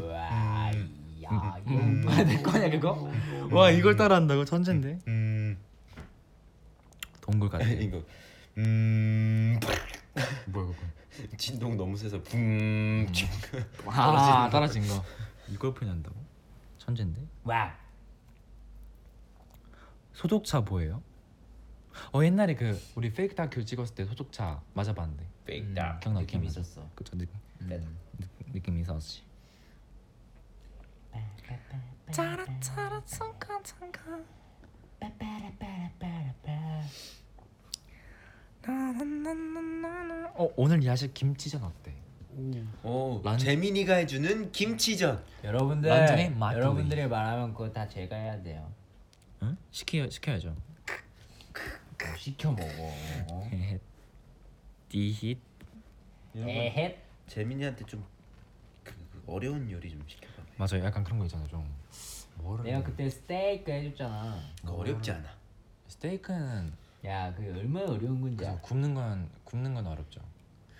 [SPEAKER 6] 내 거냐 그거?
[SPEAKER 4] 와 이걸 따라한다고 천재인데.
[SPEAKER 5] 음.
[SPEAKER 4] 동굴 같아.
[SPEAKER 5] 이거 음.
[SPEAKER 14] 뭐야 그거
[SPEAKER 5] 진동 너무 세서 붕.
[SPEAKER 4] 아 떨어진 거. 이걸 표현한다고? 천재인데.
[SPEAKER 6] 와.
[SPEAKER 4] 소독차 뭐예요? 어 옛날에 그 우리 페이크 다큐 찍었을 때 소독차 맞아봤는데. 음,
[SPEAKER 14] 음,
[SPEAKER 6] 페이크 다큐.
[SPEAKER 4] 기억나
[SPEAKER 6] 느낌
[SPEAKER 4] 기억나.
[SPEAKER 6] 있었어.
[SPEAKER 4] 그쵸 느, 느, 느낌 있었지.
[SPEAKER 14] 짜라 짜라 잠깐 잠깐
[SPEAKER 4] 어 오늘 야식 김치전 어때?
[SPEAKER 5] 오.
[SPEAKER 4] 란-
[SPEAKER 5] 어, 재민이가 해주는 김치전.
[SPEAKER 6] 여러분들
[SPEAKER 4] 완전히 마토리.
[SPEAKER 6] 여러분들이 말하면 그거 다 제가 해야 돼요.
[SPEAKER 4] 응? 시켜 시켜야죠.
[SPEAKER 6] 뭐 시켜 먹어.
[SPEAKER 4] 네, 디힛.
[SPEAKER 6] 에헷.
[SPEAKER 5] 재민이한테 좀 그- 그 어려운 요리 좀 시켜봐.
[SPEAKER 4] 맞아요. 약간 그런 거 있잖아요. 좀 뭐를
[SPEAKER 6] 내가 그때 스테이크 해줬잖아.
[SPEAKER 5] 그거 어렵지 않아.
[SPEAKER 4] 스테이크는
[SPEAKER 6] 야, 그게 얼마나 어려운 건지.
[SPEAKER 4] 그래서
[SPEAKER 6] 알아?
[SPEAKER 4] 굽는 건 굽는 건 어렵죠.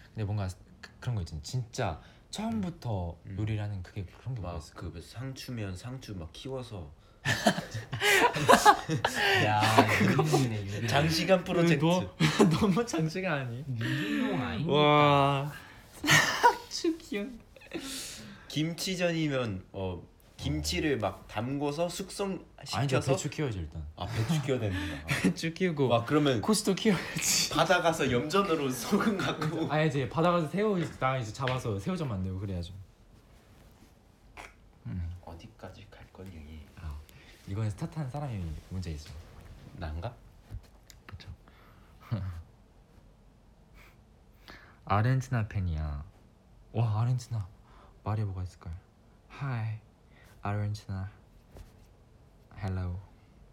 [SPEAKER 4] 근데 뭔가 스- 그- 그런 거 있잖아요. 진짜 처음부터
[SPEAKER 5] 음.
[SPEAKER 4] 요리를 하는 그게 그런 게 뭐가 있어?
[SPEAKER 5] 막그 상추면 상추 막 키워서
[SPEAKER 6] 야, 유기농이네, 유기농.
[SPEAKER 5] 장시간 프로젝트.
[SPEAKER 4] 너무 장치가 아니.
[SPEAKER 6] 유기농 아닌가?
[SPEAKER 4] 와. 축이야.
[SPEAKER 5] 김치전이면 어 김치를 막 담궈서 숙성
[SPEAKER 4] 아니죠.
[SPEAKER 5] 시켜서
[SPEAKER 4] 배추 키워야지 일단.
[SPEAKER 5] 아 배추 키워야
[SPEAKER 4] 그
[SPEAKER 5] 되는구나.
[SPEAKER 4] 배추 키우고
[SPEAKER 5] 막 그러면
[SPEAKER 4] 코스도 키워야지.
[SPEAKER 5] 바다 가서 염전으로 소금 갖고
[SPEAKER 4] 아 이제 바다 가서 새우 나 이제 잡아서 새우젓 만들고 그래야죠.
[SPEAKER 5] 어디까지 갈 거니?
[SPEAKER 4] 이건 스타트한 사람이 문제 있어.
[SPEAKER 5] 난가?
[SPEAKER 4] 아르헨티나 팬이야. 와 아르헨티나 말이 뭐가 있을까요? Hi, 아르헨티나. Hello,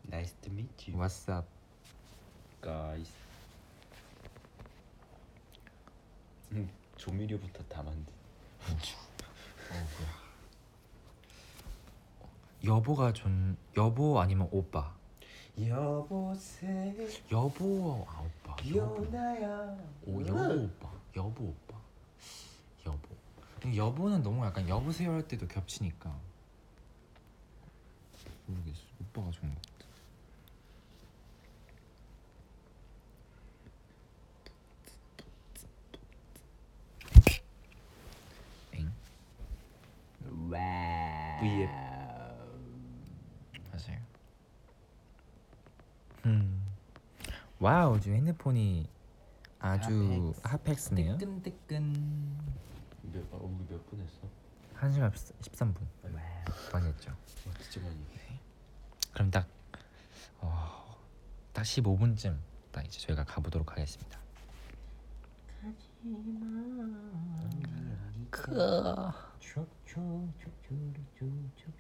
[SPEAKER 5] Nice to meet you
[SPEAKER 4] what's up?
[SPEAKER 5] guys. 음, 조미료부터 다 만든.
[SPEAKER 4] 여보가 존 여보 아니면 오빠.
[SPEAKER 5] 여보세요
[SPEAKER 4] 여보 아 오빠. 여보.
[SPEAKER 5] 나야.
[SPEAKER 4] 오 여보 오빠. 여보 오빠. 여보. 근데 여보는 너무 약간 여보세요 할 때도 겹치니까. 모르겠어. 오빠가 좋은 것 같아.
[SPEAKER 6] 와.
[SPEAKER 4] 맞아요. 음. 와우, 지금 핸드폰이 아주 핫팩스네요.
[SPEAKER 6] 뜨끈뜨끈.
[SPEAKER 5] 몇 번? 우리 몇 분 했어?
[SPEAKER 4] 1시간 13분. 많이 했죠.
[SPEAKER 5] 와, 어, 진짜 많이. 했네.
[SPEAKER 4] 그럼 딱 어, 딱 15분쯤 딱 이제 저희가 가 보도록 하겠습니다.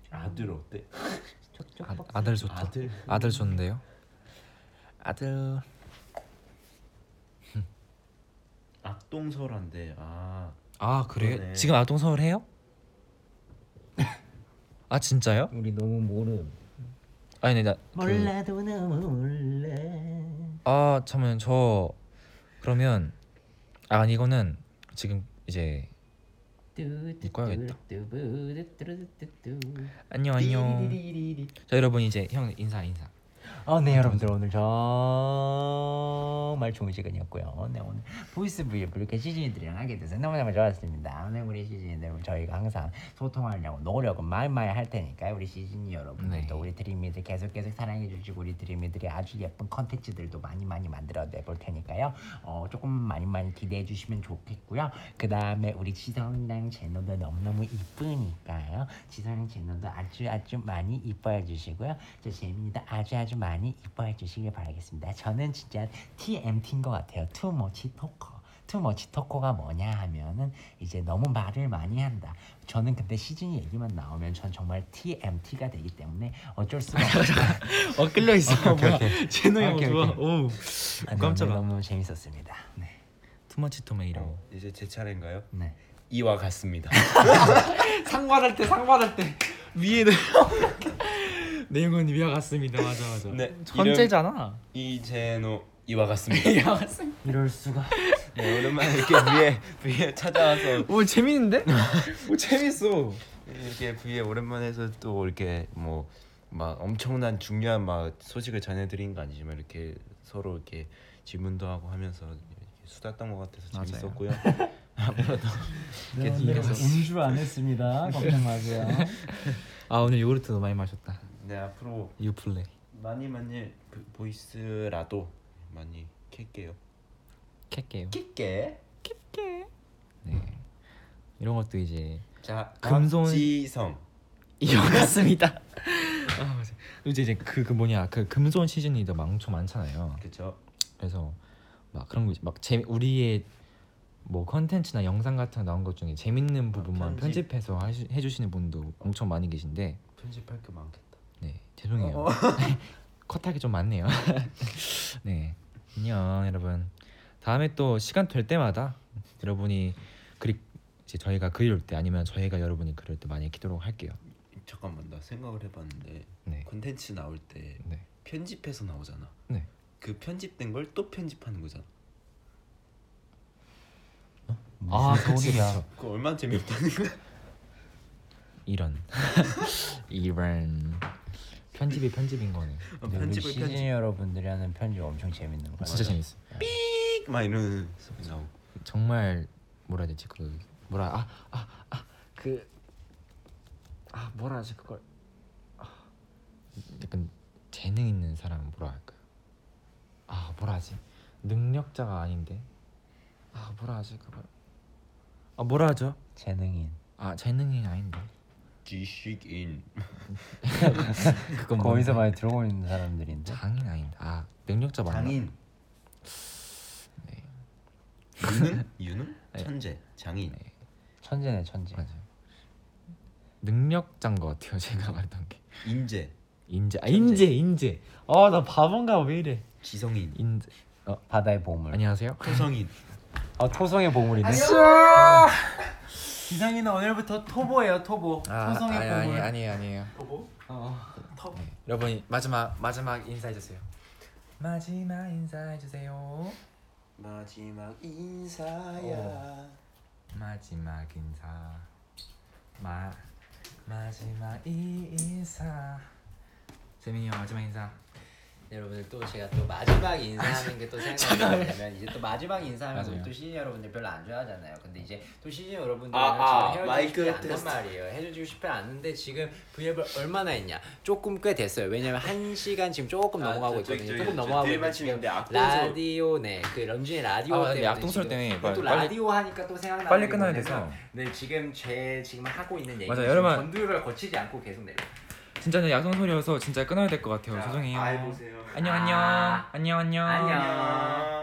[SPEAKER 5] 아들 어때?
[SPEAKER 4] 아, 아들 좋다. 아들. 아들 좋은데요? 아들.
[SPEAKER 5] 악동설한데 아
[SPEAKER 4] 아, 그래요?
[SPEAKER 5] 그러네.
[SPEAKER 4] 지금 아동 서울 해요? 아, 진짜요?
[SPEAKER 13] 우리 너무 모름
[SPEAKER 4] 아니 나 그,
[SPEAKER 6] 몰라도 너무 몰라
[SPEAKER 4] 아 잠깐만 저 그러면 아 아니 이거는 지금 이제 꺼야겠다. 안녕 안녕 자 여러분 이제 형 인사 인사
[SPEAKER 6] 어, 네 여러분들 오늘 정말 좋은 시간이었고요. 네 오늘 보이스 브이앱을 이렇게 시즌이들이랑 하게 돼서 너무너무 좋았습니다. 오늘 우리 시즌이들 저희가 항상 소통하려고 노력은 많이 할 테니까 우리 시즌이
[SPEAKER 4] 네.
[SPEAKER 6] 여러분들도 우리 드림이들 계속 계속 사랑해 주시고 우리 드림이들이 아주 예쁜 컨텐츠들도 많이 많이 만들어 내볼 테니까요. 어 조금 많이 많이 기대해 주시면 좋겠고요. 그 다음에 우리 지성이랑 제노도 너무너무 이쁘니까요. 지성이랑 제노도 아주 아주 많이 이뻐해 주시고요. 저 재민이도 아주 아주 많이 이뻐해 주시길 바라겠습니다. 저는 진짜 TMT인 것 같아요. 투머치 토커. 투머치 토커가 뭐 뭐냐 하면은 이제 너무 말을 많이 한다. 저는 근데 시즌이 얘기만 나오면 전 정말 TMT가 되기 때문에 어쩔 수가 없어요.
[SPEAKER 4] 어 끌려 있어 뭐야
[SPEAKER 15] 제노 형
[SPEAKER 6] 오케이,
[SPEAKER 15] 좋아.
[SPEAKER 6] 오케이.
[SPEAKER 15] 오. 깜짝아.
[SPEAKER 6] 너무 재밌었습니다. 네.
[SPEAKER 4] 투머치 토메이로
[SPEAKER 5] 이제 제 차례인가요?
[SPEAKER 6] 네.
[SPEAKER 5] 이와 같습니다.
[SPEAKER 15] 상 받을 때, 상 받을 때 위에는 내용은 위와 같습니다. 맞아, 맞아.
[SPEAKER 5] 네,
[SPEAKER 4] 현재잖아
[SPEAKER 5] 이름 이재노 이와 같습니다.
[SPEAKER 6] 이럴 수가.
[SPEAKER 5] 네, 오랜만에 이렇게 위에 위에 찾아와서
[SPEAKER 4] 오 재밌는데 오 재밌어
[SPEAKER 5] 이렇게 V에 오랜만에 해서 또 이렇게 뭐 막 엄청난 중요한 막 소식을 전해드린 거 아니지만 이렇게 서로 이렇게 질문도 하고 하면서 이렇게 수다 떤것 같아서
[SPEAKER 4] 맞아요.
[SPEAKER 5] 재밌었고요.
[SPEAKER 6] 네, 음주 안 했습니다. 걱정 마세요.
[SPEAKER 4] 아 오늘 요구르트 너무 많이 마셨다
[SPEAKER 5] 네 앞으로
[SPEAKER 4] 유플레
[SPEAKER 5] 많이 많이 그 보이스라도 많이 캘게요.
[SPEAKER 4] 캘게요
[SPEAKER 5] 캘게.
[SPEAKER 4] 네 이런 것도 이제
[SPEAKER 5] 자
[SPEAKER 4] 금손-
[SPEAKER 5] 지성.
[SPEAKER 4] 이어갔습니다 아 맞아 이제 이제 그, 그 뭐냐 그 금손 시즌이 더 많죠 많잖아요
[SPEAKER 5] 그쵸.
[SPEAKER 4] 그래서 막 그런 거 있지. 막 재미 우리의 뭐 컨텐츠나 영상 같은 거 나온 것 중에 재밌는 부분만
[SPEAKER 5] 편집.
[SPEAKER 4] 편집. 해서 해주시는 분도 엄청 많이 계신데
[SPEAKER 5] 편집할 게 많겠다.
[SPEAKER 4] 네
[SPEAKER 5] 어,
[SPEAKER 4] 죄송해요 컷하기 좀 많네요 네 안녕 여러분 다음에 또 시간 될 때마다 여러분이 그리 이제 저희가 그리울 때 아니면 저희가 여러분이 그리울 때 많이 키도록 할게요
[SPEAKER 5] 잠깐만 나 생각을 해봤는데
[SPEAKER 4] 네
[SPEAKER 5] 콘텐츠 나올 때
[SPEAKER 4] 네.
[SPEAKER 5] 편집해서 나오잖아.
[SPEAKER 4] 네.
[SPEAKER 5] 그 편집된 걸 또 편집하는 거잖아.
[SPEAKER 6] 아 소리야.
[SPEAKER 5] 그거 얼마나 재미없다는 거야.
[SPEAKER 4] 이런 이런 편집이 편집인 거네
[SPEAKER 5] 어,
[SPEAKER 6] 우리
[SPEAKER 5] 편집을
[SPEAKER 6] 시즌
[SPEAKER 5] 편집.
[SPEAKER 6] 여러분들이 하는 편집 엄청 재밌는 거.
[SPEAKER 4] 진짜 재밌어
[SPEAKER 5] 막 이런 소리 나오고.
[SPEAKER 4] 정말 뭐라 해야 되지 그 뭐라 아아아그아 뭐라 하지 그걸 아, 약간 재능 있는 사람 뭐라 할까요? 아 뭐라 하지 능력자가 아닌데 아 뭐라 하지 그걸 아 뭐라 하죠?
[SPEAKER 6] 재능인.
[SPEAKER 4] 아 재능이 아닌데
[SPEAKER 5] 지식인.
[SPEAKER 4] 그건
[SPEAKER 6] 거기서
[SPEAKER 4] 뭔데?
[SPEAKER 6] 많이 들어오고 있는 사람들인데.
[SPEAKER 4] 장인 아닌데 아 능력자 맞나?
[SPEAKER 5] 장인.
[SPEAKER 4] 네.
[SPEAKER 5] 유능? 유능? 천재. 장인.
[SPEAKER 4] 네.
[SPEAKER 6] 천재네 천재.
[SPEAKER 4] 맞아요 능력자인 것 같아요 제가 말했던 게
[SPEAKER 5] 인재.
[SPEAKER 4] 인재 아 인재 인재 아 나 바본가 왜 이래
[SPEAKER 5] 지성인.
[SPEAKER 4] 인재
[SPEAKER 6] 바다의 보물.
[SPEAKER 4] 안녕하세요
[SPEAKER 5] 토성인.
[SPEAKER 6] 아 토성의 보물이네.
[SPEAKER 16] 지상이는 오늘부터 토보예요 토보 토성의
[SPEAKER 4] 아니,
[SPEAKER 16] 보물
[SPEAKER 4] 아니 아니 아니에요. 어. 네. 여러분 마지막 마지막 인사해 주세요. 마지막 인사해 주세요.
[SPEAKER 5] 마지막 인사야.
[SPEAKER 4] 마지막 인사. 마 마지막 이 인사. 재민이 형 마지막 인사.
[SPEAKER 16] 여러분들 또 제가 또 마지막 인사하는 게 또 생각이 나면 이제 또 마지막 인사하면
[SPEAKER 4] 맞아요.
[SPEAKER 16] 우리 또 시즌 여러분들 별로 안 좋아하잖아요. 근데 이제 또 시즌 여러분들은
[SPEAKER 5] 아, 아,
[SPEAKER 16] 지금
[SPEAKER 5] 마이크
[SPEAKER 16] 헤어지고 싶지 않단
[SPEAKER 5] 테스트.
[SPEAKER 16] 말이에요. 헤어지고 싶지 않은데 지금 V앱을 얼마나 했냐? 조금 꽤 됐어요. 왜냐면 한 시간 지금 조금
[SPEAKER 5] 아,
[SPEAKER 16] 넘어가고
[SPEAKER 5] 저, 저기,
[SPEAKER 16] 있거든요.
[SPEAKER 5] 저기,
[SPEAKER 16] 조금
[SPEAKER 5] 저
[SPEAKER 16] 넘어가고
[SPEAKER 5] 뒤에
[SPEAKER 16] 있는데
[SPEAKER 5] 맞추면
[SPEAKER 16] 지금
[SPEAKER 5] 돼. 앞동서.
[SPEAKER 16] 라디오 네그 런쥔이 라디오
[SPEAKER 4] 아, 네,
[SPEAKER 16] 때문에
[SPEAKER 4] 악동설
[SPEAKER 16] 지금
[SPEAKER 4] 때문에
[SPEAKER 16] 또
[SPEAKER 4] 빨리-
[SPEAKER 16] 라디오 하니까 또 생각나
[SPEAKER 4] 빨리 끝나야 돼서.
[SPEAKER 16] 네 지금 제 지금 하고 있는 얘기
[SPEAKER 4] 맞아요,
[SPEAKER 16] 지금
[SPEAKER 4] 여러분.
[SPEAKER 16] 전두엽을 거치지 않고 계속 내려.
[SPEAKER 4] 진짜는 야동 소리여서 진짜 끊어야 될 것 같아요. 죄송해요.
[SPEAKER 5] 아이 보세요.
[SPEAKER 4] 안녕 안녕
[SPEAKER 16] 아.
[SPEAKER 4] 안녕 안녕.
[SPEAKER 16] 안녕.